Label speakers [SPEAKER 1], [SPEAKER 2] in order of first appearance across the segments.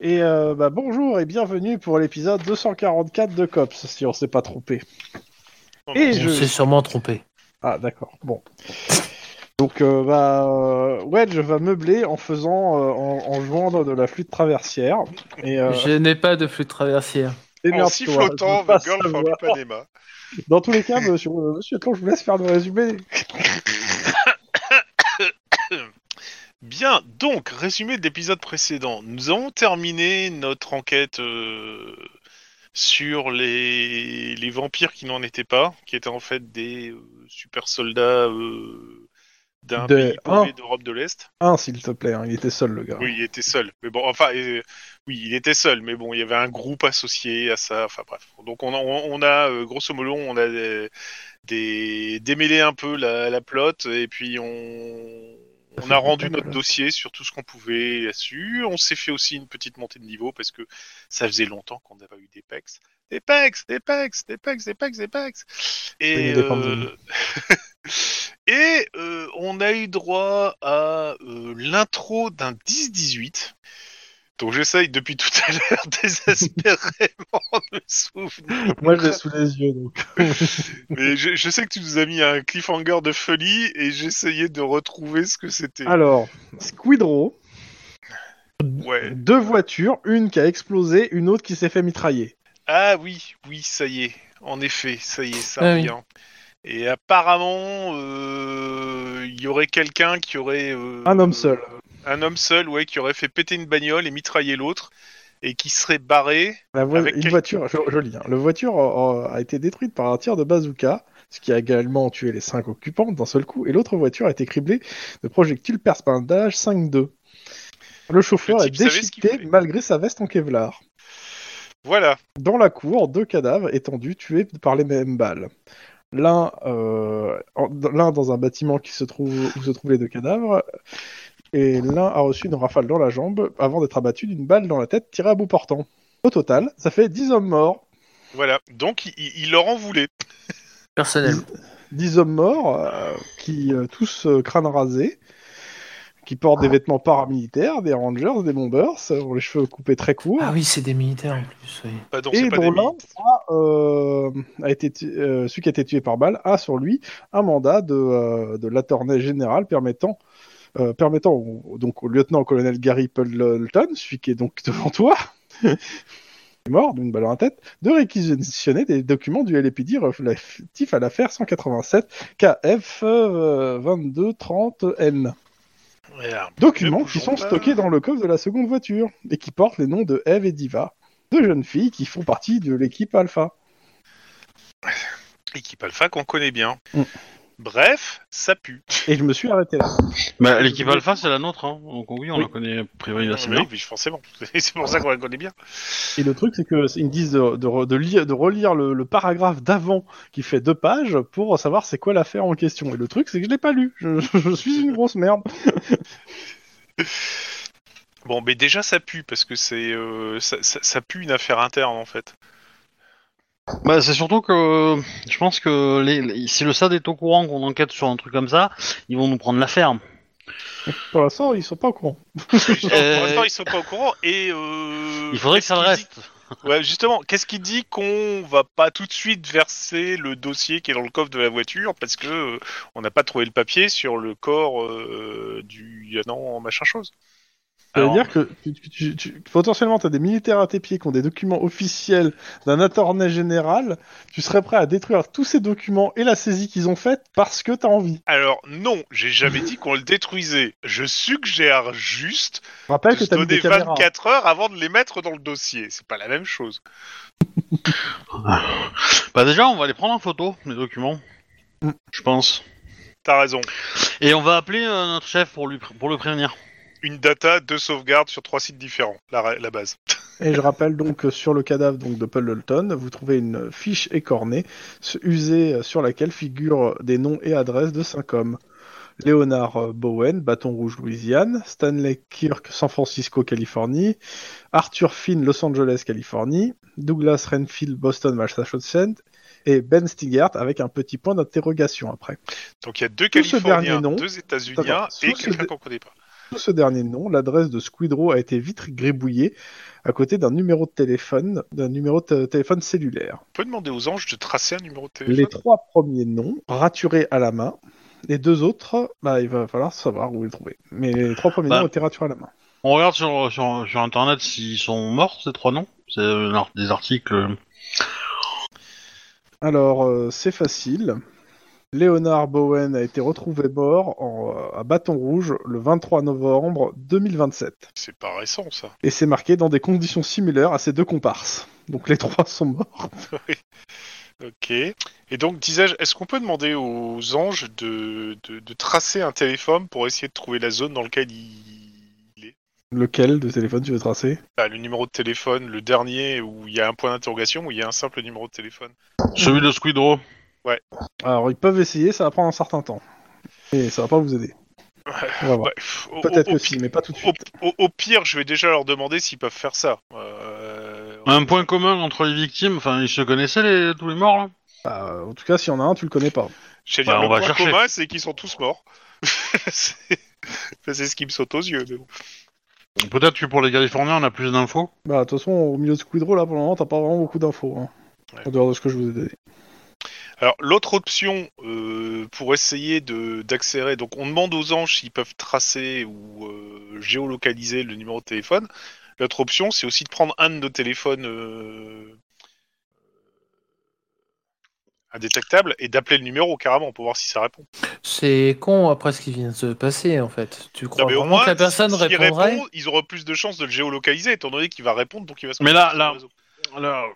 [SPEAKER 1] bah, bonjour et bienvenue pour l'épisode 244 de Cops, si on s'est pas trompé.
[SPEAKER 2] Oh,
[SPEAKER 1] Et
[SPEAKER 3] On
[SPEAKER 1] je...
[SPEAKER 3] s'est sûrement trompé.
[SPEAKER 1] Ah d'accord, bon. Donc euh, bah, euh, Wedge va meubler en faisant, euh, en, en jouant de la flûte traversière. Et, euh,
[SPEAKER 3] Je n'ai pas de flûte traversière.
[SPEAKER 1] démerde-toi,
[SPEAKER 2] en sifflotant
[SPEAKER 1] je veux pas
[SPEAKER 2] The Girl from
[SPEAKER 1] savoir.
[SPEAKER 2] Ipanema.
[SPEAKER 1] Dans tous les cas, monsieur, euh, monsieur Tlon, je vous laisse faire le résumé.
[SPEAKER 2] Bien, donc, résumé de l'épisode précédent. Nous avons terminé notre enquête euh, sur les, les vampires qui n'en étaient pas, qui étaient en fait des euh, super soldats euh, d'un
[SPEAKER 1] De-
[SPEAKER 2] pays paumé
[SPEAKER 1] hein.
[SPEAKER 2] d'Europe de l'Est.
[SPEAKER 1] Un, s'il te plaît, hein, il était seul le gars.
[SPEAKER 2] Oui, il était seul. Mais bon, enfin, euh, oui, il était seul, mais bon, il y avait un groupe associé à ça. Enfin, bref. Donc, on a, on a euh, grosso modo, on a des, des- démêlé un peu la, la plotte, et puis on,
[SPEAKER 3] Ça
[SPEAKER 2] on
[SPEAKER 3] fait
[SPEAKER 2] a
[SPEAKER 3] beaucoup
[SPEAKER 2] rendu
[SPEAKER 3] la
[SPEAKER 2] notre
[SPEAKER 3] plotte.
[SPEAKER 2] dossier sur tout ce qu'on pouvait là-dessus. On s'est fait aussi une petite montée de niveau parce que ça faisait longtemps qu'on n'avait pas eu des pecs. Des pecs, des pecs, des pecs, des pecs, des pecs.
[SPEAKER 1] Oui,
[SPEAKER 2] Et,
[SPEAKER 1] des
[SPEAKER 2] euh,
[SPEAKER 1] panzers.
[SPEAKER 2] et euh, on a eu droit à euh, l'intro d'un 10-18. Donc j'essaye depuis tout à l'heure désespérément de me souvenir.
[SPEAKER 1] Moi, je l'ai sous les yeux, donc.
[SPEAKER 2] Mais je, je sais que tu nous as mis un cliffhanger de folie et j'essayais de retrouver ce que c'était.
[SPEAKER 1] Alors, Squidrow,
[SPEAKER 2] Ouais.
[SPEAKER 1] deux voitures, une qui a explosé, une autre qui s'est fait mitrailler.
[SPEAKER 2] Ah oui, oui, ça y est. En effet, ça y est, ça
[SPEAKER 3] Ah oui.
[SPEAKER 2] revient. Et apparemment, euh, il y aurait quelqu'un qui aurait... euh,
[SPEAKER 1] Un homme seul.
[SPEAKER 2] Un homme seul, ouais, qui aurait fait péter une bagnole et mitrailler l'autre, et qui serait barré.
[SPEAKER 1] La voi-
[SPEAKER 2] Avec
[SPEAKER 1] une
[SPEAKER 2] quel-
[SPEAKER 1] voiture, jo- joli, hein. La voiture euh, euh, a été détruite par un tir de bazooka, ce qui a également tué les cinq occupants d'un seul coup, et l'autre voiture a été criblée de projectiles perce-bandage 5-2. Le chauffeur
[SPEAKER 2] Le
[SPEAKER 1] est
[SPEAKER 2] type savait ce qu'il
[SPEAKER 1] déchiqueté
[SPEAKER 2] voulait.
[SPEAKER 1] malgré sa veste en Kevlar.
[SPEAKER 2] Voilà.
[SPEAKER 1] Dans la cour, deux cadavres étendus tués par les mêmes balles. L'un euh, en- l'un dans un bâtiment qui se trouve, où se trouvent les deux cadavres, et l'un a reçu une rafale dans la jambe avant d'être abattu d'une balle dans la tête tirée à bout portant. Au total, ça fait 10 hommes morts.
[SPEAKER 2] Voilà. Donc, il, il- il leur en voulait.
[SPEAKER 3] Personnellement.
[SPEAKER 1] 10 hommes morts, euh, qui euh, tous euh, crânes rasés, qui portent des vêtements paramilitaires, des rangers, des bombers, euh, ont les cheveux coupés très courts.
[SPEAKER 3] Ah oui, c'est des militaires en plus. oui.
[SPEAKER 2] Pas donc,
[SPEAKER 1] Et
[SPEAKER 2] c'est pas
[SPEAKER 1] dont
[SPEAKER 2] des
[SPEAKER 1] l'un a, euh, a été tu- euh, celui qui a été tué par balle a sur lui un mandat de, euh, de l'attorney général permettant euh, permettant au, donc au lieutenant-colonel Gary Pendleton, celui qui est donc devant toi, qui est mort d'une balle dans la tête, de réquisitionner des documents du LAPD relatifs à l'affaire 187 KF euh, 2230N.
[SPEAKER 2] Ouais, alors,
[SPEAKER 1] Documents
[SPEAKER 2] ne
[SPEAKER 1] qui sont
[SPEAKER 2] bougeons pas.
[SPEAKER 1] stockés dans le coffre de la seconde voiture et qui portent les noms de Eve et Diva, deux jeunes filles qui font partie de l'équipe Alpha.
[SPEAKER 2] Équipe Alpha qu'on connaît bien.
[SPEAKER 1] Mm.
[SPEAKER 2] Bref, ça pue.
[SPEAKER 1] Et je me suis arrêté là.
[SPEAKER 4] Bah, l'équipe Alpha, c'est la nôtre, hein. donc oui, on
[SPEAKER 1] Oui.
[SPEAKER 4] la connaît a priori assez
[SPEAKER 2] Oui,
[SPEAKER 4] bien.
[SPEAKER 2] oui, forcément. c'est pour ça qu'on la connaît bien.
[SPEAKER 1] Et le truc, c'est qu'ils me disent de, de, re- de lire- de relire le, le paragraphe d'avant qui fait deux pages pour savoir c'est quoi l'affaire en question. Et le truc, c'est que je l'ai pas lu. Je, je suis une grosse merde.
[SPEAKER 2] Bon, mais déjà, ça pue parce que c'est euh, ça, ça- ça pue une affaire interne en fait.
[SPEAKER 4] Bah, c'est surtout que euh, je pense que les, les- si le SAD est au courant qu'on enquête sur un truc comme ça, ils vont nous prendre la ferme.
[SPEAKER 1] Pour l'instant, ils sont pas au courant.
[SPEAKER 2] Pour l'instant, ils sont pas au courant et. euh,
[SPEAKER 4] Euh, Il faudrait que
[SPEAKER 2] qu'est-ce
[SPEAKER 4] ça le
[SPEAKER 2] qu'il dit-
[SPEAKER 4] reste.
[SPEAKER 2] Ouais, justement, qu'est-ce qui dit qu'on va pas tout de suite verser le dossier qui est dans le coffre de la voiture parce que euh, on n'a pas trouvé le papier sur le corps euh, du non machin chose.
[SPEAKER 1] Ça veut
[SPEAKER 2] Alors,
[SPEAKER 1] dire que tu, tu- tu- tu- potentiellement, tu as des militaires à tes pieds qui ont des documents officiels d'un attorney général. Tu serais prêt à détruire tous ces documents et la saisie qu'ils ont faite parce que tu as envie.
[SPEAKER 2] alors, non, j'ai jamais dit qu'on le détruisait. Je suggère juste
[SPEAKER 1] Je rappelle
[SPEAKER 2] de
[SPEAKER 1] que
[SPEAKER 2] se
[SPEAKER 1] tu as mis des
[SPEAKER 2] donner
[SPEAKER 1] caméras.
[SPEAKER 2] 24 heures avant de les mettre dans le dossier. C'est pas la même chose.
[SPEAKER 4] Bah, déjà, on va les prendre en photo, les documents.
[SPEAKER 1] Mm.
[SPEAKER 4] Je pense.
[SPEAKER 2] T'as raison.
[SPEAKER 4] Et on va appeler euh, notre chef pour, lui, pr- pour le prévenir.
[SPEAKER 2] Une data, deux sauvegardes sur trois sites différents. La, ra- la base.
[SPEAKER 1] hein. Et je rappelle donc que sur le cadavre donc, de Paul Lolton, vous trouvez une fiche écornée, s- usée, euh, sur laquelle figurent des noms et adresses de cinq hommes. Léonard euh, Bowen, Bâton Rouge, Louisiane, Stanley Kirk, San Francisco, Californie, Arthur Finn, Los Angeles, Californie, Douglas Renfield, Boston, Massachusetts, et Ben Stigart avec un petit point d'interrogation après.
[SPEAKER 2] Donc il y a deux
[SPEAKER 1] Tout ce
[SPEAKER 2] Californiens,
[SPEAKER 1] dernier nom-
[SPEAKER 2] deux États-Uniens
[SPEAKER 1] Attends,
[SPEAKER 2] et
[SPEAKER 1] sous ce
[SPEAKER 2] quelqu'un
[SPEAKER 1] dé-
[SPEAKER 2] qu'on connaît pas.
[SPEAKER 1] sous ce dernier nom, l'adresse de Squidrow a été vite gribouillée à côté d'un numéro de téléphone, d'un numéro de t- téléphone cellulaire.
[SPEAKER 2] On peut demander aux anges de tracer un numéro de téléphone.
[SPEAKER 1] Les trois premiers noms, raturés à la main, les deux autres, bah, il va falloir savoir où les trouver. Mais les trois premiers
[SPEAKER 4] Bah.
[SPEAKER 1] noms ont été raturés à la main.
[SPEAKER 4] On regarde sur, sur, sur internet s'ils sont morts, ces trois noms. C'est euh, un- des articles. euh,
[SPEAKER 1] Alors, euh, c'est facile. Léonard Bowen a été retrouvé mort en, euh, à Bâton Rouge le 23 novembre 2027.
[SPEAKER 2] C'est pas récent ça.
[SPEAKER 1] Et c'est marqué dans des conditions similaires à ses deux comparses. Donc les trois sont morts.
[SPEAKER 2] Ok. Et donc, disais-je, est-ce qu'on peut demander aux anges de, de, de tracer un téléphone pour essayer de trouver la zone dans laquelle il, il est
[SPEAKER 1] Lequel de téléphone tu veux tracer
[SPEAKER 2] Bah, Le numéro de téléphone, le dernier où il y a un point d'interrogation, où il y a un simple numéro de téléphone.
[SPEAKER 4] Celui de Squidrow.
[SPEAKER 1] Alors ils peuvent essayer, ça va prendre un certain temps. Et ça va pas vous aider. On va voir.
[SPEAKER 2] Ouais, Bah, pff, au-
[SPEAKER 1] Peut-être
[SPEAKER 2] au- au
[SPEAKER 1] que si, mais pas tout de
[SPEAKER 2] au,
[SPEAKER 1] suite.
[SPEAKER 2] au- au pire, je vais déjà leur demander s'ils peuvent faire ça. Euh,
[SPEAKER 4] Un point commun entre les victimes. Enfin, ils se connaissaient les, tous les morts. Là.
[SPEAKER 1] Bah, euh, en tout cas, s'il y en a un, tu le connais pas.
[SPEAKER 2] j'allais
[SPEAKER 4] Bah,
[SPEAKER 2] dire,
[SPEAKER 4] on
[SPEAKER 2] le
[SPEAKER 4] va
[SPEAKER 2] point
[SPEAKER 4] chercher.
[SPEAKER 2] commun, c'est qu'ils sont tous morts. c'est c'est ce qui me saute aux yeux. mais bon.
[SPEAKER 4] Peut-être que pour les Californiens, on a plus d'infos.
[SPEAKER 1] Bah, de toute façon, au milieu de Squidrow, là, pour le moment, t'as pas vraiment beaucoup d'infos. hein.
[SPEAKER 2] Ouais.
[SPEAKER 1] En dehors de ce que je vous ai donné.
[SPEAKER 2] Alors, l'autre option euh, pour essayer de d'accélérer, donc on demande aux anges s'ils peuvent tracer ou euh, géolocaliser le numéro de téléphone. L'autre option, c'est aussi de prendre un de nos téléphones euh, indétectables et d'appeler le numéro carrément pour voir si ça répond.
[SPEAKER 3] C'est con après ce qui vient de se passer en fait. Tu crois
[SPEAKER 2] Non, mais au
[SPEAKER 3] vraiment
[SPEAKER 2] moins,
[SPEAKER 3] que la personne
[SPEAKER 2] s'il
[SPEAKER 3] répondrait
[SPEAKER 2] répond, ils auront plus de chances de le géolocaliser, étant donné qu'il va répondre, donc il va se
[SPEAKER 4] Mais
[SPEAKER 2] mettre
[SPEAKER 4] là-
[SPEAKER 2] sur
[SPEAKER 4] là-
[SPEAKER 2] le réseau.
[SPEAKER 4] Alors,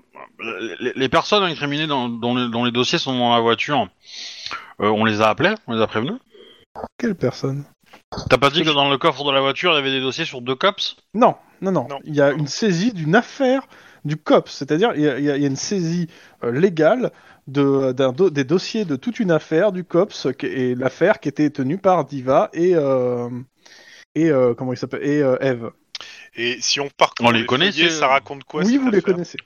[SPEAKER 4] euh, les, les personnes incriminées dans, dont, les, dont les dossiers sont dans la voiture, euh, on les a appelées, on les a prévenues.
[SPEAKER 1] Quelle personne
[SPEAKER 4] T'as pas dit que dans le coffre de la voiture, il y avait des dossiers sur deux cops
[SPEAKER 1] Non, non, non.
[SPEAKER 2] Non.
[SPEAKER 1] Il y a
[SPEAKER 2] Non.
[SPEAKER 1] une saisie d'une affaire du COPS, c'est-à-dire il y, a- il y a il y a une saisie euh, légale de, d'un do- des dossiers de toute une affaire du COPS qui- et l'affaire qui était tenue par Diva et euh, et euh, comment il s'appelle et euh, Eve.
[SPEAKER 2] Et si on part
[SPEAKER 4] On les connaît, c'est-
[SPEAKER 2] ça raconte quoi
[SPEAKER 1] oui,
[SPEAKER 2] cette
[SPEAKER 1] vous les
[SPEAKER 2] affaire
[SPEAKER 1] connaissez.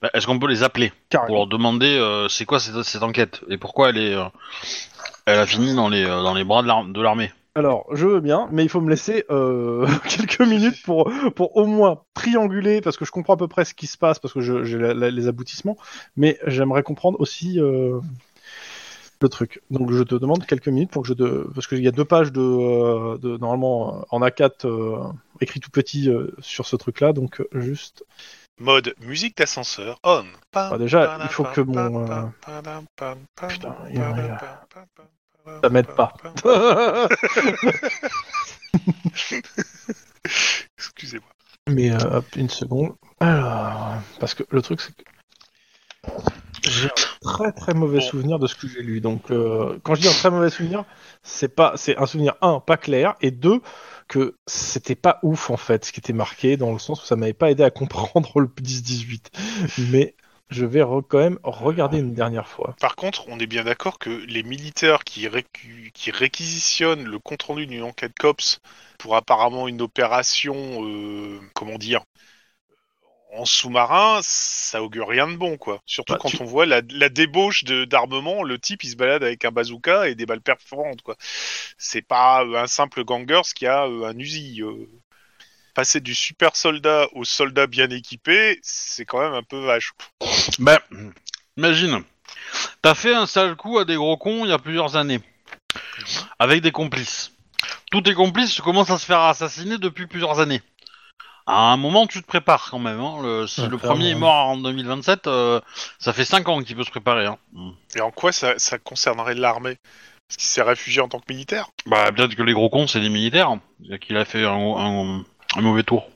[SPEAKER 4] Bah, Est-ce qu'on peut les appeler pour
[SPEAKER 1] Carrément.
[SPEAKER 4] leur demander euh, c'est quoi cette, cette enquête et pourquoi elle est, euh, elle a fini dans les, euh, dans les bras de l'ar- de l'armée
[SPEAKER 1] Alors, je veux bien, mais il faut me laisser euh, quelques minutes pour, pour au moins trianguler, parce que je comprends à peu près ce qui se passe, parce que je- j'ai la- la- les aboutissements, mais j'aimerais comprendre aussi euh, le truc. Donc, je te demande quelques minutes pour que je te. Parce qu'il y a deux pages de. euh, de- normalement, euh, en A4, euh, écrit tout petit euh, sur ce truc-là, donc euh, juste.
[SPEAKER 2] Mode musique d'ascenseur on.
[SPEAKER 1] Bah, déjà, il faut que mon. euh, Putain, il y a- il y Ça m'aide pas.
[SPEAKER 2] Excusez-moi.
[SPEAKER 1] mais euh, hop, une seconde. Alors, parce que le truc, c'est que j'ai un très très mauvais
[SPEAKER 2] Bon.
[SPEAKER 1] souvenir de ce que j'ai lu. Donc, euh, quand je dis un très mauvais souvenir, c'est pas, c'est un souvenir un pas clair et deux que c'était pas ouf en fait ce qui était marqué dans le sens où ça m'avait pas aidé à comprendre le 10-18. Mais je vais re- quand même regarder une dernière fois.
[SPEAKER 2] Par contre, on est bien d'accord que les militaires qui, récu- qui réquisitionnent le compte-rendu d'une enquête COPS pour apparemment une opération, euh, comment dire, en sous-marin, ça augure rien de bon, quoi. Surtout
[SPEAKER 1] Bah,
[SPEAKER 2] quand
[SPEAKER 1] tu-
[SPEAKER 2] on voit la, la débauche de- d'armement, le type il se balade avec un bazooka et des balles perforantes, quoi. C'est pas euh, un simple gangers qui a euh, un Uzi. euh. Passer du super soldat au soldat bien équipé, c'est quand même un peu vache.
[SPEAKER 4] Bah, imagine, t'as fait un sale coup à des gros cons il y a plusieurs années, avec des complices. Tous tes complices commencent à se faire assassiner depuis plusieurs années. À un moment, tu te prépares quand même. hein. Le- si
[SPEAKER 3] Ouais,
[SPEAKER 4] le
[SPEAKER 3] clairement,
[SPEAKER 4] premier est
[SPEAKER 3] ouais.
[SPEAKER 4] mort en 2027, euh, ça fait 5 ans qu'il peut se préparer. hein.
[SPEAKER 3] Mm.
[SPEAKER 2] Et en quoi ça, ça concernerait l'armée Parce qu'il s'est réfugié en tant que militaire
[SPEAKER 4] Bah, peut-être que les gros cons, c'est des militaires, hein, et qu'il a fait un, un- un mauvais tour.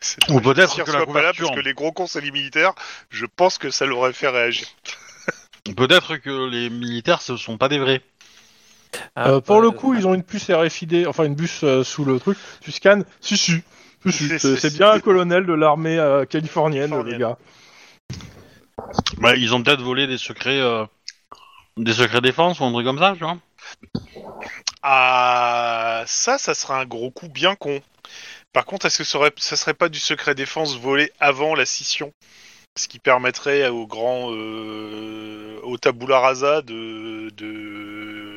[SPEAKER 2] C'est-
[SPEAKER 4] Ou peut-être
[SPEAKER 2] Si on
[SPEAKER 4] que
[SPEAKER 2] soit
[SPEAKER 4] la
[SPEAKER 2] pas là,
[SPEAKER 4] couverture-
[SPEAKER 2] parce que les gros cons c'est les militaires, je pense que ça l'aurait fait réagir.
[SPEAKER 4] Peut-être que les militaires, ce sont pas des vrais.
[SPEAKER 3] Ah,
[SPEAKER 1] Euh, pour
[SPEAKER 3] bah,
[SPEAKER 1] le coup, ils ont une puce RFID, enfin une puce euh, sous le truc. Tu scannes, si si, si, si,
[SPEAKER 2] Si,
[SPEAKER 1] c'est
[SPEAKER 2] si,
[SPEAKER 1] c'est
[SPEAKER 2] si.
[SPEAKER 1] bien un colonel de l'armée euh, californienne,
[SPEAKER 2] Californienne.
[SPEAKER 1] le gars.
[SPEAKER 4] Bah, ils ont peut-être volé des secrets, euh, des secrets défense ou un truc comme ça, tu vois.
[SPEAKER 2] Ah, ça, ça serait un gros coup bien con. Par contre, est-ce que ça, aurait- ça serait pas du secret défense volé avant la scission Ce qui permettrait au grand. euh, au Tabula Rasa de. de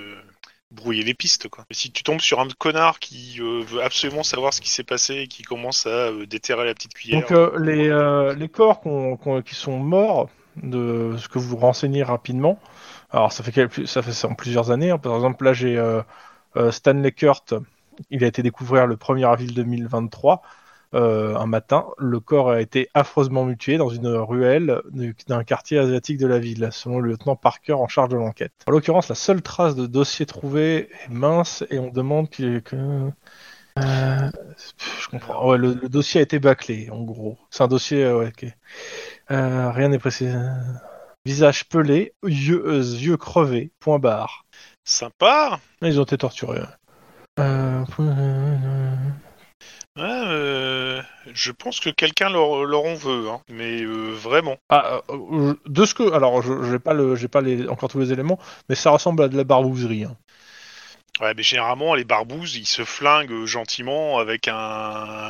[SPEAKER 2] brouiller les pistes, quoi. Et si tu tombes sur un connard qui euh, veut absolument savoir ce qui s'est passé et qui commence à euh, déterrer la petite cuillère...
[SPEAKER 1] Donc euh, les, euh, les corps qu'on- qu'on- qui sont morts, de ce que vous renseignez rapidement, alors ça fait, quel- ça fait ça en plusieurs années, hein. par exemple là j'ai euh, euh, Stanley Kurt, il a été découvert le 1er avril 2023, euh, un matin, le corps a été affreusement mutilé dans une ruelle du- d'un quartier asiatique de la ville, selon le lieutenant Parker en charge de l'enquête. En l'occurrence, la seule trace de dossier trouvé est mince et on demande qu'il- que... Euh, je comprends. Ouais, le, le dossier a été bâclé, en gros. C'est un dossier, euh, ouais, ok. Euh, rien n'est précisé. Visage pelé, yeux, euh, yeux crevés, point barre.
[SPEAKER 2] Sympa
[SPEAKER 1] Ils ont été torturés. ouais. Euh, point- euh,
[SPEAKER 2] Ouais, euh, Je pense que quelqu'un leur, leur en veut, hein. mais euh, vraiment.
[SPEAKER 1] Ah, euh, je- de ce que, alors, je j'ai pas le, j'ai pas les, encore tous les éléments, mais ça ressemble à de la barbouzerie. hein.
[SPEAKER 2] Ouais, mais généralement, les barbouzes, ils se flinguent gentiment avec un,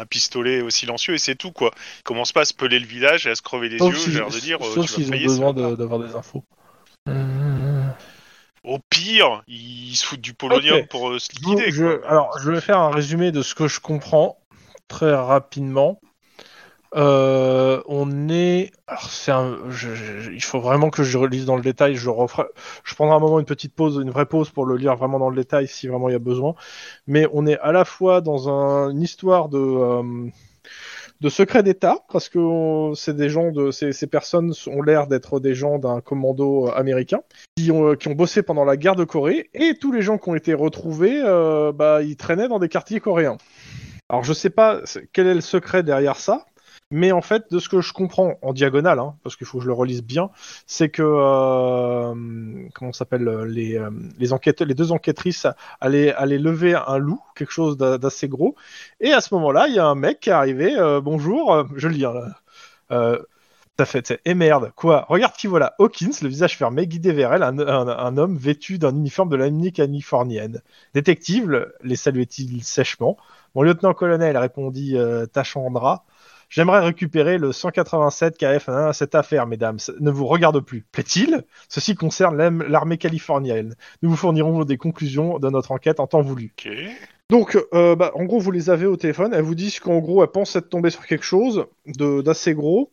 [SPEAKER 2] un pistolet euh, silencieux et c'est tout, quoi. Ils commencent pas à se peler le village et à se crever les
[SPEAKER 1] Sauf
[SPEAKER 2] yeux,
[SPEAKER 1] si-
[SPEAKER 2] j'ai l'air de dire, euh,
[SPEAKER 1] sauf
[SPEAKER 2] tu vas
[SPEAKER 1] s'ils ont
[SPEAKER 2] payer,
[SPEAKER 1] besoin
[SPEAKER 2] ça.
[SPEAKER 1] de- d'avoir des infos. Euh,
[SPEAKER 2] Au pire, ils se foutent du polonium
[SPEAKER 1] Ok.
[SPEAKER 2] pour euh, se
[SPEAKER 1] Je vous-
[SPEAKER 2] liquider,
[SPEAKER 1] je-
[SPEAKER 2] quoi.
[SPEAKER 1] alors, je vais faire un résumé de ce que je comprends très rapidement. Euh, on est. alors, c'est un- je- je- il faut vraiment que je relise dans le détail. Je, referai- je prendrai un moment une petite pause, une vraie pause pour le lire vraiment dans le détail si vraiment il y a besoin. Mais on est à la fois dans un- une histoire de, euh, de secret d'État, parce que on- c'est des gens de, ces, ces personnes ont l'air d'être des gens d'un commando euh, américain qui ont, euh, qui ont bossé pendant la guerre de Corée, et tous les gens qui ont été retrouvés, euh, bah, ils traînaient dans des quartiers coréens. Alors je sais pas c'est- quel est le secret derrière ça, mais en fait, de ce que je comprends, en diagonale, hein, parce qu'il faut que je le relise bien, c'est que, euh, comment ça s'appelle, euh, les, euh, les, enquête- les deux enquêtrices allaient, allaient lever un loup, quelque chose d'a- d'assez gros, et à ce moment-là, il y a un mec qui est arrivé, euh, bonjour, euh, je le lis, hein, là. Euh, T'as fait, c'est et merde, quoi Regarde qui voilà, Hawkins, le visage fermé, guidé vers elle, un, un- un homme vêtu d'un uniforme de l'armée californienne. Détective, le- les saluait-il sèchement. Mon lieutenant-colonel, répondit euh, Tachandra, j'aimerais récupérer le 187 KF hein, cette affaire, mesdames. Ça Ne vous regarde plus. Plaît-il Ceci concerne l'am- l'armée californienne. Nous vous fournirons des conclusions de notre enquête en temps voulu.
[SPEAKER 2] Ok.
[SPEAKER 1] Donc, euh, bah, en gros, vous les avez au téléphone. Elles vous disent qu'en gros, elles pensent être tombées sur quelque chose de- d'assez gros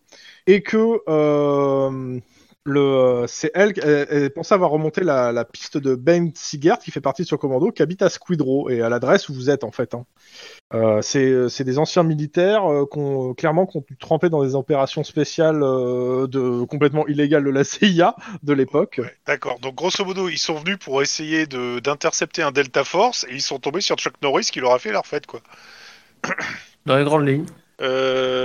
[SPEAKER 1] et que euh, le, euh, c'est elle, elle, elle pensait avoir remonté la, la piste de Ben Sigert, qui fait partie de ce commando, qui habite à Squidrow et à l'adresse où vous êtes en fait. hein. Euh, c'est c'est des anciens militaires euh, qui ont- clairement qui ont dû tremper dans des opérations spéciales euh, de, complètement illégales de la CIA de l'époque.
[SPEAKER 2] Ouais, D'accord. Donc, grosso modo, ils sont venus pour essayer de- d'intercepter un Delta Force et ils sont tombés sur Chuck Norris qui leur a fait leur fête, quoi.
[SPEAKER 3] Dans les grandes lignes.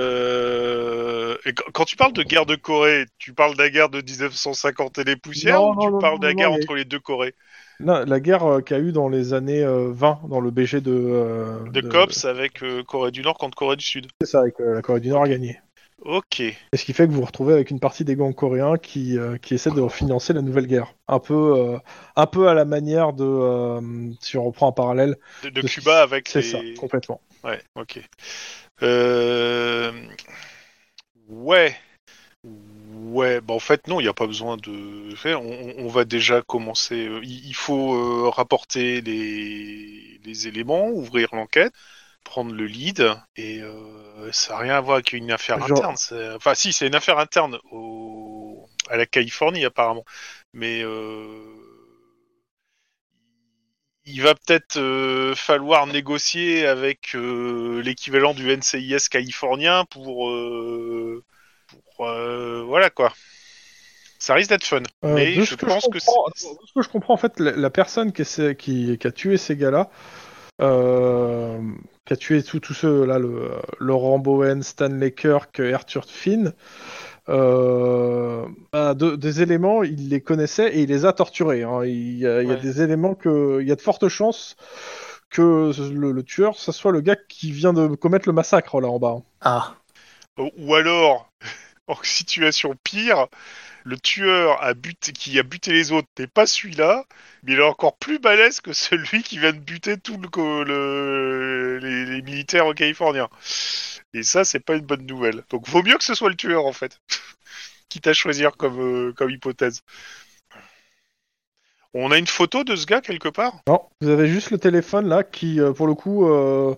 [SPEAKER 2] Euh, et quand quand tu parles de guerre de Corée, tu parles de la guerre de 1950 et les poussières
[SPEAKER 1] Non,
[SPEAKER 2] ou
[SPEAKER 1] non,
[SPEAKER 2] tu
[SPEAKER 1] non,
[SPEAKER 2] parles de la
[SPEAKER 1] non,
[SPEAKER 2] guerre
[SPEAKER 1] non, mais-
[SPEAKER 2] entre les deux Corées
[SPEAKER 1] Non, la guerre euh, qu'il y a eu dans les années euh, 20 dans le BG de euh,
[SPEAKER 2] De COPS avec euh, Corée du Nord contre Corée du Sud.
[SPEAKER 1] C'est ça, avec euh, la Corée du Nord a gagné.
[SPEAKER 2] Ok.
[SPEAKER 1] Et ce qui fait que vous vous retrouvez avec une partie des gangs coréens qui, euh, qui essaient de financer la nouvelle guerre. Un peu, euh, un peu à la manière de, euh, si on reprend un parallèle,
[SPEAKER 2] De, de
[SPEAKER 1] De-
[SPEAKER 2] Cuba avec
[SPEAKER 1] c'est
[SPEAKER 2] les...
[SPEAKER 1] ça, complètement.
[SPEAKER 2] Ouais, ok. Euh... Ouais. Ouais, bah en fait non, il n'y a pas besoin de faire. On, on va déjà commencer. euh, Il il faut euh, rapporter les, les éléments, ouvrir l'enquête, prendre le lead, et euh, ça n'a rien à voir avec une affaire
[SPEAKER 1] Genre-
[SPEAKER 2] interne. c'est- Enfin si, c'est une affaire interne au... à la Californie apparemment. Mais euh, il va peut-être euh, falloir négocier avec euh, l'équivalent du NCIS californien pour, euh, pour, euh, voilà quoi. Ça risque d'être fun.
[SPEAKER 1] Euh,
[SPEAKER 2] mais
[SPEAKER 1] de
[SPEAKER 2] je
[SPEAKER 1] ce que
[SPEAKER 2] pense
[SPEAKER 1] je
[SPEAKER 2] que
[SPEAKER 1] comprends-
[SPEAKER 2] c'est-
[SPEAKER 1] de ce que je comprends, en fait, la, la personne qui, essaie- qui- qui a tué ces gars-là, euh, qui a tué tous tous ceux là, le, Laurent Bowen, Stanley Kirk, Arthur Finn, euh, bah, de- des éléments, il les connaissait et il les a torturés. hein. Il, y a, il y a
[SPEAKER 3] Ouais.
[SPEAKER 1] des éléments que, il y a de fortes chances que le, le tueur, ça soit le gars qui vient de commettre le massacre là en bas. hein.
[SPEAKER 3] Ah.
[SPEAKER 2] Ou- Ou alors, en situation pire, le tueur a buté, qui a buté les autres n'est pas celui-là, mais il est encore plus balèze que celui qui vient de buter tous le, co- le- les, les militaires californiens. Et ça, c'est pas une bonne nouvelle. Donc, vaut mieux que ce soit le tueur, en fait. Quitte à choisir comme, euh, comme hypothèse. On a une photo de ce gars quelque part
[SPEAKER 1] Non, vous avez juste le téléphone là qui, euh, pour le coup, euh,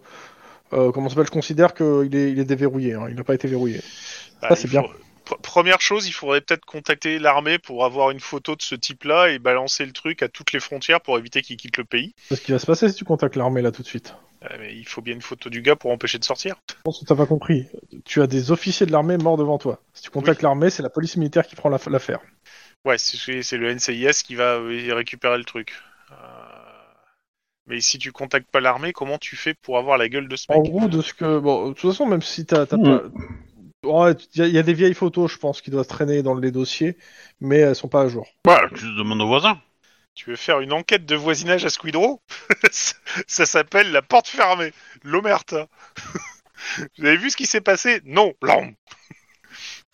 [SPEAKER 1] euh, comment ça s'appelle Je considère qu'il est, il est déverrouillé, hein, il n'a pas été verrouillé.
[SPEAKER 2] Bah,
[SPEAKER 1] Ça, c'est
[SPEAKER 2] il faut- Pr- Première chose, il faudrait peut-être contacter l'armée pour avoir une photo de ce type-là et balancer le truc à toutes les frontières pour éviter qu'il quitte le pays.
[SPEAKER 1] C'est ce qui va se passer si tu contactes l'armée là tout de suite.
[SPEAKER 2] Euh, mais il faut bien une photo du gars pour empêcher de sortir.
[SPEAKER 1] Je pense que t'as pas compris. Tu as des officiers de l'armée morts devant toi. Si tu contactes l'armée, c'est la police militaire qui prend la- l'affaire.
[SPEAKER 2] Ouais, c'est c'est le NCIS qui va euh, récupérer le truc. Euh, Mais si tu contactes pas l'armée, comment tu fais pour avoir la gueule de ce
[SPEAKER 1] En
[SPEAKER 2] mec
[SPEAKER 1] gros, de ce que. Bon, de toute façon, même si t'as. t'as
[SPEAKER 4] Ouais.
[SPEAKER 1] pas- Ouais, il y, a- y a des vieilles photos, je pense, qui doivent traîner dans les dossiers, mais elles sont pas à jour.
[SPEAKER 4] Bah, tu demandes au voisin.
[SPEAKER 2] Tu veux faire une enquête de voisinage à Squidrow Ça s'appelle la porte fermée, l'Omerta. Vous avez vu ce qui s'est passé Non, l'homme.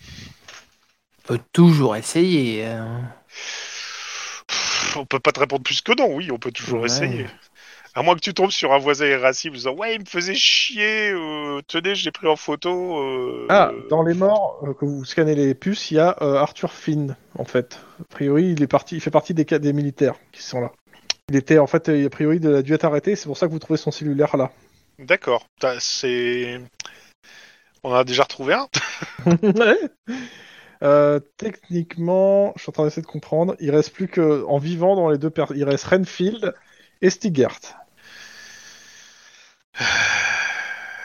[SPEAKER 3] On peut toujours essayer. hein.
[SPEAKER 2] Pff, On peut pas te répondre plus que non, oui, on peut toujours
[SPEAKER 3] Ouais.
[SPEAKER 2] essayer. À moins que tu tombes sur un voisin irascible en disant Ouais, il me faisait chier, euh, tenez, je l'ai pris en photo. euh,
[SPEAKER 1] Ah,
[SPEAKER 2] euh,
[SPEAKER 1] dans les morts, euh, que vous scannez les puces, il y a euh, Arthur Finn, en fait. A priori, il, est parti, il fait partie des, ca- des militaires qui sont là. Il était, en fait, euh, a priori, de, a dû être arrêté, c'est pour ça que vous trouvez son cellulaire là.
[SPEAKER 2] D'accord, T'as- c'est. On en a déjà retrouvé un
[SPEAKER 1] Euh, techniquement, je suis en train d'essayer de comprendre, il reste plus que, en vivant dans les deux personnes, il reste Renfield et Stigert.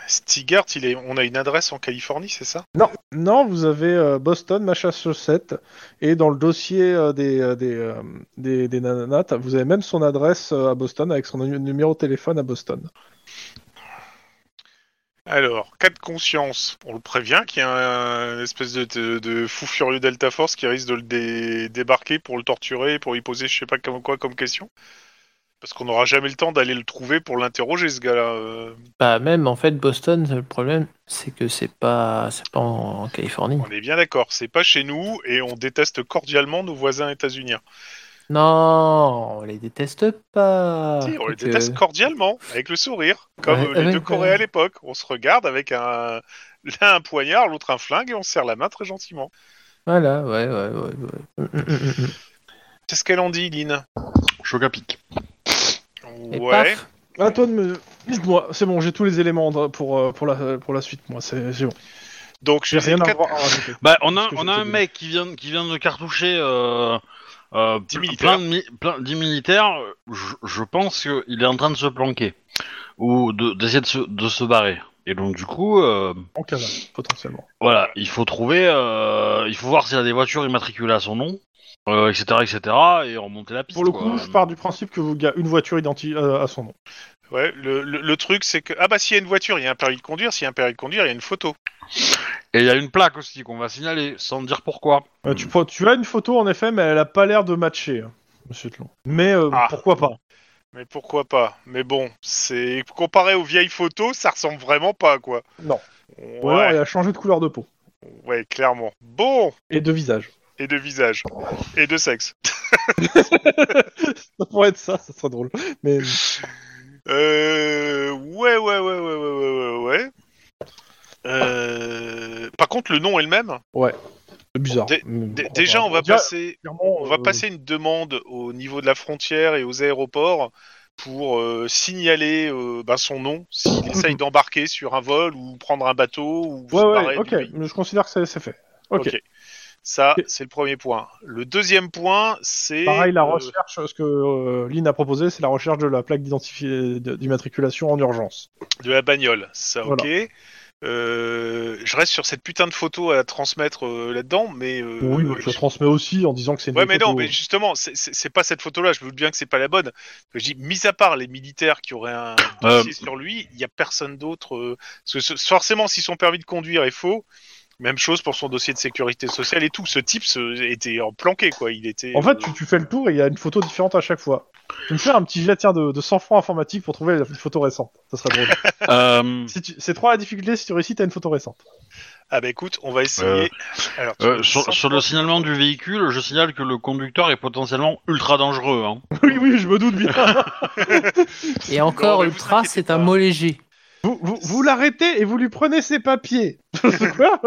[SPEAKER 2] Stigart, il est... on a une adresse en Californie, c'est ça
[SPEAKER 1] Non, non, vous avez euh, Boston, Massachusetts, et dans le dossier euh, des, euh, des, euh, des, des nananas, t'as- vous avez même son adresse euh, à Boston avec son nu- numéro de téléphone à Boston.
[SPEAKER 2] Alors, cas de conscience, on le prévient qu'il y a un espèce de, de- de fou furieux d'Alta Force qui risque de le dé- débarquer pour le torturer, pour lui poser je sais pas comme quoi comme question. Parce qu'on n'aura jamais le temps d'aller le trouver pour l'interroger, ce gars-là. euh.
[SPEAKER 3] Bah même en fait Boston, le problème c'est que c'est pas c'est pas en, en Californie.
[SPEAKER 2] On est bien d'accord, c'est pas chez nous et on déteste cordialement nos voisins états-uniens.
[SPEAKER 3] Non, on les déteste pas. euh,
[SPEAKER 2] Si, on les
[SPEAKER 3] Que-
[SPEAKER 2] déteste cordialement, avec le sourire, comme
[SPEAKER 3] Ah, Ouais,
[SPEAKER 2] euh, les
[SPEAKER 3] ouais,
[SPEAKER 2] deux Corées
[SPEAKER 3] ouais.
[SPEAKER 2] à l'époque. On se regarde avec un l'un un poignard, l'autre un flingue et on se serre la main très gentiment.
[SPEAKER 3] Voilà, ouais, ouais, ouais. ouais. Mm, mm, mm, mm.
[SPEAKER 2] C'est ce qu'elle en dit, Lynn.
[SPEAKER 4] Choc à pic.
[SPEAKER 3] Et
[SPEAKER 2] Ouais.
[SPEAKER 3] paf.
[SPEAKER 1] À toi de me. Dites-moi, c'est bon, j'ai tous les éléments de- pour, euh, pour, la, pour la suite, moi, c'est c'est bon.
[SPEAKER 2] Donc je
[SPEAKER 1] J'ai rien à
[SPEAKER 2] quatre-
[SPEAKER 1] voir à rajouter.
[SPEAKER 4] Bah, on a,
[SPEAKER 1] Parce que
[SPEAKER 4] on
[SPEAKER 1] je
[SPEAKER 4] a
[SPEAKER 1] te
[SPEAKER 4] un
[SPEAKER 1] dis.
[SPEAKER 4] mec qui vient, qui vient de cartoucher euh, euh,
[SPEAKER 2] Dix
[SPEAKER 4] ple-
[SPEAKER 2] militaires.
[SPEAKER 4] plein de mi- plein- dix militaires. Je, je pense qu'il est en train de se planquer ou de- d'essayer de, se, de se barrer. Et donc, du coup, euh,
[SPEAKER 1] En cavale, potentiellement.
[SPEAKER 4] voilà, il faut trouver, euh, il faut voir s'il y a des voitures immatriculées à son nom, euh, etc., etc., et remonter la piste.
[SPEAKER 1] Pour le
[SPEAKER 4] quoi.
[SPEAKER 1] coup, je pars du principe que vous il y a une voiture identique à son nom.
[SPEAKER 2] Ouais, le, le- le truc c'est que ah bah s'il y a une voiture, il y a un permis de conduire, s'il y a un permis de conduire, il y a une photo.
[SPEAKER 4] Et il y a une plaque aussi qu'on va signaler sans dire pourquoi.
[SPEAKER 1] Euh,
[SPEAKER 2] Hmm.
[SPEAKER 1] tu, prends- tu as une photo en effet, mais elle a pas l'air de matcher, hein, Monsieur Tlon. Mais euh,
[SPEAKER 2] Ah.
[SPEAKER 1] pourquoi pas
[SPEAKER 2] Mais pourquoi pas Mais bon, c'est comparé aux vieilles photos, ça ressemble vraiment pas quoi.
[SPEAKER 1] Non.
[SPEAKER 2] Ouais,
[SPEAKER 1] Ou alors elle a changé de couleur de peau
[SPEAKER 2] ouais, clairement. Bon,
[SPEAKER 1] et de visage.
[SPEAKER 2] et de visage et de sexe.
[SPEAKER 1] Ça pourrait être ça, ça serait drôle. Mais
[SPEAKER 2] Euh, ouais, ouais, ouais, ouais, ouais, ouais, ouais, ouais. Euh, Par contre, le nom est le même.
[SPEAKER 1] c'est bizarre.
[SPEAKER 2] Dé-
[SPEAKER 1] Mais
[SPEAKER 2] Dé-
[SPEAKER 1] pourquoi
[SPEAKER 2] déjà,
[SPEAKER 1] pas.
[SPEAKER 2] on va
[SPEAKER 1] Oh, bah, Déjà,
[SPEAKER 2] passer,
[SPEAKER 1] clairement,
[SPEAKER 2] on va
[SPEAKER 1] euh,
[SPEAKER 2] passer une demande au niveau de la frontière et aux aéroports pour euh, signaler euh, ben, son nom s'il essaye d'embarquer sur un vol ou prendre un bateau ou se
[SPEAKER 1] Ouais, ouais,
[SPEAKER 2] barrer
[SPEAKER 1] ok.
[SPEAKER 2] du pays.
[SPEAKER 1] mais Je considère que c'est c'est fait. Ok.
[SPEAKER 2] Ok. Ça,
[SPEAKER 1] Ok.
[SPEAKER 2] c'est le premier point. Le deuxième point, c'est
[SPEAKER 1] Pareil, la
[SPEAKER 2] euh,
[SPEAKER 1] recherche, ce que euh, Lynn a proposé, c'est la recherche de la plaque d'identifi- de- d'immatriculation en urgence.
[SPEAKER 2] de la bagnole, ça
[SPEAKER 1] Voilà.
[SPEAKER 2] ok. Euh, je reste sur cette putain de photo à transmettre euh, là-dedans, mais euh,
[SPEAKER 1] oui, mais je
[SPEAKER 2] je-
[SPEAKER 1] transmets aussi en disant que c'est une
[SPEAKER 2] ouais, mais
[SPEAKER 1] photo.
[SPEAKER 2] non, mais justement, c'est- c'est c'est pas cette photo-là. Je me doute bien que c'est pas la bonne. Je dis, mis à part les militaires qui auraient un
[SPEAKER 4] Euh.
[SPEAKER 2] dossier sur lui, il y a personne d'autre. euh, parce que ce- forcément, si son permis de conduire est faux, même chose pour son dossier de sécurité sociale et tout. Ce type se- était en planqué, quoi. Il était.
[SPEAKER 1] En fait,
[SPEAKER 2] euh,
[SPEAKER 1] tu, tu fais le tour et il y a une photo différente à chaque fois. Tu me fais un petit jet tiens, de, de 100 francs informatique pour trouver la photo récente. Ça serait drôle.
[SPEAKER 4] Euh,
[SPEAKER 1] Si tu- C'est 3 la difficulté si tu réussis, t'as une photo récente.
[SPEAKER 2] Ah bah écoute, on va essayer.
[SPEAKER 4] Euh.
[SPEAKER 2] Alors, tu
[SPEAKER 4] euh,
[SPEAKER 2] me
[SPEAKER 4] sur,
[SPEAKER 2] sens-
[SPEAKER 4] sur le signalement du véhicule, je signale que le conducteur est potentiellement ultra dangereux. hein.
[SPEAKER 1] oui, oui, je me doute bien.
[SPEAKER 3] Et encore,
[SPEAKER 2] mais vous
[SPEAKER 3] ultra,
[SPEAKER 2] inquiétez
[SPEAKER 3] c'est un
[SPEAKER 2] pas.
[SPEAKER 3] mot léger.
[SPEAKER 1] vous vous, vous l'arrêtez et vous lui prenez ses papiers. C'est quoi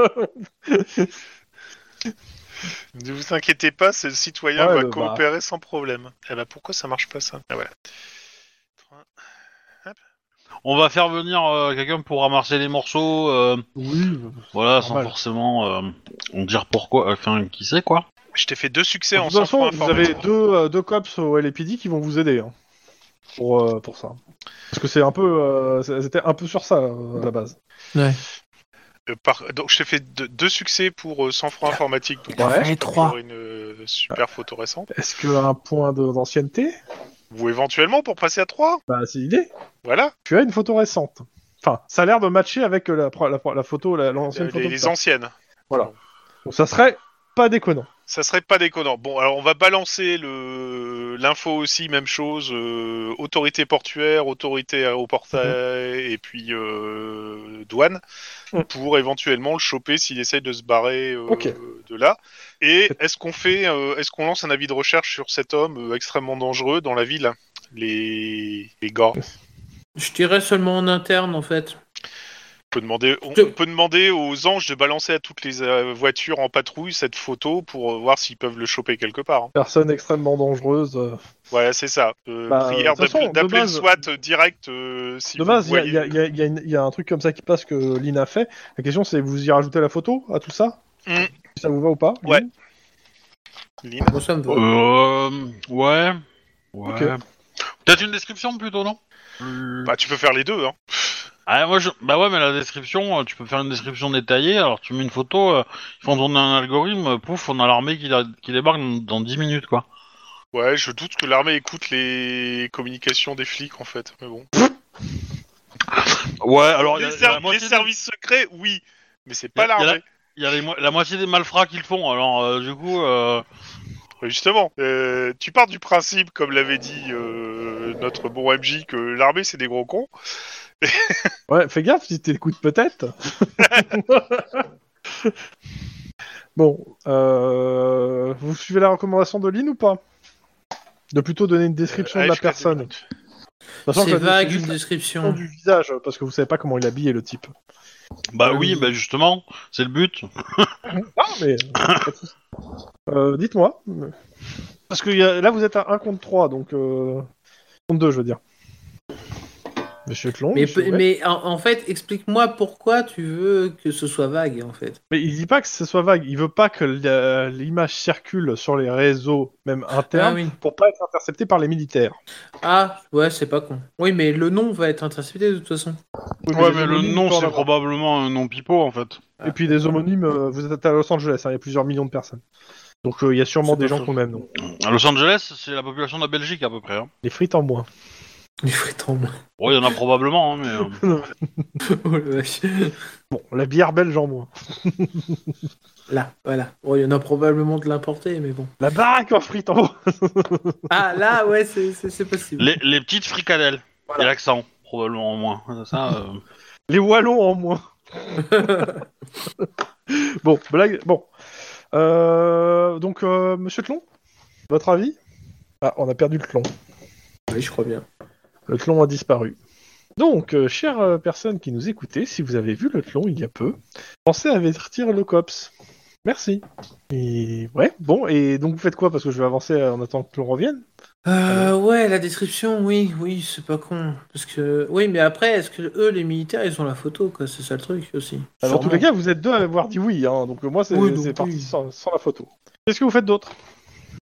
[SPEAKER 2] Ne vous inquiétez pas, ce citoyen
[SPEAKER 1] Ouais,
[SPEAKER 2] va
[SPEAKER 1] bah,
[SPEAKER 2] coopérer sans problème. Eh ben pourquoi ça marche pas ça Ah voilà.
[SPEAKER 4] On va faire venir euh, quelqu'un pour ramasser les morceaux, euh,
[SPEAKER 1] Oui,
[SPEAKER 4] voilà, sans
[SPEAKER 1] Normal.
[SPEAKER 4] forcément euh, on dire pourquoi, enfin qui sait quoi.
[SPEAKER 2] Je t'ai fait deux succès
[SPEAKER 1] de
[SPEAKER 2] en
[SPEAKER 1] toute
[SPEAKER 2] 100
[SPEAKER 1] façon,
[SPEAKER 2] francs
[SPEAKER 1] vous avez
[SPEAKER 2] informatiques.
[SPEAKER 1] deux, euh, deux cops au LAPD qui vont vous aider hein, pour, euh, pour ça. Parce que c'est un peu. euh, c'est- C'était un peu sur ça euh, à la base.
[SPEAKER 2] Euh, par- Donc je t'ai fait deux, deux succès pour euh, 100 francs informatiques. Donc,
[SPEAKER 3] Il en
[SPEAKER 1] Ouais.
[SPEAKER 3] fallait trois.
[SPEAKER 2] Pour une euh, super photo récente.
[SPEAKER 1] Est-ce que un point de- d'ancienneté
[SPEAKER 2] Ou éventuellement pour passer à 3.
[SPEAKER 1] Bah, c'est l'idée.
[SPEAKER 2] Voilà.
[SPEAKER 1] Tu as une photo récente. Enfin, ça a l'air de matcher avec la, pro- la, pro- la photo, la-
[SPEAKER 2] Euh,
[SPEAKER 1] l'ancienne photo.
[SPEAKER 2] les,
[SPEAKER 1] de
[SPEAKER 2] les
[SPEAKER 1] ça.
[SPEAKER 2] anciennes.
[SPEAKER 1] Donc, ça serait pas déconnant.
[SPEAKER 2] Ça serait pas déconnant. Bon, alors on va balancer le l'info aussi, même chose. euh, autorité portuaire, autorité aéroportaire et puis euh, douane
[SPEAKER 1] Mhm.
[SPEAKER 2] pour éventuellement le choper s'il essaye de se barrer euh,
[SPEAKER 1] Ok.
[SPEAKER 2] de là. Et est-ce qu'on fait, euh, est-ce qu'on lance un avis de recherche sur cet homme euh, extrêmement dangereux dans la ville hein, Les les gars.
[SPEAKER 3] Je dirais seulement en interne en fait.
[SPEAKER 2] On peut, demander, on,
[SPEAKER 3] Je-
[SPEAKER 2] on peut demander aux anges de balancer à toutes les euh, voitures en patrouille cette photo pour euh, voir s'ils peuvent le choper quelque part. hein.
[SPEAKER 1] Personne extrêmement dangereuse. euh.
[SPEAKER 2] Voilà, c'est ça. Euh,
[SPEAKER 1] Bah,
[SPEAKER 2] prière d'appeler
[SPEAKER 1] de toute façon, de
[SPEAKER 2] d'appeler le
[SPEAKER 1] base-
[SPEAKER 2] SWAT direct euh, si
[SPEAKER 1] De
[SPEAKER 2] vous
[SPEAKER 1] base, il y a-
[SPEAKER 2] voyez.
[SPEAKER 1] il y, a- il y a- il y a une- il y a un truc comme ça qui passe que Lina fait. La question, c'est vous y rajoutez la photo à tout ça
[SPEAKER 2] Mm.
[SPEAKER 1] Si Ça vous va ou pas
[SPEAKER 2] Ouais.
[SPEAKER 1] Lynn
[SPEAKER 2] Lynn.
[SPEAKER 3] Moi ça me va.
[SPEAKER 4] Euh, ouais. Ouais.
[SPEAKER 1] Ok.
[SPEAKER 4] Peut-être une description plutôt, non
[SPEAKER 2] Bah, tu peux faire les deux. Hein.
[SPEAKER 4] Ah, moi, je... Bah ouais, mais la description, euh, tu peux faire une description détaillée, alors tu mets une photo, euh, ils font tourner un algorithme, euh, pouf, on a l'armée qui, la- qui débarque dans, dans 10 minutes, quoi.
[SPEAKER 2] Ouais, je doute que l'armée écoute les communications des flics en fait. Mais bon.
[SPEAKER 4] Ouais, alors... il y a-
[SPEAKER 2] les
[SPEAKER 4] il y a la
[SPEAKER 2] servi-
[SPEAKER 4] moitié
[SPEAKER 2] les
[SPEAKER 4] des-
[SPEAKER 2] services secrets, oui, mais c'est
[SPEAKER 4] Y
[SPEAKER 2] pas
[SPEAKER 4] a- y a
[SPEAKER 2] l'armée.
[SPEAKER 4] Il y a les mo- la moitié des malfrats qui le font, alors euh, du coup... euh,
[SPEAKER 2] Justement, euh, tu pars du principe, comme l'avait dit euh, notre bon MJ, que l'armée c'est des gros cons.
[SPEAKER 1] Ouais, fais gaffe si t'écoutes peut-être. bon, euh, vous suivez la recommandation de Lynn ou pas De plutôt donner une description
[SPEAKER 2] Euh,
[SPEAKER 1] de la
[SPEAKER 2] allez, je casse les
[SPEAKER 1] personne. De toute façon,
[SPEAKER 3] C'est
[SPEAKER 1] je-
[SPEAKER 3] vague
[SPEAKER 1] juste
[SPEAKER 3] une
[SPEAKER 1] la
[SPEAKER 3] description.
[SPEAKER 1] description du visage euh, parce que vous savez pas comment il est habillé le type.
[SPEAKER 4] Bah
[SPEAKER 1] Euh,
[SPEAKER 4] oui, bah justement, c'est le but.
[SPEAKER 1] Ah mais pas de souci. Euh, dites-moi parce que y a- là vous êtes à 1 contre 3 donc euh, contre 2 je veux dire. Monsieur Tlon,
[SPEAKER 3] Mais,
[SPEAKER 1] monsieur
[SPEAKER 3] pe-
[SPEAKER 1] Webb.
[SPEAKER 3] mais en, en fait, explique-moi pourquoi tu veux que ce soit vague en fait.
[SPEAKER 1] Mais il dit pas que ce soit vague, il veut pas que la- l'image circule sur les réseaux, même internes,
[SPEAKER 3] Ah oui.
[SPEAKER 1] pour pas être intercepté par les militaires.
[SPEAKER 3] Ah ouais, c'est pas con. Oui, mais le nom va être intercepté de toute façon.
[SPEAKER 4] Ouais, mais le
[SPEAKER 1] homonymes,
[SPEAKER 4] nom,
[SPEAKER 1] peut en
[SPEAKER 4] c'est
[SPEAKER 1] avoir.
[SPEAKER 4] probablement un nom pipeau, en fait.
[SPEAKER 1] Et puis des homonymes, euh, vous êtes à Los Angeles, hein, il y a plusieurs millions de personnes. Donc euh, il y a sûrement
[SPEAKER 3] C'est
[SPEAKER 1] des gens
[SPEAKER 3] pas faux.
[SPEAKER 1] qui ont le même nom.
[SPEAKER 4] À Los Angeles, c'est la population de la Belgique, à peu près. Hein.
[SPEAKER 1] Les frites en moins.
[SPEAKER 3] Il faut être en moins.
[SPEAKER 4] Bon, il y en a probablement, hein, mais... euh,
[SPEAKER 3] Oh la vache.
[SPEAKER 1] Bon, la bière belge en moins.
[SPEAKER 3] Là, voilà. Bon, il y en a probablement de l'importer, mais bon.
[SPEAKER 1] La baraque en frites en moins.
[SPEAKER 3] Ah là, ouais, c'est- c'est c'est possible.
[SPEAKER 4] Les, les petites fricadelles.
[SPEAKER 3] Voilà.
[SPEAKER 4] Et l'accent, probablement au moins. Ça, euh,
[SPEAKER 1] Les wallons en moins. bon, blague. Bon. Euh, donc, euh, monsieur Tlon, votre avis Ah, on a perdu le Tlon.
[SPEAKER 3] Oui, je crois bien.
[SPEAKER 1] Le tlon a disparu. Donc, euh, chères euh, personnes qui nous écoutez, si vous avez vu le tlon il y a peu, pensez à avertir le COPS. Merci. Et ouais, bon, et donc vous faites quoi Parce que je vais avancer euh, en attendant que l'on revienne.
[SPEAKER 3] Euh, ouais, la description, oui, oui, c'est pas con. Parce que, oui, mais après, est-ce que eux, les militaires, ils ont la photo, quoi C'est ça le truc aussi.
[SPEAKER 1] Alors, en tous
[SPEAKER 3] Sûrement.
[SPEAKER 1] les cas, vous êtes deux à avoir dit oui, hein, donc euh, moi, c'est
[SPEAKER 3] Oui, donc
[SPEAKER 1] c'est parti
[SPEAKER 3] oui.
[SPEAKER 1] sans, sans la photo. Qu'est-ce que vous faites d'autre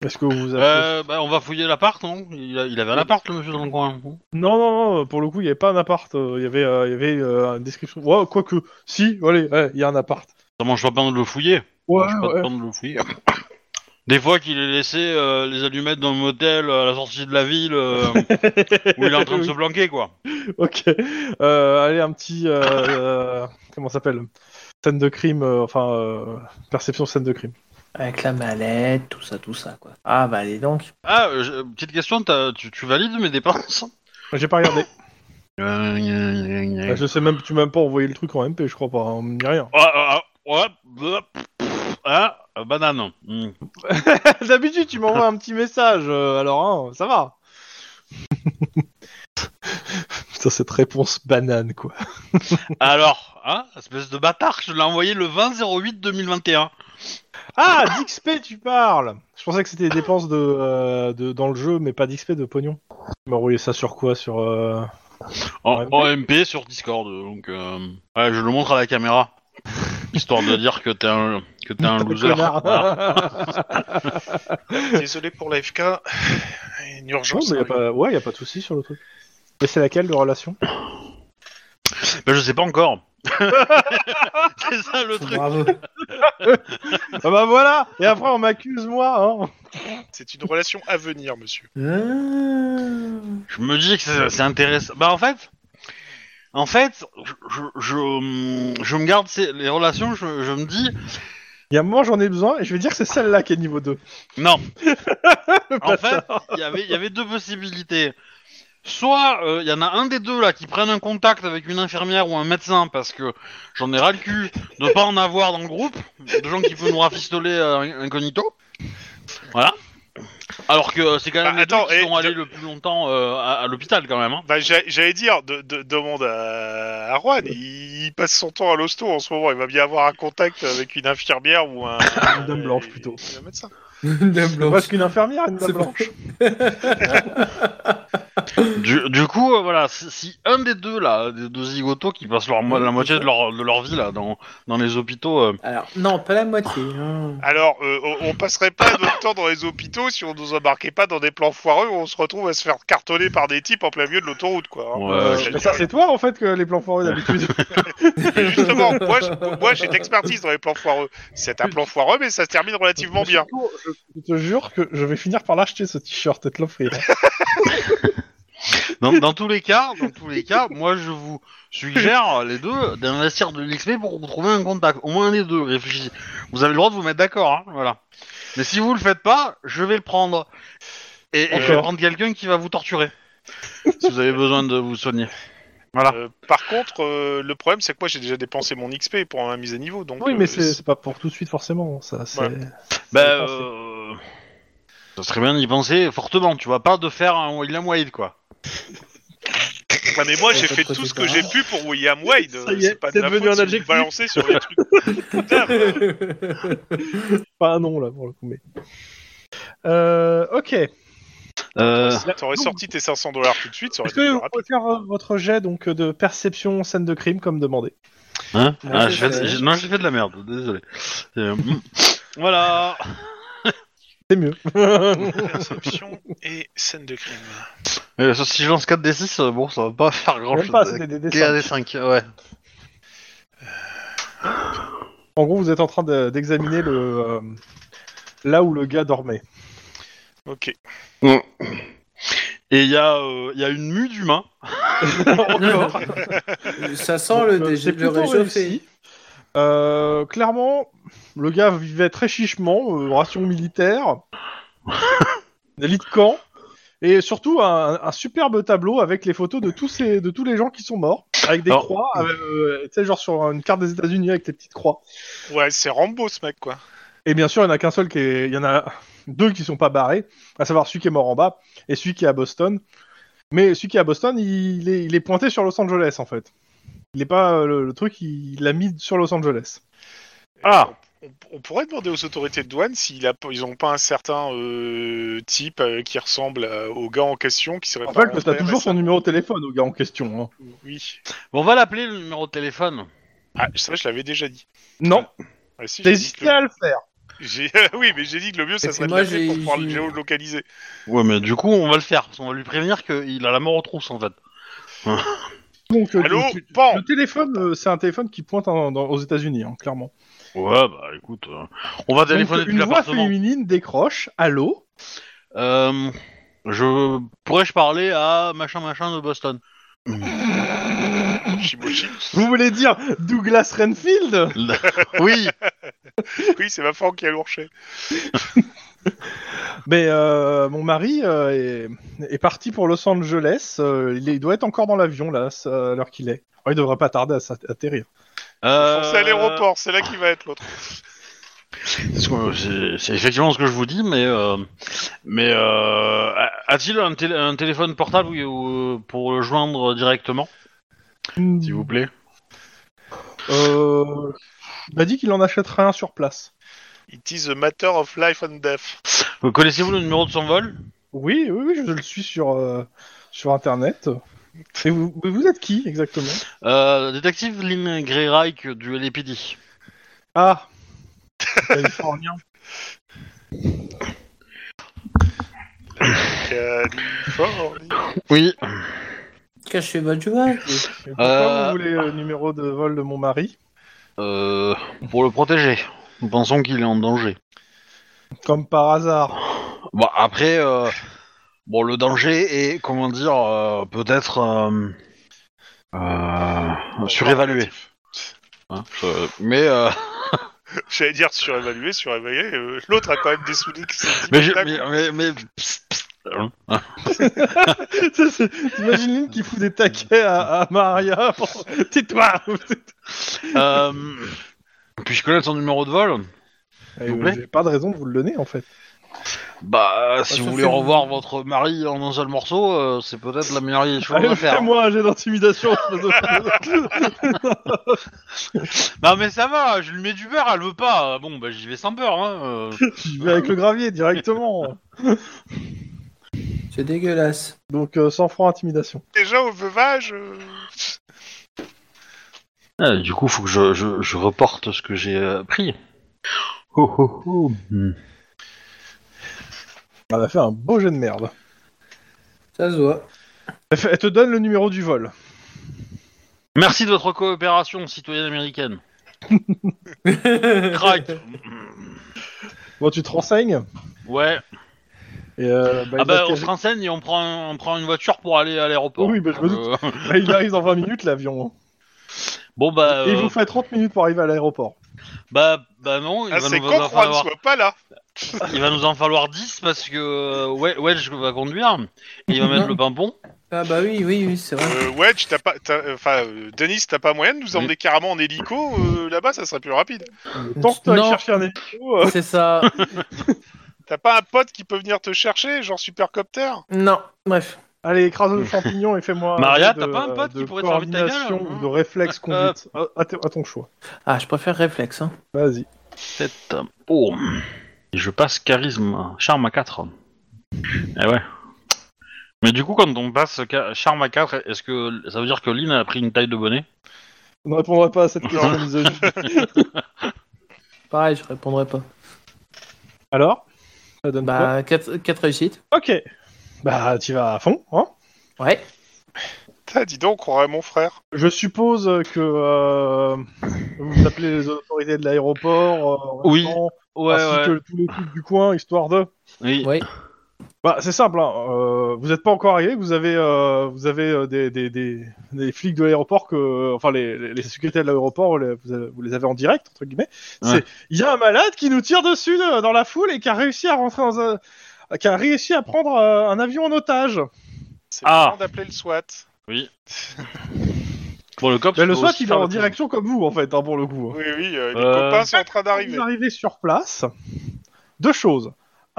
[SPEAKER 1] Est-ce que vous avez...
[SPEAKER 4] euh, bah, on va fouiller l'appart, non il, a- il avait un appart, le monsieur, dans le coin.
[SPEAKER 1] Non, non, non, pour le coup, il n'y avait pas un appart, euh, il y avait, euh, il y avait euh, une description... Ouais, quoique, si, allez, ouais, il y a un appart.
[SPEAKER 4] Ça mange pas peine de le fouiller.
[SPEAKER 1] Ouais,
[SPEAKER 4] Ça mange pas de peine de le fouiller. Des fois qu'il ait laissé euh, les allumettes dans le motel euh, à la sortie de la ville euh, où il est en train de se planquer, quoi.
[SPEAKER 1] Ok. Euh, allez, un petit. euh, euh, comment ça s'appelle Scène de crime, euh, enfin, euh, perception scène de crime.
[SPEAKER 3] Avec la mallette, tout ça, tout ça, quoi. Ah, bah, allez donc.
[SPEAKER 4] Ah, euh, je- petite question, t'as- tu, tu valides mes dépenses
[SPEAKER 1] J'ai pas regardé.
[SPEAKER 4] Euh, gna, gna, gna.
[SPEAKER 1] Bah, je sais même, tu m'as même pas envoyé le truc en MP, je crois pas, hein, ni rien.
[SPEAKER 4] Ah, ah, ah, ouais, bleu, pff, ah, euh, banane. Hmm.
[SPEAKER 1] D'habitude, tu m'envoies un petit message, euh, alors hein, ça va. Putain, cette réponse banane, quoi.
[SPEAKER 4] Alors, hein, espèce de bâtard, je l'ai envoyé le 20-08-2021.
[SPEAKER 1] Ah, d'XP, tu parles Je pensais que c'était des dépenses de, euh, de- dans le jeu, mais pas d'XP, de pognon. Tu m'as envoyé ça sur quoi Sur. euh,
[SPEAKER 4] En,
[SPEAKER 1] Ouais.
[SPEAKER 4] en MP sur Discord, donc euh, ouais, je le montre à la caméra, histoire de dire que t'es un, que t'es un loser.
[SPEAKER 1] connard.
[SPEAKER 4] Voilà.
[SPEAKER 2] Désolé pour l'AFK. Une
[SPEAKER 1] Non,
[SPEAKER 2] urgence. hein,
[SPEAKER 1] mais y a
[SPEAKER 2] arrive.
[SPEAKER 1] pas... Ouais, y a pas de souci sur le truc. Mais c'est laquelle de relation
[SPEAKER 4] Ben, je sais pas encore. C'est ça le truc.
[SPEAKER 3] Bravo.
[SPEAKER 1] Ah bah voilà Et après, on m'accuse, moi hein
[SPEAKER 2] C'est une relation à venir, monsieur.
[SPEAKER 3] Ah.
[SPEAKER 4] Je me dis que c'est- c'est intéressant. Bah en fait, en fait, je, je, je- je me garde ces- les relations. Je, je me dis
[SPEAKER 1] Il y a un moment, j'en ai besoin, et je vais dire que c'est celle-là qui est niveau 2.
[SPEAKER 4] non. en fait, il y avait- il y avait deux possibilités. Soit euh, il y en a un des deux là qui prennent un contact avec une infirmière ou un médecin parce que j'en ai ras le cul de pas en avoir dans le groupe, de gens qui peuvent nous rafistoler euh, incognito. Voilà. Alors que euh, c'est quand même
[SPEAKER 2] Bah,
[SPEAKER 4] les deux
[SPEAKER 2] attends,
[SPEAKER 4] qui
[SPEAKER 2] et
[SPEAKER 4] sont allés
[SPEAKER 2] de-
[SPEAKER 4] le plus longtemps euh, à, à l'hôpital quand même. hein.
[SPEAKER 2] Bah, j'a- j'allais dire, de- de- demande à, à Juan. Il, il passe son temps à l'hosto en ce moment. Il va bien avoir un contact avec une infirmière ou un.
[SPEAKER 1] Une dame blanche, plutôt.
[SPEAKER 2] Un médecin.
[SPEAKER 3] Dame blanche.
[SPEAKER 1] Presque une infirmière, une dame
[SPEAKER 3] C'est
[SPEAKER 1] blanche.
[SPEAKER 4] Du, du coup, euh, voilà, si, si un des deux là, des deux zigotos qui passent leur, mo- la moitié de leur, de leur vie là dans, dans les hôpitaux, euh,
[SPEAKER 3] Alors, non, pas la moitié. hein.
[SPEAKER 2] Alors, euh, on- on passerait pas notre temps dans les hôpitaux si on nous embarquait pas dans des plans foireux où on se retrouve à se faire cartonner par des types en plein milieu de l'autoroute, quoi. hein.
[SPEAKER 4] Ouais,
[SPEAKER 1] Euh,
[SPEAKER 2] j'allais
[SPEAKER 1] mais ça,
[SPEAKER 2] dire,
[SPEAKER 1] c'est toi, en fait, que les plans foireux, d'habitude.
[SPEAKER 2] Mais justement, moi, je- moi j'ai d'expertise dans les plans foireux. C'est un plan foireux, mais ça se termine relativement bien.
[SPEAKER 1] je te jure que je vais finir par l'acheter, ce t-shirt, et te l'offrir.
[SPEAKER 4] dans, dans tous les cas, dans tous les cas, moi je vous suggère les deux d'investir de l'XP pour vous trouver un contact, au moins un des deux. Réfléchissez. Vous avez le droit de vous mettre d'accord, hein, voilà. Mais si vous le faites pas, je vais le prendre et, et je vais
[SPEAKER 1] D'accord.
[SPEAKER 4] prendre quelqu'un qui va vous torturer si vous avez besoin de vous soigner. Voilà.
[SPEAKER 2] Euh, par contre, euh, le problème, c'est que moi, j'ai déjà dépensé mon XP pour ma mise à niveau. Donc,
[SPEAKER 1] Oui,
[SPEAKER 2] euh,
[SPEAKER 1] mais c'est c'est pas pour tout de suite, forcément. Ça, c'est...
[SPEAKER 2] Ouais.
[SPEAKER 4] Bah,
[SPEAKER 1] Ça dépend,
[SPEAKER 4] euh, ça serait bien d'y penser fortement, tu vois, pas de faire un William Wade, quoi.
[SPEAKER 2] Ouais, mais moi,
[SPEAKER 3] Ouais,
[SPEAKER 2] j'ai
[SPEAKER 3] ça
[SPEAKER 2] fait
[SPEAKER 3] te
[SPEAKER 2] tout ce que
[SPEAKER 3] protège
[SPEAKER 2] j'ai
[SPEAKER 3] pas.
[SPEAKER 2] pu pour William Wade. euh,
[SPEAKER 1] Ça y est,
[SPEAKER 2] C'est pas de
[SPEAKER 1] c'est
[SPEAKER 2] ma
[SPEAKER 1] devenu
[SPEAKER 2] faute
[SPEAKER 1] un
[SPEAKER 2] si vous
[SPEAKER 1] adjectif.
[SPEAKER 2] balancez sur les trucs. Putain, mais-
[SPEAKER 1] Pas un nom, là, pour le coup, mais... Euh, ok. Est-ce
[SPEAKER 4] Euh,
[SPEAKER 2] T'aurais sorti tes 500 dollars tout de suite, ça aurait été
[SPEAKER 1] que
[SPEAKER 2] plus
[SPEAKER 1] vous
[SPEAKER 2] rapide.
[SPEAKER 1] pouvez faire euh, votre jet, donc, de perception scène de crime, comme demandé
[SPEAKER 4] hein
[SPEAKER 3] Moi,
[SPEAKER 4] Ah,
[SPEAKER 3] j'ai
[SPEAKER 4] j'ai fait-
[SPEAKER 3] fait.
[SPEAKER 4] j'ai- Non, j'ai fait de la merde, désolé. Euh, mm. voilà.
[SPEAKER 1] C'est mieux.
[SPEAKER 2] Perception et scène de crime.
[SPEAKER 4] Euh, sauf si je lance 4d6, euh, bon, ça va pas faire grand
[SPEAKER 1] Même
[SPEAKER 4] chose.
[SPEAKER 1] pas, c'est des- des- des cinq.
[SPEAKER 4] 4d5, ouais.
[SPEAKER 1] En gros, vous êtes en train de- d'examiner le... euh, Là où le gars dormait.
[SPEAKER 2] Ok.
[SPEAKER 4] Et il y, a, euh, il y a une mue d'humain.
[SPEAKER 1] Encore.
[SPEAKER 3] Ça sent le,
[SPEAKER 1] Donc, euh,
[SPEAKER 3] déjà
[SPEAKER 1] c'est
[SPEAKER 3] le
[SPEAKER 1] plutôt
[SPEAKER 3] réchauffé.
[SPEAKER 1] réussi. Euh, clairement, le gars vivait très chichement, euh, ration militaire, des lits de camp, et surtout un, un superbe tableau avec les photos de tous, ces, de tous les gens qui sont morts, avec des
[SPEAKER 4] Alors-
[SPEAKER 1] croix, avec, euh, tu sais, genre sur une carte des États-Unis avec des petites croix.
[SPEAKER 2] Ouais, c'est Rambo, ce mec, quoi.
[SPEAKER 1] Et bien sûr, il n'y en a qu'un seul qui est. Il y en a deux qui sont pas barrés, à savoir celui qui est mort en bas et celui qui est à Boston. Mais celui qui est à Boston, il est, il est pointé sur Los Angeles en fait. Il n'est pas euh, le, le truc, il l'a mis sur Los Angeles.
[SPEAKER 4] Ah
[SPEAKER 2] On, on pourrait demander aux autorités de douane s'ils a- ils ont pas un certain euh, type euh, qui ressemble à- au gars en question qui serait
[SPEAKER 1] Je rappelle
[SPEAKER 2] pas
[SPEAKER 1] que t'as
[SPEAKER 2] rentré
[SPEAKER 1] toujours son
[SPEAKER 2] récemment.
[SPEAKER 1] numéro de téléphone au gars en question. hein.
[SPEAKER 2] Oui.
[SPEAKER 4] Bon, on va l'appeler le numéro de téléphone.
[SPEAKER 2] Ah, ça, je l'avais déjà dit.
[SPEAKER 1] Non,
[SPEAKER 2] Ah, si,
[SPEAKER 1] t'as
[SPEAKER 2] j'ai dit que
[SPEAKER 1] hésité à le faire.
[SPEAKER 2] le- j'ai- oui, mais j'ai dit que le mieux, ça
[SPEAKER 3] puis
[SPEAKER 2] serait de
[SPEAKER 3] moi,
[SPEAKER 2] l'appeler pour
[SPEAKER 3] j'ai-
[SPEAKER 2] pouvoir le
[SPEAKER 3] j'ai-
[SPEAKER 2] géolocaliser.
[SPEAKER 4] Ouais, mais du coup, on va le faire, parce qu'on va lui prévenir qu'il a la mort aux trousses, en fait.
[SPEAKER 1] Donc, euh,
[SPEAKER 2] Allô,
[SPEAKER 1] tu- tu-
[SPEAKER 2] Pan
[SPEAKER 1] le téléphone, euh, c'est un téléphone qui pointe en- dans- aux États-Unis, hein, clairement.
[SPEAKER 4] Ouais, bah écoute, euh, on va téléphoner
[SPEAKER 1] Donc,
[SPEAKER 4] depuis
[SPEAKER 1] une voix
[SPEAKER 4] l'appartement.
[SPEAKER 1] féminine décroche. Allô
[SPEAKER 4] Euh, je pourrais-je parler à machin machin de Boston
[SPEAKER 2] Shimoshi.
[SPEAKER 1] Vous voulez dire Douglas Renfield
[SPEAKER 4] Oui.
[SPEAKER 2] Oui, c'est ma femme qui a lourché.
[SPEAKER 1] Mais euh, mon mari euh, est, est parti pour Los Angeles. euh, il, est- il doit être encore dans l'avion là, ça- à l'heure qu'il est. Oh, il devrait pas tarder à s'atterrir.
[SPEAKER 4] Euh,
[SPEAKER 2] C'est à l'aéroport, c'est là qui va être l'autre.
[SPEAKER 4] C'est ce que- c'est- c'est effectivement ce que je vous dis, mais euh, mais euh, A-t-il un, tél- un téléphone portable oui, ou, euh, pour le joindre directement, s'il vous plaît
[SPEAKER 1] Euh, il m'a dit qu'il en achèterait un sur place.
[SPEAKER 2] It is a matter of life and death.
[SPEAKER 4] Euh, Connaissez-vous le numéro de son vol
[SPEAKER 1] Oui, oui, oui, je le suis sur, euh, sur internet. Et vous, vous êtes qui exactement
[SPEAKER 4] Euh, Détective Lynn Greyreich du LAPD.
[SPEAKER 1] Ah Californien.
[SPEAKER 2] Euh, Californie.
[SPEAKER 4] Oui.
[SPEAKER 3] Cachez-moi du voile.
[SPEAKER 1] Et pourquoi
[SPEAKER 4] Euh.
[SPEAKER 1] vous voulez le numéro de vol de mon mari
[SPEAKER 4] Euh, pour le protéger. Nous pensons qu'il est en danger.
[SPEAKER 1] Comme par hasard.
[SPEAKER 4] Bon, après, euh, bon, le danger est, comment dire, euh, peut-être euh, euh, surévalué. Hein, je- mais euh,
[SPEAKER 2] J'allais dire surévalué, surévalué. euh, L'autre a quand même des souliers qui se
[SPEAKER 4] mais, je- mais, mais, mais- psst, psst, hein, hein.
[SPEAKER 1] Ça, c'est- T'imagines Lynn qui fout des taquets à, à Maria pour... Tais-toi
[SPEAKER 4] Euh, Puis-je connaître son numéro de vol
[SPEAKER 1] Eh,
[SPEAKER 4] vous
[SPEAKER 1] euh,
[SPEAKER 4] plaît
[SPEAKER 1] J'ai pas de raison de vous le donner en fait. Ah,
[SPEAKER 4] Bah, si
[SPEAKER 3] ça
[SPEAKER 4] vous
[SPEAKER 3] fait
[SPEAKER 4] voulez
[SPEAKER 3] une-
[SPEAKER 4] revoir votre mari en un seul morceau, euh, c'est peut-être la meilleure chose
[SPEAKER 1] Allez,
[SPEAKER 4] à faire.
[SPEAKER 1] fais-moi un jet d'intimidation. espèce de-
[SPEAKER 4] Non mais ça va, je lui mets du beurre, elle veut pas. Bon, bah j'y vais sans peur. Hein. euh.
[SPEAKER 1] J'y vais avec le gravier directement.
[SPEAKER 3] C'est dégueulasse.
[SPEAKER 1] Donc euh, 100 francs intimidation.
[SPEAKER 2] déjà au veuvage. euh,
[SPEAKER 4] Ah, du coup, faut que je, je, je reporte ce que j'ai euh, pris. Oh, oh, oh. Hmm.
[SPEAKER 1] Elle a fait un beau jet de merde.
[SPEAKER 3] Ça se voit.
[SPEAKER 1] Elle, fait- elle te donne le numéro du vol.
[SPEAKER 4] Merci de votre coopération, citoyenne américaine. Crac.
[SPEAKER 1] Bon, tu te renseignes.
[SPEAKER 4] Ouais.
[SPEAKER 1] Et, euh, bah,
[SPEAKER 4] Ah
[SPEAKER 1] il
[SPEAKER 4] bah
[SPEAKER 1] va te
[SPEAKER 4] on
[SPEAKER 1] cacher-
[SPEAKER 4] se renseigne et on prend, un- on prend une voiture pour aller à l'aéroport.
[SPEAKER 1] Oui, bah, je me
[SPEAKER 4] Euh,
[SPEAKER 1] Bah, il arrive dans 20 minutes l'avion.
[SPEAKER 4] bon bah,
[SPEAKER 1] Et il
[SPEAKER 4] euh,
[SPEAKER 1] vous fait 30 minutes pour arriver à l'aéroport.
[SPEAKER 4] bah, bah non, il,
[SPEAKER 2] Ah,
[SPEAKER 4] va
[SPEAKER 2] c'est
[SPEAKER 4] nous,
[SPEAKER 2] con,
[SPEAKER 4] en
[SPEAKER 2] Juan
[SPEAKER 4] falloir,
[SPEAKER 2] soit pas là.
[SPEAKER 4] il va nous en falloir 10 parce que euh, ouais, Wedge va conduire et il va mettre le
[SPEAKER 1] Mhm.
[SPEAKER 4] pimpon.
[SPEAKER 3] Ah bah oui, oui, oui, c'est vrai.
[SPEAKER 2] Euh, Wedge, t'as pas, t'as- euh, enfin, euh, Denis, t'as pas moyen de nous
[SPEAKER 4] Oui.
[SPEAKER 2] emmener carrément en hélico euh, là-bas, ça serait plus rapide.
[SPEAKER 1] Tant que t'as
[SPEAKER 3] Non.
[SPEAKER 1] cherché un hélico, euh,
[SPEAKER 3] C'est ça.
[SPEAKER 2] T'as pas un pote qui peut venir te chercher, genre supercopter
[SPEAKER 3] Non, bref.
[SPEAKER 1] allez, écrase le champignon et fais-moi. un
[SPEAKER 4] Maria,
[SPEAKER 1] jet de-
[SPEAKER 4] t'as pas un pote qui
[SPEAKER 1] de
[SPEAKER 4] pourrait te faire vite ta gueule,
[SPEAKER 1] coordination
[SPEAKER 4] hein euh.
[SPEAKER 1] ou de réflexe conduite à, à t- à ton choix.
[SPEAKER 3] Ah, je préfère réflexe. Hein.
[SPEAKER 1] Vas-y.
[SPEAKER 4] 7. Oh Et je passe charisme, charme à 4. Eh ouais. Mais du coup, quand on passe ca- charme à 4, est-ce que ça veut dire que Lynn a pris une taille de bonnet
[SPEAKER 1] On ne répondra pas à cette question misogyne.
[SPEAKER 3] Pareil, je répondrai pas.
[SPEAKER 1] Alors Ça donne quoi
[SPEAKER 3] Bah, 4, réussites.
[SPEAKER 1] Ok. Bah, tu vas à fond, hein
[SPEAKER 3] Ouais.
[SPEAKER 2] T'as dis donc, on croirait mon frère.
[SPEAKER 1] Je suppose que euh, vous appelez les autorités de l'aéroport, euh, en
[SPEAKER 4] Oui.
[SPEAKER 1] même temps, ainsi que tous les trucs du coin, histoire de.
[SPEAKER 4] Oui.
[SPEAKER 3] Ouais.
[SPEAKER 1] Bah, c'est simple, hein, euh, vous n'êtes pas encore arrivé, vous avez, euh, vous avez euh, des, des, des, des flics de l'aéroport, que, enfin les, les, les sécurités de l'aéroport, les- vous, avez- vous les avez en direct, entre guillemets.
[SPEAKER 4] Ouais.
[SPEAKER 1] C'est, Il y a un malade qui nous tire dessus euh, dans la foule et qui a réussi à rentrer dans un. qui a réussi à prendre euh, un avion en otage.
[SPEAKER 2] C'est
[SPEAKER 4] Ah.
[SPEAKER 2] le moment d'appeler le SWAT.
[SPEAKER 4] Pour le cop,
[SPEAKER 1] Bah, le SWAT, il est en direction comme vous, en fait, hein, pour le coup.
[SPEAKER 2] Oui, oui, euh, les
[SPEAKER 4] Euh.
[SPEAKER 2] copains sont en train
[SPEAKER 1] Quand
[SPEAKER 2] d'arriver.
[SPEAKER 1] Vous arrivez sur place. Deux choses.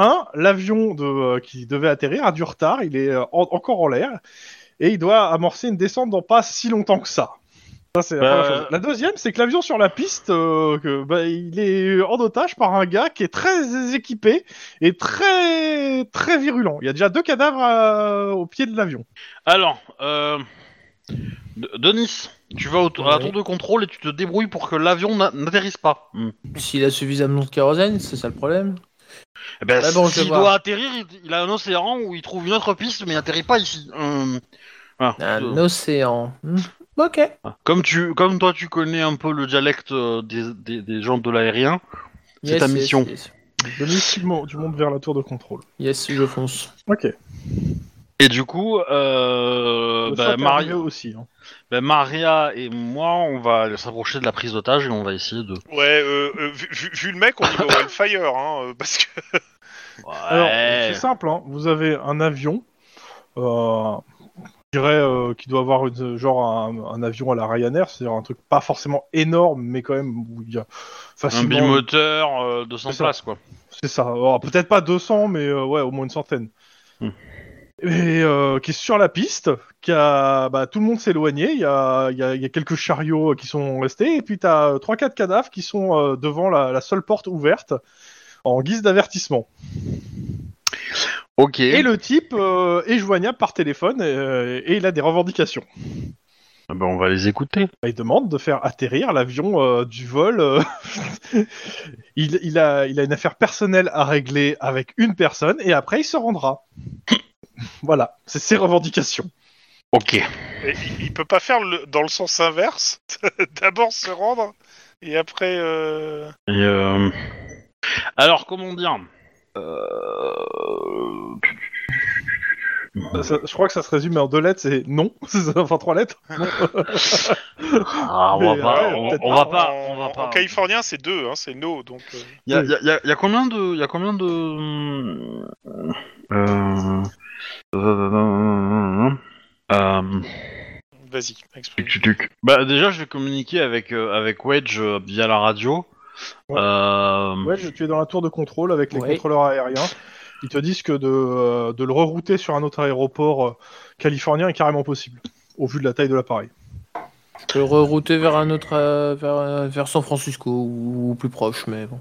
[SPEAKER 1] Un, l'avion de, euh, qui devait atterrir a du retard, il est euh, en- encore en l'air, et il doit amorcer une descente dans pas si longtemps que ça. Ça, c'est la
[SPEAKER 4] Bah,
[SPEAKER 1] première chose. La deuxième, c'est que l'avion sur la piste, euh, que, bah, il est en otage par un gars qui est très équipé et très, très virulent. Il y a déjà deux cadavres euh, au pied de l'avion.
[SPEAKER 4] Alors, euh, D- Denis, tu vas au- à la
[SPEAKER 3] Ouais.
[SPEAKER 4] tour de contrôle et tu te débrouilles pour que l'avion n'a- n'atterrisse pas. Hmm.
[SPEAKER 3] S'il a suffisamment de kérosène, c'est ça le problème.
[SPEAKER 4] Eh ben,
[SPEAKER 1] Ah
[SPEAKER 3] Ouais, bon, je vais
[SPEAKER 4] s'il
[SPEAKER 3] voir.
[SPEAKER 4] doit atterrir, il- il a un océan où il trouve une autre piste, mais il n'atterrit pas ici. Hum. Voilà.
[SPEAKER 3] Un
[SPEAKER 4] Euh,
[SPEAKER 3] océan. Hmm. Ok.
[SPEAKER 4] Comme tu, comme toi, tu connais un peu le dialecte euh, des, des- des gens de l'aérien. C'est
[SPEAKER 3] Yes,
[SPEAKER 4] ta
[SPEAKER 3] yes,
[SPEAKER 4] mission.
[SPEAKER 3] Yes,
[SPEAKER 1] Denis, tu mon- tu montes vers la tour de contrôle.
[SPEAKER 3] Yes, je fonce.
[SPEAKER 1] Ok.
[SPEAKER 4] Euh, Et du coup, euh,
[SPEAKER 1] Le
[SPEAKER 4] bah,
[SPEAKER 1] SWAT est
[SPEAKER 4] Maria,
[SPEAKER 1] arrivé aussi. hein.
[SPEAKER 4] bah, Maria et moi, on va s'approcher de la prise d'otage et on va essayer de.
[SPEAKER 2] Ouais, euh, euh, vu, vu- vu le mec, on y va au Hellfire, hein, euh, parce que
[SPEAKER 4] Ouais.
[SPEAKER 1] Alors, c'est simple, hein. vous avez un avion, euh, je dirais euh, qui doit avoir une- genre un, un avion à la Ryanair, c'est-à-dire un truc pas forcément énorme, mais quand même où il y a
[SPEAKER 4] un
[SPEAKER 1] facilement...
[SPEAKER 4] bimoteur euh, 200
[SPEAKER 1] C'est ça.
[SPEAKER 4] places, quoi.
[SPEAKER 1] C'est ça, Alors, peut-être pas 200, mais euh, ouais, au moins une centaine.
[SPEAKER 4] Hmm.
[SPEAKER 1] et, euh, qui est sur la piste, qui a, bah, tout le monde s'est éloigné, il y a, il y a- il y a quelques chariots euh, qui sont restés, et puis tu as 3-4 cadavres qui sont euh, devant la, la seule porte ouverte en guise d'avertissement.
[SPEAKER 4] Ok.
[SPEAKER 1] Et le type euh, est joignable par téléphone euh, et il a des revendications.
[SPEAKER 4] Ah ben, on va les écouter.
[SPEAKER 1] Il demande de faire atterrir l'avion euh, du vol. euh. il, il a, il a une affaire personnelle à régler avec une personne et après il se rendra. voilà, c'est ses revendications.
[SPEAKER 4] Ok.
[SPEAKER 2] Et il, il peut pas faire le, dans le sens inverse D'abord se rendre et après. euh,
[SPEAKER 4] Et, euh, Alors, comment dire Euh,
[SPEAKER 1] Ça- ça- je crois que ça se résume en deux lettres, c'est non, enfin trois lettres.
[SPEAKER 4] ah, on va
[SPEAKER 1] Mais,
[SPEAKER 4] pas,
[SPEAKER 1] ouais,
[SPEAKER 4] on,
[SPEAKER 1] peut-être
[SPEAKER 4] on va
[SPEAKER 2] en-
[SPEAKER 4] pas,
[SPEAKER 2] en-
[SPEAKER 4] on va
[SPEAKER 2] En
[SPEAKER 4] pas.
[SPEAKER 2] californien, c'est deux, hein, c'est no. Donc, euh,
[SPEAKER 4] Y a, y a- y a- y a combien de, y a combien de, euh, euh, euh,
[SPEAKER 2] vas-y, exprime.
[SPEAKER 4] tuc, tuc, tuc. Bah déjà, je vais communiquer avec euh, avec Wedge euh, via la radio.
[SPEAKER 1] Ouais.
[SPEAKER 4] Euh,
[SPEAKER 1] Ouais, je- tu es dans la tour de contrôle avec les
[SPEAKER 3] Ouais.
[SPEAKER 1] contrôleurs aériens. Ils te disent que de, euh, de le rerouter sur un autre aéroport euh, californien est carrément possible, au vu de la taille de l'appareil.
[SPEAKER 3] Le rerouter vers un autre, euh, vers, euh, vers San Francisco ou, ou plus proche, mais bon.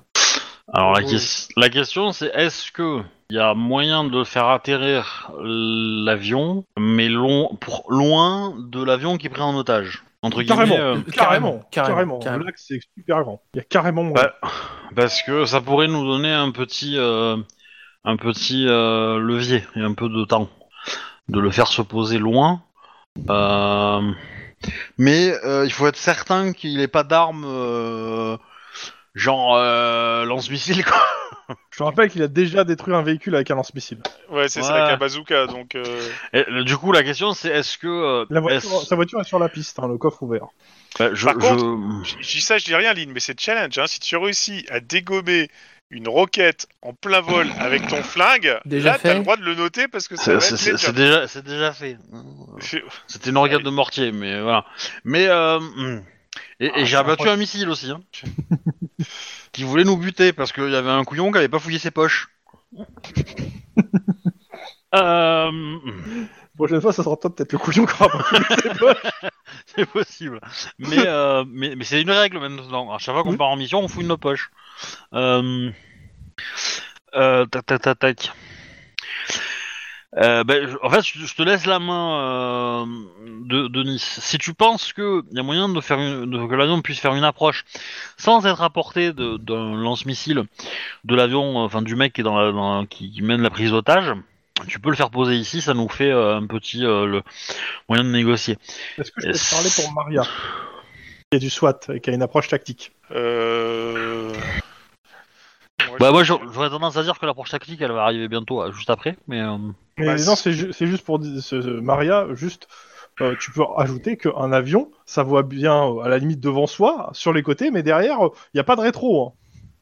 [SPEAKER 4] Alors la,
[SPEAKER 2] Oui.
[SPEAKER 4] ques- la question c'est est-ce que il y a moyen de faire atterrir l'avion, mais long, pour, loin de l'avion qui est pris en otage entre
[SPEAKER 1] Carrément,
[SPEAKER 4] guillemets, euh,
[SPEAKER 1] carrément,
[SPEAKER 3] carrément,
[SPEAKER 1] carrément.
[SPEAKER 3] carrément.
[SPEAKER 1] Là, c'est super grand. Il y a carrément moins.
[SPEAKER 4] Bah, parce que ça pourrait nous donner un petit, euh, un petit euh, levier et un peu de temps de le faire se poser loin. Euh, mais euh, il faut être certain qu'il n'ait pas d'armes, euh, genre euh, lance-missile. quoi.
[SPEAKER 1] Je te rappelle qu'il a déjà détruit un véhicule avec un lance-missile.
[SPEAKER 2] Ouais, c'est ça,
[SPEAKER 4] Ouais.
[SPEAKER 2] avec un bazooka. Donc, euh,
[SPEAKER 4] Et, euh, du coup, la question c'est est-ce que euh,
[SPEAKER 1] La voiture-
[SPEAKER 4] est-ce-
[SPEAKER 1] sa voiture est sur la piste, hein, le coffre ouvert.
[SPEAKER 4] Bah, je-
[SPEAKER 2] Par
[SPEAKER 4] je-
[SPEAKER 2] je je dis ça, je dis rien, Lynn, mais c'est challenge. Hein. Si tu réussis à dégommer une roquette en plein vol avec ton flingue,
[SPEAKER 3] Déjà
[SPEAKER 2] là, t'as
[SPEAKER 3] fait.
[SPEAKER 2] le droit de le noter parce que ça
[SPEAKER 4] c'est-
[SPEAKER 2] va être
[SPEAKER 4] c'est c'est
[SPEAKER 2] léger.
[SPEAKER 4] déjà, c'est déjà fait.
[SPEAKER 2] Fais-
[SPEAKER 4] C'était une organe de mortier, mais voilà. Mais euh, hmm. et, et
[SPEAKER 1] Ah,
[SPEAKER 4] j'ai
[SPEAKER 1] c'est
[SPEAKER 4] abattu
[SPEAKER 1] incroyable.
[SPEAKER 4] un missile aussi, hein, qui voulait nous buter parce qu'il y avait un couillon qui avait pas fouillé ses poches. Euh, hmm,
[SPEAKER 1] Prochaine fois, ça sera toi peut-être le couillon qu'on aura pas fait.
[SPEAKER 4] c'est possible, mais euh, mais, mais c'est une règle maintenant. À chaque fois qu'on part en mission, on fouille nos poches. Euh, euh, tac tac tac tac. Euh, ben, je- en fait, je je te laisse la main, euh, de, Denis. Si tu penses que il y a moyen de faire une- de- que l'avion puisse faire une approche sans être à portée de- d'un lance-missile de l'avion, euh, enfin du mec qui, est dans la- dans- qui, qui mène la prise d'otage, tu peux le faire poser ici. Ça nous fait euh, un petit euh, le moyen de négocier.
[SPEAKER 1] Est-ce que je peux te parler pour Maria Qui a du SWAT et qui a une approche tactique.
[SPEAKER 2] Euh...
[SPEAKER 4] Bah moi j'aurais j'aurais tendance à dire que l'approche tactique elle va arriver bientôt, euh, juste après. Mais euh,
[SPEAKER 1] Mais
[SPEAKER 2] Bah,
[SPEAKER 1] non, c'est ju- c'est juste pour dire, ce- ce- Maria, juste, euh, tu peux ajouter qu'un avion, ça voit bien euh, à la limite devant soi, sur les côtés, mais derrière, euh, il n'y a pas de rétro.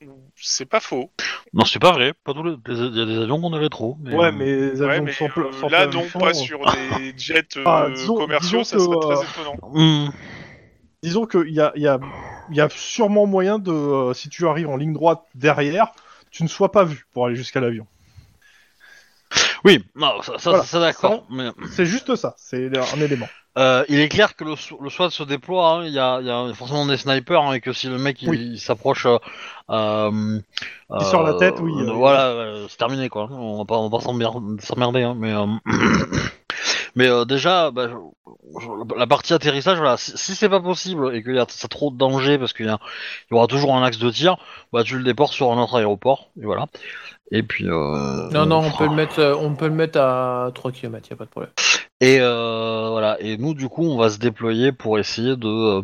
[SPEAKER 1] hein.
[SPEAKER 2] C'est pas faux.
[SPEAKER 4] non c'est pas vrai. Pas tous les il y a des avions qu'on devait trop. Mais,
[SPEAKER 1] hein. Ouais,
[SPEAKER 4] euh,
[SPEAKER 1] mais les
[SPEAKER 2] Ouais,
[SPEAKER 1] avions
[SPEAKER 2] mais,
[SPEAKER 1] sans pla-
[SPEAKER 2] euh,
[SPEAKER 1] sans
[SPEAKER 2] là,
[SPEAKER 1] plafond,
[SPEAKER 2] non, pas
[SPEAKER 1] euh,
[SPEAKER 2] sur des jets euh,
[SPEAKER 1] Ah, disons-
[SPEAKER 2] commerciaux,
[SPEAKER 1] disons
[SPEAKER 2] ça
[SPEAKER 1] que,
[SPEAKER 2] serait
[SPEAKER 1] euh,
[SPEAKER 2] très étonnant.
[SPEAKER 4] hmm.
[SPEAKER 1] disons qu'il y a, il y, a, il y a sûrement moyen de, euh, si tu arrives en ligne droite derrière, tu ne sois pas vu pour aller jusqu'à l'avion.
[SPEAKER 4] Oui, non, ça, ça,
[SPEAKER 1] Voilà.
[SPEAKER 4] ça, d'accord. Mais
[SPEAKER 1] C'est juste ça, c'est un élément.
[SPEAKER 4] euh, il est clair que le, so- le SWAT se déploie. hein, Il y, a, il y a forcément des snipers hein, et que si le mec il,
[SPEAKER 1] Oui.
[SPEAKER 4] il s'approche, euh, euh, euh,
[SPEAKER 1] sort la tête, oui,
[SPEAKER 4] euh,
[SPEAKER 1] euh,
[SPEAKER 4] voilà, euh, c'est terminé quoi. On va pas, on va pas s'emmer- s'emmerder. hein, mais euh, mais euh, déjà, bah, je- je- la partie atterrissage, voilà, si, si c'est pas possible et qu'il y a ça a trop de danger parce qu'il y, a- il y aura toujours un axe de tir, bah tu le déportes sur un autre aéroport et voilà. Et puis euh,
[SPEAKER 3] Non, non, on peut
[SPEAKER 4] fera-
[SPEAKER 3] le mettre, euh, on peut le mettre à 3 km, y a pas de problème.
[SPEAKER 4] Et euh, voilà. Et nous, du coup, on va se déployer pour essayer de. euh,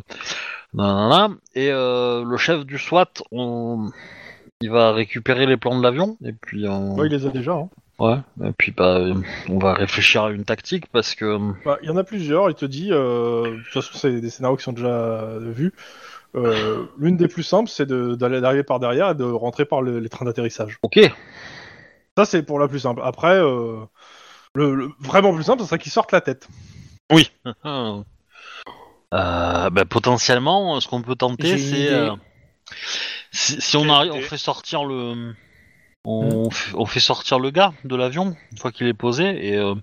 [SPEAKER 4] nanana. Et euh, le chef du SWAT, on... il va récupérer les plans de l'avion. Et puis, on...
[SPEAKER 1] Ouais, il les a déjà. hein.
[SPEAKER 4] ouais. Et puis, bah, euh, on va réfléchir à une tactique parce que.
[SPEAKER 1] Bah, Il y en a plusieurs, il te dit, euh, de toute façon c'est des scénarios qui sont déjà euh, vus. Euh, L'une des plus simples, c'est de- d'aller d'arriver par derrière et de rentrer par le- les trains d'atterrissage.
[SPEAKER 4] Ok.
[SPEAKER 1] Ça, c'est pour la plus simple. Après, euh, le, le vraiment plus simple, ça serait qu'ils sortent la tête.
[SPEAKER 4] Oui. Euh, bah, potentiellement, ce qu'on peut tenter,
[SPEAKER 3] J'ai une
[SPEAKER 4] c'est
[SPEAKER 3] idée.
[SPEAKER 4] euh, si, si on
[SPEAKER 2] Quelle
[SPEAKER 4] arrive,
[SPEAKER 2] idée
[SPEAKER 4] on fait sortir le
[SPEAKER 3] Hmm.
[SPEAKER 4] on, f- on fait sortir le gars de l'avion une fois qu'il est posé et, euh,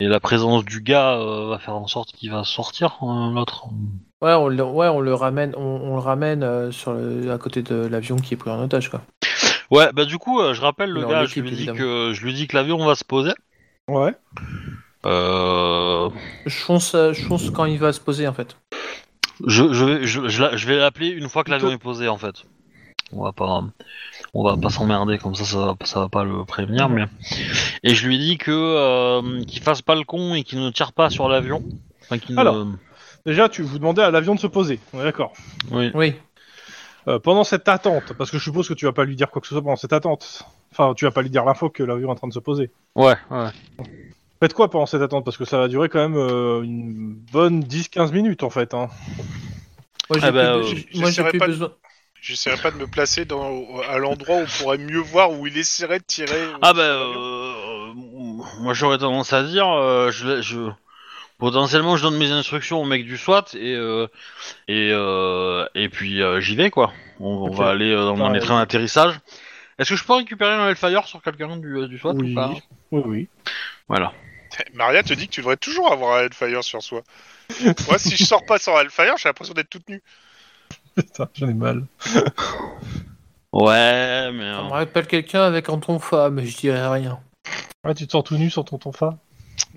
[SPEAKER 4] et la présence du gars euh, va faire en sorte qu'il va sortir euh, l'autre.
[SPEAKER 3] Ouais, on le, ouais, on le ramène, on, on le ramène euh, sur le, à côté de l'avion qui est pris en otage, quoi.
[SPEAKER 4] Ouais, bah du coup, euh, je rappelle le
[SPEAKER 3] Dans
[SPEAKER 4] gars, je
[SPEAKER 3] l'équipe,
[SPEAKER 4] lui, dis
[SPEAKER 3] évidemment.
[SPEAKER 4] que, je lui dis que l'avion va se poser.
[SPEAKER 1] Ouais.
[SPEAKER 4] Euh,
[SPEAKER 3] Je fonce, euh, je fonce quand il va se poser, en fait.
[SPEAKER 4] je, je, vais- je, je la- je vais l'appeler une fois que l'avion
[SPEAKER 1] Plutôt-
[SPEAKER 4] est posé en fait. On va pas, on va pas s'emmerder comme ça, ça, va- ça va pas le prévenir. Mais et je lui dis que euh, qu'il fasse pas le con et qu'il ne tire pas sur l'avion. Enfin, qu'il ne-
[SPEAKER 1] Alors. Déjà, tu vous demandais à l'avion de se poser. On est d'accord.
[SPEAKER 4] Oui.
[SPEAKER 3] Oui.
[SPEAKER 1] Euh, pendant cette attente, parce que je suppose que tu vas pas lui dire quoi que ce soit pendant cette attente. Enfin, tu vas pas lui dire l'info que l'avion est en train de se poser.
[SPEAKER 4] Ouais, ouais.
[SPEAKER 1] Faites quoi pendant cette attente Parce que ça va durer quand même euh, une bonne 10-15 minutes en fait. Hein.
[SPEAKER 3] Moi, j'ai
[SPEAKER 4] Ah bah,
[SPEAKER 3] plus,
[SPEAKER 4] euh,
[SPEAKER 3] j'ai- moi, j'ai
[SPEAKER 2] j'essaierai
[SPEAKER 3] plus
[SPEAKER 2] pas de-
[SPEAKER 3] besoin.
[SPEAKER 2] J'essaierai pas de me placer dans, à l'endroit où on pourrait mieux voir, où il essaierait de tirer. euh,
[SPEAKER 4] Ah bah,
[SPEAKER 2] sur l'avion.
[SPEAKER 4] euh, moi j'aurais tendance à dire, euh, je, je- potentiellement je donne mes instructions au mec du SWAT et euh, et euh, et puis euh, j'y vais quoi. On, on
[SPEAKER 1] Ok.
[SPEAKER 4] va aller euh, dans
[SPEAKER 1] Ah,
[SPEAKER 4] les
[SPEAKER 1] ouais.
[SPEAKER 4] trains d'atterrissage. Est-ce que je peux récupérer un Hellfire sur quelqu'un du, euh, du SWAT
[SPEAKER 1] Oui.
[SPEAKER 4] ou pas
[SPEAKER 1] Oui, oui.
[SPEAKER 4] Voilà.
[SPEAKER 2] Maria te dit que tu devrais toujours avoir un Hellfire sur soi. Moi, si je sors pas sans Hellfire, j'ai l'impression d'être toute nue.
[SPEAKER 1] Putain, j'en ai mal.
[SPEAKER 4] Ouais, mais
[SPEAKER 3] Ça me
[SPEAKER 4] euh,
[SPEAKER 3] rappelle quelqu'un avec un tonfa, mais je dirais rien.
[SPEAKER 1] Ouais, Ah, tu te sens tout nu sur ton tonfa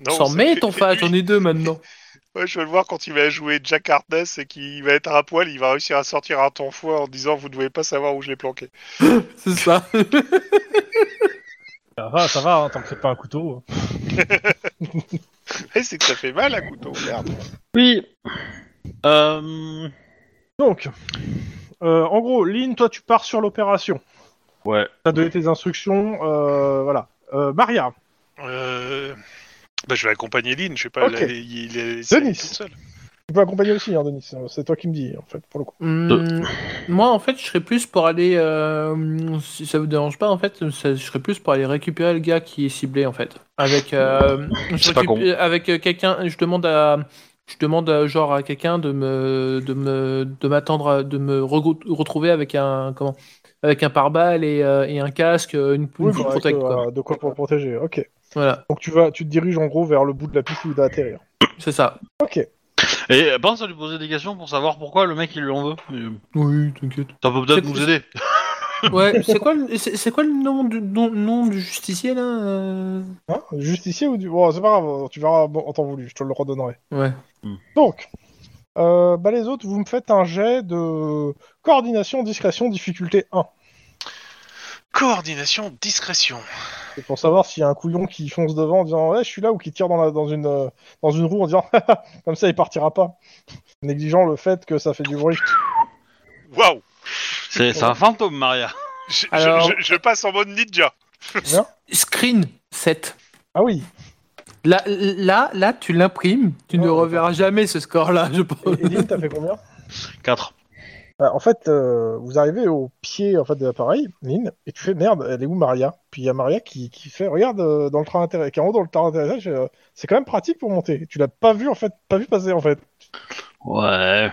[SPEAKER 2] Non,
[SPEAKER 3] S'en
[SPEAKER 2] ça
[SPEAKER 3] met
[SPEAKER 2] fait-
[SPEAKER 3] ton fa, j'en ai deux maintenant.
[SPEAKER 2] Ouais, je vais le voir quand il va jouer Jack Harkness et qu'il va être à poil, il va réussir à sortir un temps fois en disant Vous ne devez pas savoir où je l'ai planqué.
[SPEAKER 3] C'est ça.
[SPEAKER 1] Ça va, ça va, hein, tant que c'est pas un couteau. hein.
[SPEAKER 2] Mais Eh, c'est que ça fait mal à couteau, merde.
[SPEAKER 4] oui. Euh,
[SPEAKER 1] Donc, euh, en gros, Lynn, toi tu pars sur l'opération.
[SPEAKER 4] ouais.
[SPEAKER 1] T'as donné tes instructions, euh, voilà. Euh, Maria,
[SPEAKER 2] Euh... Bah, je vais accompagner Lynn, je sais pas,
[SPEAKER 1] Ok.
[SPEAKER 2] la- il est laissée
[SPEAKER 1] Denis.
[SPEAKER 2] toute seule.
[SPEAKER 1] tu peux accompagner aussi, hein, Denis. C'est toi qui me dis, en fait, pour le coup.
[SPEAKER 3] Hmm, moi, en fait, je serais plus pour aller. euh, si ça vous dérange pas, en fait, ça- je serais plus pour aller récupérer le gars qui est ciblé, en fait. Avec. euh, je
[SPEAKER 4] C'est pas
[SPEAKER 3] récup- Avec euh, quelqu'un. Je demande à. Je demande euh, genre à quelqu'un de me de me de m'attendre à- de me regou- retrouver avec un comment avec un pare-balles et, euh, et un casque euh, une, une
[SPEAKER 1] Oui,
[SPEAKER 3] full
[SPEAKER 1] bah, avec,
[SPEAKER 3] protect
[SPEAKER 1] euh,
[SPEAKER 3] quoi.
[SPEAKER 1] de quoi pour protéger, ok.
[SPEAKER 3] Voilà,
[SPEAKER 1] Donc tu vas, tu te diriges en gros vers le bout de la piste où il doit atterrir.
[SPEAKER 3] c'est ça.
[SPEAKER 1] Ok.
[SPEAKER 4] Et euh, pense à lui poser des questions pour savoir pourquoi le mec il lui en veut. Mais, euh,
[SPEAKER 3] Oui, t'inquiète.
[SPEAKER 4] Ça peut peut-être
[SPEAKER 3] C'est-
[SPEAKER 4] nous aider.
[SPEAKER 3] Ouais, c'est quoi le- c'est c'est quoi le nom du nom, nom du justicier là euh
[SPEAKER 1] Hein Justicier ou du... Bon, c'est pas grave, tu verras bon, en temps voulu, je te le redonnerai.
[SPEAKER 3] Ouais.
[SPEAKER 1] Donc, euh, bah les autres, vous me faites un jet de coordination, discrétion, difficulté 1.
[SPEAKER 2] Coordination, discrétion.
[SPEAKER 1] C'est pour savoir s'il y a un couillon qui fonce devant en disant ouais, je suis là ou qui tire dans, la, dans, une, euh, dans une roue en disant Haha, comme ça il partira pas. En Négligeant le fait que ça fait du bruit.
[SPEAKER 2] Waouh
[SPEAKER 4] C'est c'est un fantôme, Maria.
[SPEAKER 2] je, je-
[SPEAKER 3] Alors-
[SPEAKER 2] je- je passe en mode ninja.
[SPEAKER 1] Bien.
[SPEAKER 3] Screen 7.
[SPEAKER 1] Ah oui,
[SPEAKER 3] Là, là, là, tu l'imprimes, tu ne
[SPEAKER 1] Ouais.
[SPEAKER 3] reverras jamais ce score-là, je pense.
[SPEAKER 1] et Eline, t'as fait combien
[SPEAKER 4] 4.
[SPEAKER 1] Bah, En fait, euh, vous arrivez au pied en fait, de l'appareil, Lynn, et tu fais merde, elle est où Maria Puis il y a Maria qui, qui fait regarde euh, dans le train intérêt, qui est en haut dans le train d'atterrissage, euh, c'est quand même pratique pour monter. Tu l'as pas vu en fait, pas vu passer en fait.
[SPEAKER 4] Ouais.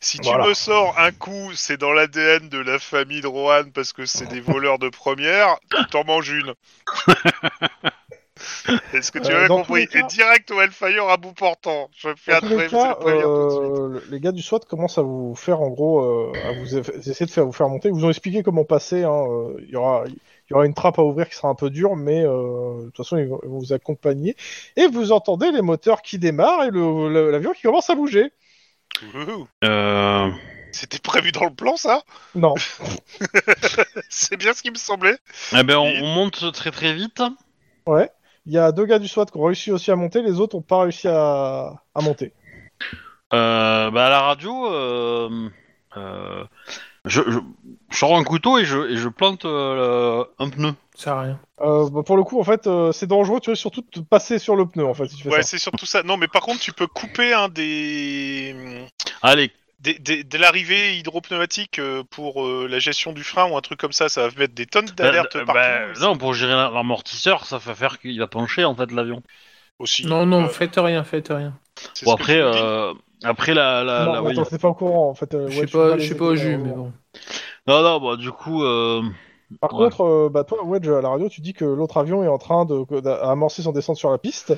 [SPEAKER 2] Si tu
[SPEAKER 1] Voilà.
[SPEAKER 2] me sors un coup, c'est dans l'ADN de la famille de Rohan parce que c'est des voleurs de première, t'en manges une. Est-ce que tu
[SPEAKER 1] Euh,
[SPEAKER 2] avais
[SPEAKER 1] dans
[SPEAKER 2] compris
[SPEAKER 1] tous les cas-
[SPEAKER 2] Et direct au Hellfire à bout portant. Je fais
[SPEAKER 1] Dans
[SPEAKER 2] un
[SPEAKER 1] tous les
[SPEAKER 2] très
[SPEAKER 1] cas,
[SPEAKER 2] prévenir tout de suite.
[SPEAKER 1] euh, le- les gars du SWAT commencent à vous faire en gros, euh, à vous eff- essayer de faire vous faire monter. Ils vous ont expliqué comment passer. hein, euh, Il y aura il y aura une trappe à ouvrir qui sera un peu dure, mais euh, de toute façon ils vont ils vont vous accompagner. Et vous entendez les moteurs qui démarrent et le- le- l'avion qui commence à bouger.
[SPEAKER 2] Ouh,
[SPEAKER 4] Euh...
[SPEAKER 2] C'était prévu dans le plan, ça
[SPEAKER 1] Non.
[SPEAKER 2] C'est bien ce qui me semblait.
[SPEAKER 4] Eh ben, on,
[SPEAKER 2] Et-
[SPEAKER 4] on monte très très vite.
[SPEAKER 1] Il y a deux gars du SWAT qui ont réussi aussi à monter, les autres n'ont pas réussi à, à monter.
[SPEAKER 4] Euh, bah, à la radio, euh, euh, je, je, je sors un couteau et je, et je plante euh, le- un pneu.
[SPEAKER 3] Ça sert à rien.
[SPEAKER 1] Euh, bah, pour le coup, en fait, euh, c'est dangereux, tu veux surtout te passer sur le pneu, en fait, si tu fais
[SPEAKER 2] Ouais,
[SPEAKER 1] ça.
[SPEAKER 2] c'est surtout ça. Non, mais par contre, tu peux couper un des.
[SPEAKER 4] Allez,
[SPEAKER 2] des- des- de l'arrivée hydropneumatique euh, pour euh, la gestion du frein ou un truc comme ça, ça va mettre des tonnes d'alertes
[SPEAKER 4] bah,
[SPEAKER 2] partout.
[SPEAKER 4] bah, non, pour gérer la- l'amortisseur, ça va faire qu'il va pencher en fait l'avion.
[SPEAKER 2] aussi.
[SPEAKER 3] Non, non,
[SPEAKER 2] Euh,
[SPEAKER 3] faites rien, faites rien.
[SPEAKER 2] c'est
[SPEAKER 4] Bon
[SPEAKER 2] ce que
[SPEAKER 4] après,
[SPEAKER 2] je me dis.
[SPEAKER 4] euh, après la, la,
[SPEAKER 1] non,
[SPEAKER 4] la-
[SPEAKER 1] mais
[SPEAKER 4] oui.
[SPEAKER 1] attends, t'es pas au courant, en fait. euh,
[SPEAKER 3] Je
[SPEAKER 1] ouais,
[SPEAKER 3] sais
[SPEAKER 1] tu peux
[SPEAKER 3] pas,
[SPEAKER 1] les
[SPEAKER 3] je sais pas au
[SPEAKER 1] aider,
[SPEAKER 3] jus,
[SPEAKER 1] euh,
[SPEAKER 3] mais bon.
[SPEAKER 4] non non bah du coup euh,
[SPEAKER 1] Par
[SPEAKER 4] Ouais.
[SPEAKER 1] contre, euh, bah, toi, Wedge, à la radio, tu dis que l'autre avion est en train de- d'amorcer son descente sur la piste.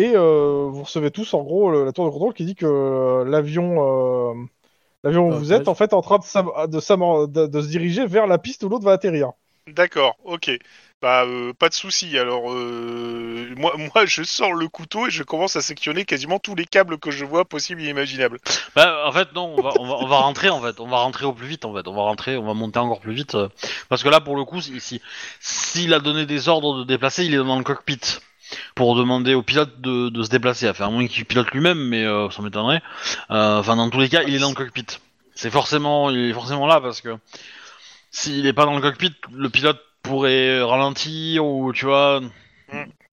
[SPEAKER 1] Et euh, vous recevez tous, en gros, le- la tour de contrôle qui dit que euh, l'avion euh, l'avion où
[SPEAKER 3] Ah,
[SPEAKER 1] vous êtes,
[SPEAKER 3] ouais.
[SPEAKER 1] en fait, est en train de, s'am- de, s'am- de- de se diriger vers la piste où l'autre va atterrir.
[SPEAKER 2] D'accord, ok. Bah, euh, pas de souci. Alors, euh, moi, moi, je sors le couteau et je commence à sectionner quasiment tous les câbles que je vois possibles et imaginables.
[SPEAKER 4] Bah, en fait, non, on va, on, va, on va rentrer en fait, on va rentrer au plus vite en fait, on va rentrer, on va monter encore plus vite. euh, parce que là, pour le coup, si- si- s'il a donné des ordres de déplacer, il est dans le cockpit pour demander au pilote de, de se déplacer, à faire moins qu'il pilote lui-même, mais euh, ça m'étonnerait. Euh, Enfin, dans tous les cas, il est dans le cockpit. C'est forcément, il est forcément là parce que s'il est pas dans le cockpit, le pilote pourrait ralentir ou tu vois.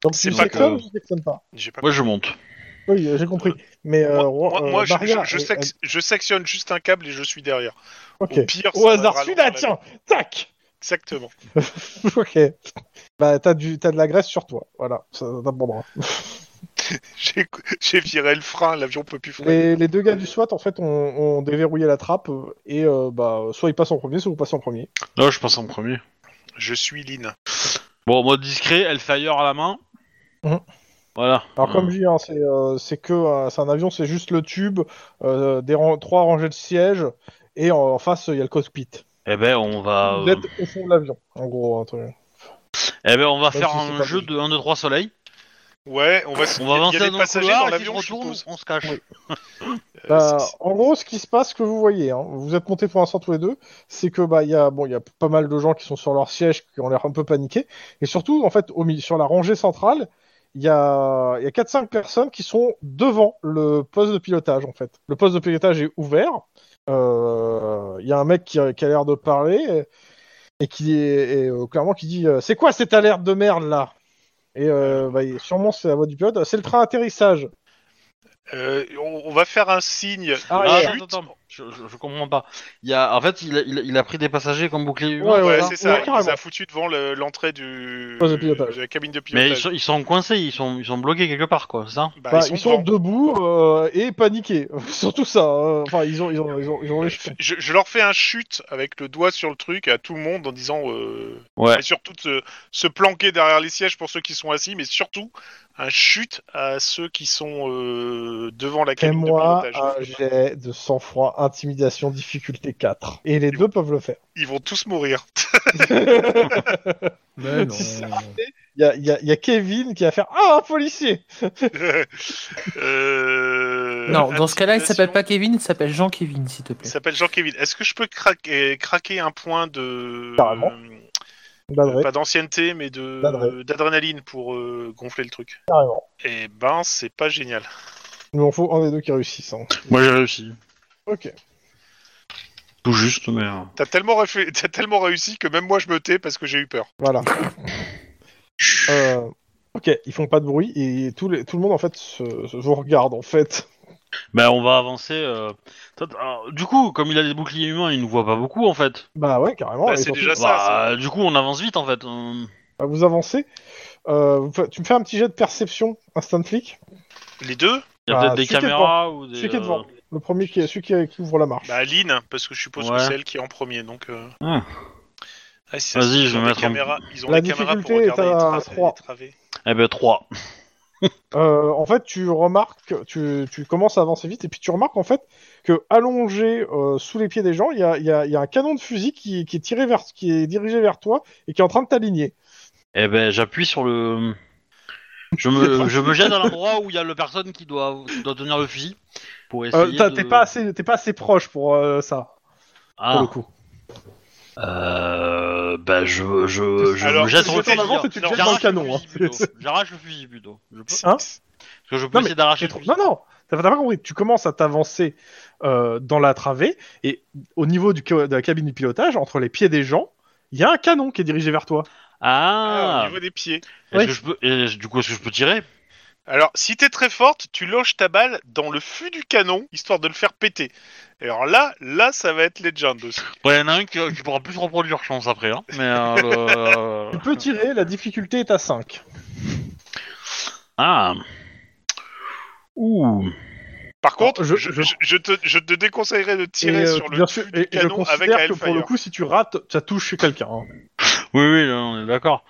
[SPEAKER 1] Donc,
[SPEAKER 2] C'est
[SPEAKER 1] tu
[SPEAKER 4] pas
[SPEAKER 1] sectionnes
[SPEAKER 4] que-
[SPEAKER 1] ou tu sectionnes pas
[SPEAKER 2] J'ai pas
[SPEAKER 4] Moi, je monte.
[SPEAKER 1] Oui, euh, j'ai compris. Mais euh,
[SPEAKER 2] Moi,
[SPEAKER 1] Ro-
[SPEAKER 2] moi-
[SPEAKER 1] euh,
[SPEAKER 2] moi, je,
[SPEAKER 1] Barrière,
[SPEAKER 2] je- je
[SPEAKER 1] elle-
[SPEAKER 2] sec- je sectionne juste un câble et je suis derrière.
[SPEAKER 1] elle- ok.
[SPEAKER 2] Au pire,
[SPEAKER 1] Au
[SPEAKER 2] ça
[SPEAKER 1] hasard,
[SPEAKER 2] ralentit
[SPEAKER 1] celui-là,
[SPEAKER 2] la-
[SPEAKER 1] tiens Tac
[SPEAKER 2] Exactement.
[SPEAKER 1] Ok. Bah, t'as du- t'as de la graisse sur toi. Voilà, ça t'abondera.
[SPEAKER 2] J'ai j'ai viré le frein, l'avion peut plus freiner.
[SPEAKER 1] Les, les deux gars du SWAT, en fait, ont, ont déverrouillé la trappe euh, et euh, bah, soit ils passent en premier, soit vous passez en premier.
[SPEAKER 4] Là, je passe en premier.
[SPEAKER 2] Je suis Lynn.
[SPEAKER 4] Bon, en mode discret, elle fire à la main.
[SPEAKER 1] Mhm.
[SPEAKER 4] Voilà.
[SPEAKER 1] Alors,
[SPEAKER 4] Euh,
[SPEAKER 2] Hmm.
[SPEAKER 1] comme je dis, hein, c'est euh, c'est que euh, c'est un avion, c'est juste le tube, euh, des ran- trois rangées de sièges et en, en face, il y a le cockpit.
[SPEAKER 4] Eh ben, on
[SPEAKER 2] Ah,
[SPEAKER 4] va.
[SPEAKER 1] Vous
[SPEAKER 4] euh,
[SPEAKER 1] êtes au fond de l'avion, en gros. hein, truc.
[SPEAKER 4] Eh ben, on
[SPEAKER 1] Même
[SPEAKER 4] va faire
[SPEAKER 1] si c'est
[SPEAKER 4] un
[SPEAKER 1] pas
[SPEAKER 4] jeu
[SPEAKER 1] logique.
[SPEAKER 4] de 1, 2, 3 soleil.
[SPEAKER 2] Ouais, on va se
[SPEAKER 4] On va avancer
[SPEAKER 2] Il y a
[SPEAKER 4] dans
[SPEAKER 2] des
[SPEAKER 4] le
[SPEAKER 2] passagers dans
[SPEAKER 4] couloir, et si je
[SPEAKER 2] l'avion, je
[SPEAKER 4] retourne,
[SPEAKER 2] suppose.
[SPEAKER 4] on se cache.
[SPEAKER 1] Oui.
[SPEAKER 2] Euh,
[SPEAKER 1] Bah,
[SPEAKER 2] c'est-
[SPEAKER 1] en gros, ce qui se passe, ce que vous voyez, hein, vous êtes montés pour l'instant tous les deux, c'est que bah il y a bon il y a pas mal de gens qui sont sur leur siège, qui ont l'air un peu paniqués, et surtout en fait au milieu sur la rangée centrale, il y a il y a quatre cinq personnes qui sont devant le poste de pilotage en fait. Le poste de pilotage est ouvert. Euh, Il y a un mec qui, a- qui a l'air de parler et, et qui est et, euh, clairement qui dit euh, c'est quoi cette alerte de merde là et euh, bah, il- sûrement c'est la voix du pilote. C'est le train atterrissage.
[SPEAKER 2] euh, on, on va faire un signe.
[SPEAKER 1] Ah,
[SPEAKER 4] Ah,
[SPEAKER 1] ouais.
[SPEAKER 4] attends, attends, attends. Je, je- je comprends pas. Il y a... En fait, il a, il a- il a pris des passagers comme bouclier humain.
[SPEAKER 1] Ouais,
[SPEAKER 2] Ouais,
[SPEAKER 1] voilà.
[SPEAKER 2] c'est ça.
[SPEAKER 1] Ouais,
[SPEAKER 2] il
[SPEAKER 1] carrément.
[SPEAKER 2] les a foutu devant le- l'entrée du
[SPEAKER 1] Poste de pilotage.
[SPEAKER 2] de la cabine de
[SPEAKER 4] Mais ils
[SPEAKER 2] pilotage.
[SPEAKER 4] sont, ils sont coincés, ils sont, ils sont bloqués quelque part, quoi, c'est ça
[SPEAKER 2] Bah,
[SPEAKER 1] Bah,
[SPEAKER 2] ils sont devant.
[SPEAKER 1] debout euh, et paniqués. Surtout ça. euh, Enfin, ils ont, ils ont, ils ont, ils ont les cheveux.
[SPEAKER 2] Je, je leur fais un chute avec le doigt sur le truc à tout le monde en disant euh,
[SPEAKER 4] Ouais.
[SPEAKER 2] et surtout de se, se planquer derrière les sièges pour ceux qui sont assis, mais surtout un chute à ceux qui sont euh, devant la cabine de
[SPEAKER 1] Fais-moi
[SPEAKER 2] pilotage.
[SPEAKER 1] un jet de sang-froid, intimidation, difficulté 4. Et les deux peuvent le faire.
[SPEAKER 2] Ils vont tous mourir.
[SPEAKER 3] Mais Ben non.
[SPEAKER 1] Si ça Il y a, il y a- il y a Kevin qui va faire Ah, un policier
[SPEAKER 2] Euh,
[SPEAKER 3] Non, dans ce cas-là, il s'appelle
[SPEAKER 2] intimidation.
[SPEAKER 3] pas Kevin, il s'appelle Jean-Kevin, s'il te
[SPEAKER 2] Il
[SPEAKER 3] plaît.
[SPEAKER 2] s'appelle Jean-Kevin. Est-ce que je peux craquer, craquer un point de.
[SPEAKER 1] Carrément.
[SPEAKER 2] euh,
[SPEAKER 1] L'adresse,
[SPEAKER 2] pas d'ancienneté, mais de
[SPEAKER 1] D'adresse.
[SPEAKER 2] d'adrénaline pour euh, gonfler le truc.
[SPEAKER 1] carrément.
[SPEAKER 2] Eh ben, c'est pas génial.
[SPEAKER 1] Il nous en faut un des deux qui réussissent. hein.
[SPEAKER 4] Moi, j'ai réussi.
[SPEAKER 1] Ok.
[SPEAKER 4] Tout juste, mais. euh,
[SPEAKER 2] T'as tellement, réfé- t'as tellement réussi que même moi je me tais parce que j'ai eu peur.
[SPEAKER 1] Voilà. Euh, ok, ils font pas de bruit et tout, les, tout le monde en fait se, se- vous regarde en fait.
[SPEAKER 4] Ben, on va avancer. euh, toi, t- alors, du coup, comme il a des boucliers humains, il nous voit pas beaucoup, en fait.
[SPEAKER 1] Bah ouais, carrément.
[SPEAKER 2] Bah,
[SPEAKER 1] et
[SPEAKER 2] c'est
[SPEAKER 1] surtout-
[SPEAKER 2] déjà- Ça,
[SPEAKER 4] Bah, du coup, on avance vite, en fait. Euh,
[SPEAKER 1] Bah, vous avancez. Euh, vous fa- tu me fais un petit jet de perception, instant flic
[SPEAKER 2] Les deux
[SPEAKER 4] Il y a
[SPEAKER 1] Bah,
[SPEAKER 4] peut-être des
[SPEAKER 1] celui qui est
[SPEAKER 4] caméras ou des.
[SPEAKER 1] Celui qui est devant.
[SPEAKER 4] euh,
[SPEAKER 1] Le premier qui est celui qui, qui ouvre la marche.
[SPEAKER 2] Bah, Lynn, parce que je suppose
[SPEAKER 4] Ouais.
[SPEAKER 2] que c'est elle qui est en premier. Donc. euh,
[SPEAKER 4] Ah.
[SPEAKER 2] ah, si ça
[SPEAKER 4] Vas-y,
[SPEAKER 2] se trouve,
[SPEAKER 4] je vais
[SPEAKER 2] ils ont
[SPEAKER 4] mettre
[SPEAKER 2] des
[SPEAKER 4] en-
[SPEAKER 2] caméras. Ils ont
[SPEAKER 1] La
[SPEAKER 2] des caméras pour
[SPEAKER 1] difficulté est
[SPEAKER 2] regarder les,
[SPEAKER 1] à
[SPEAKER 2] tra- les
[SPEAKER 1] trois.
[SPEAKER 2] travées.
[SPEAKER 4] Eh ben, 3.
[SPEAKER 1] Euh, en fait, tu remarques, tu, tu commences à avancer vite, et puis tu remarques en fait que allongé euh, sous les pieds des gens, il y a, il y a- il y a un canon de fusil qui, qui est tiré vers, qui est dirigé vers toi et qui est en train de t'aligner.
[SPEAKER 4] Eh ben, j'appuie sur le. Je me, je me jette à l'endroit où il y a la personne qui doit, qui doit tenir le fusil pour essayer.
[SPEAKER 1] Euh, t'as-
[SPEAKER 4] de-
[SPEAKER 1] T'es pas assez, t'es pas assez proche pour euh, ça,
[SPEAKER 4] Ah.
[SPEAKER 1] pour le coup.
[SPEAKER 4] Euh, bah, je, je, je
[SPEAKER 2] Alors,
[SPEAKER 4] me jette sur
[SPEAKER 2] je
[SPEAKER 4] le
[SPEAKER 2] t'en
[SPEAKER 4] fusil.
[SPEAKER 1] avance
[SPEAKER 4] hein.
[SPEAKER 1] et tu te
[SPEAKER 4] Non,
[SPEAKER 1] jettes
[SPEAKER 4] j'arrache
[SPEAKER 1] dans le canon,
[SPEAKER 4] fusil
[SPEAKER 1] hein.
[SPEAKER 4] plutôt. J'arrache le fusil plutôt. Je peux.
[SPEAKER 1] Hein
[SPEAKER 4] Parce que je peux
[SPEAKER 1] Non, mais
[SPEAKER 4] essayer d'arracher
[SPEAKER 1] J'ai
[SPEAKER 4] le
[SPEAKER 1] trop-
[SPEAKER 4] fusil.
[SPEAKER 1] Non, non, t'as t'as pas compris. Tu commences à t'avancer euh, dans la travée et au niveau du, ca- de la cabine du pilotage, entre les pieds des gens, il y a un canon qui est dirigé vers toi.
[SPEAKER 2] Ah,
[SPEAKER 4] Ah,
[SPEAKER 2] au niveau des pieds.
[SPEAKER 4] Est-ce
[SPEAKER 1] ouais.
[SPEAKER 4] que je peux, et du coup, est-ce que je peux tirer
[SPEAKER 2] Alors, si t'es très forte, tu loges ta balle dans le fût du canon, histoire de le faire péter. Et alors là, là, ça va être Legend aussi.
[SPEAKER 4] Ouais, il y en a un qui, qui pourra plus se reproduire, je pense, après. Hein. Mais, euh, le-
[SPEAKER 1] Tu peux tirer, la difficulté est à 5.
[SPEAKER 4] Ah. Ouh.
[SPEAKER 2] Par contre,
[SPEAKER 1] je-
[SPEAKER 2] je,
[SPEAKER 1] je-
[SPEAKER 2] je- je te, je te déconseillerais de tirer
[SPEAKER 1] Et, euh,
[SPEAKER 2] sur le
[SPEAKER 1] bien sûr,
[SPEAKER 2] fût
[SPEAKER 1] et-
[SPEAKER 2] du
[SPEAKER 1] et je
[SPEAKER 2] canon avec
[SPEAKER 1] considère
[SPEAKER 2] un
[SPEAKER 1] que pour le
[SPEAKER 2] Hellfire.
[SPEAKER 1] coup, si tu rates, ça touche quelqu'un. hein.
[SPEAKER 4] Oui, oui, là, on est d'accord.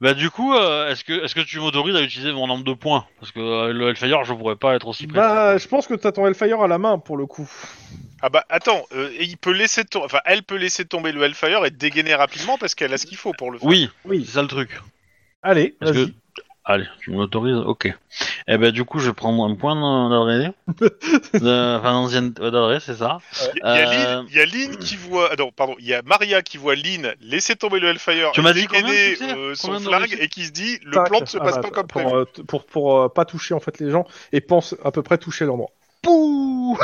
[SPEAKER 4] Bah du coup, euh, est-ce que est-ce que tu m'autorises à utiliser mon nombre de points Parce que euh, le Hellfire, je pourrais pas être aussi près.
[SPEAKER 1] Bah, je pense que t'as ton Hellfire à la main pour le coup.
[SPEAKER 2] Ah bah attends, euh, et il peut laisser tom- enfin, elle peut laisser tomber le Hellfire et dégainer rapidement parce qu'elle a ce qu'il faut pour le faire.
[SPEAKER 4] Oui,
[SPEAKER 1] Oui.
[SPEAKER 4] c'est ça le truc.
[SPEAKER 1] Allez,
[SPEAKER 4] Est-ce
[SPEAKER 1] vas-y.
[SPEAKER 4] que- Allez, tu m'autorises Ok. Eh ben du coup, je prends un point d'adresse. De- Enfin, d'ancienne- ouais, d'adresse, c'est ça.
[SPEAKER 2] Il y a
[SPEAKER 4] Euh,
[SPEAKER 2] Lynn- il y a Lynn qui voit. Ah non, pardon, il y a Maria qui voit Lynn laisser tomber le Hellfire
[SPEAKER 4] Tu
[SPEAKER 2] et
[SPEAKER 4] m'as dit
[SPEAKER 2] dégainer,
[SPEAKER 4] combien de succès
[SPEAKER 2] euh, son
[SPEAKER 4] Combien de
[SPEAKER 2] flingue
[SPEAKER 4] réussites
[SPEAKER 2] et qui se dit le
[SPEAKER 1] Tac.
[SPEAKER 2] plan ne se
[SPEAKER 1] Ah
[SPEAKER 2] passe
[SPEAKER 1] bah,
[SPEAKER 2] pas comme prévu.
[SPEAKER 1] pour, euh, t- pour, pour, euh, pas toucher en fait les gens et pense à peu près toucher l'endroit.
[SPEAKER 4] Pouh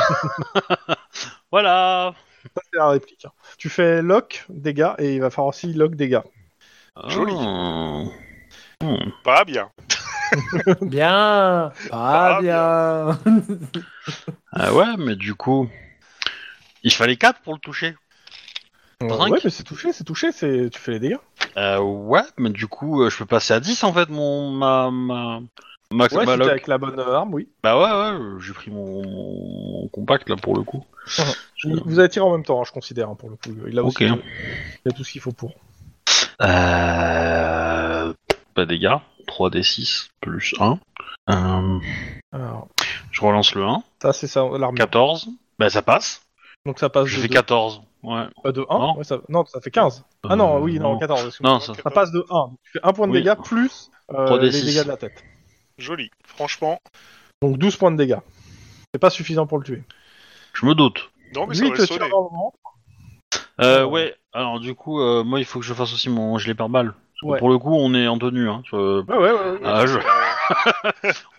[SPEAKER 4] Voilà.
[SPEAKER 1] Ça, c'est la réplique. hein. Tu fais lock, dégâts, et il va falloir aussi lock, dégâts.
[SPEAKER 2] Joli.
[SPEAKER 4] Ah. Hmm.
[SPEAKER 2] Pas Bah, bien.
[SPEAKER 3] Bien
[SPEAKER 2] Pas
[SPEAKER 3] Pas bien
[SPEAKER 4] Ah ouais, mais du coup, il fallait 4 pour le toucher.
[SPEAKER 1] Euh,
[SPEAKER 4] Cinq.
[SPEAKER 1] ouais, mais c'est touché, c'est touché, c'est tu fais les dégâts.
[SPEAKER 4] Euh, ouais, mais du coup, euh, je peux passer à 10 en fait, mon ma ma ma,
[SPEAKER 1] Ouais,
[SPEAKER 4] ma
[SPEAKER 1] si t'es
[SPEAKER 4] loc.
[SPEAKER 1] avec la bonne euh, arme, oui.
[SPEAKER 4] Bah ouais, ouais, euh, j'ai pris mon, mon compact là pour le coup.
[SPEAKER 1] Vous- Vous avez tiré en même temps, hein, je considère, hein, pour le coup. Il a
[SPEAKER 4] Ok.
[SPEAKER 1] aussi, il a tout ce qu'il faut pour.
[SPEAKER 4] Euh... Pas dégâts, 3d6 plus 1. Euh,
[SPEAKER 1] Alors,
[SPEAKER 4] je relance le 1,
[SPEAKER 1] ça, c'est ça, l'arme.
[SPEAKER 4] 14. Bah ça passe.
[SPEAKER 1] Donc ça passe
[SPEAKER 4] Je
[SPEAKER 1] de,
[SPEAKER 4] fais
[SPEAKER 1] deux-
[SPEAKER 4] 14. Ouais.
[SPEAKER 1] euh, de 1.
[SPEAKER 4] Non. Euh,
[SPEAKER 1] ouais, ça... non, ça fait 15. Ah non, oui, non, 14. excuse-moi.
[SPEAKER 4] Non, ça-
[SPEAKER 1] Ça passe de 1. Tu fais 1 point de
[SPEAKER 4] Oui.
[SPEAKER 1] dégâts plus euh,
[SPEAKER 4] 3d6.
[SPEAKER 1] les dégâts de la tête.
[SPEAKER 2] Joli. Franchement.
[SPEAKER 1] Donc 12 points de dégâts. C'est pas suffisant pour le tuer.
[SPEAKER 4] Je me doute.
[SPEAKER 2] Non, Oh, mais
[SPEAKER 1] Lui,
[SPEAKER 2] ça
[SPEAKER 1] il
[SPEAKER 2] va
[SPEAKER 1] te
[SPEAKER 2] le
[SPEAKER 1] tire
[SPEAKER 2] sonner.
[SPEAKER 1] dans le ventre.
[SPEAKER 4] Euh,
[SPEAKER 1] Ouais.
[SPEAKER 4] ouais, alors du coup, euh, moi il faut que je fasse aussi mon gilet pare-balles. Parce que
[SPEAKER 1] Ouais.
[SPEAKER 4] Pour le coup, on est en tenue. Hein. Tu, euh,
[SPEAKER 1] Ouais, ouais, ouais. ouais.
[SPEAKER 4] ah, je...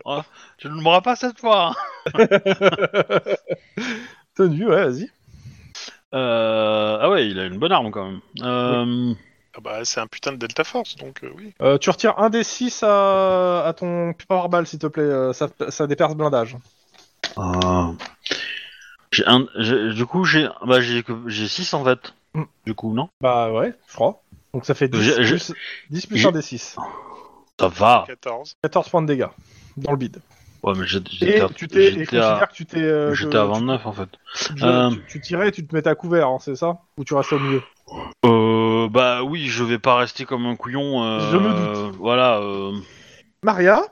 [SPEAKER 2] Euh,
[SPEAKER 4] tu ne m'auras pas cette fois. hein.
[SPEAKER 1] Tenue, ouais, vas-y.
[SPEAKER 4] Euh, Ah ouais, il a une bonne arme quand même. Euh,
[SPEAKER 2] Ah bah, c'est un putain de Delta Force, donc euh, oui.
[SPEAKER 1] Euh, tu retires un des 6 à, à ton powerball, s'il te plaît. euh, ça, ça déperce blindage.
[SPEAKER 4] Ah. J'ai un, j'ai- du coup, j'ai, bah, j'ai, que- j'ai 6 en fait.
[SPEAKER 1] Mm.
[SPEAKER 4] Du coup, non
[SPEAKER 1] Bah ouais, je crois. Donc ça fait 10
[SPEAKER 4] J'ai- j'ai-
[SPEAKER 1] plus, 10 plus
[SPEAKER 4] j'ai-
[SPEAKER 1] 1 des 6.
[SPEAKER 4] Ça va.
[SPEAKER 2] 14.
[SPEAKER 1] 14 points de dégâts dans le bide.
[SPEAKER 4] Ouais, mais j'ai- j'étais,
[SPEAKER 1] Et
[SPEAKER 4] à-
[SPEAKER 1] tu t'es, et
[SPEAKER 4] j'étais
[SPEAKER 1] considère
[SPEAKER 4] à,
[SPEAKER 1] que tu t'es. euh,
[SPEAKER 4] j'étais
[SPEAKER 1] que
[SPEAKER 4] à 29 en fait.
[SPEAKER 1] tu, tu-
[SPEAKER 4] euh.
[SPEAKER 1] tu- tu tirais et tu te mettais à couvert, hein, c'est ça Ou tu restes au milieu
[SPEAKER 4] Euh, bah oui, je vais pas rester comme un couillon. euh,
[SPEAKER 1] Je me
[SPEAKER 4] Voilà. euh,
[SPEAKER 1] Maria,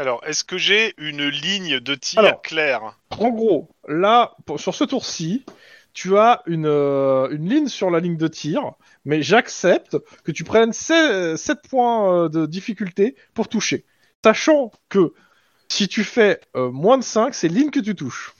[SPEAKER 2] Alors, est-ce que j'ai une ligne de tir
[SPEAKER 1] Alors.
[SPEAKER 2] claire
[SPEAKER 1] en gros, là, pour- sur ce tour-ci, tu as une, euh, une ligne sur la ligne de tir, mais j'accepte que tu prennes 7, points euh, de difficulté pour toucher. Sachant que si tu fais euh, moins de 5, c'est ligne que tu touches.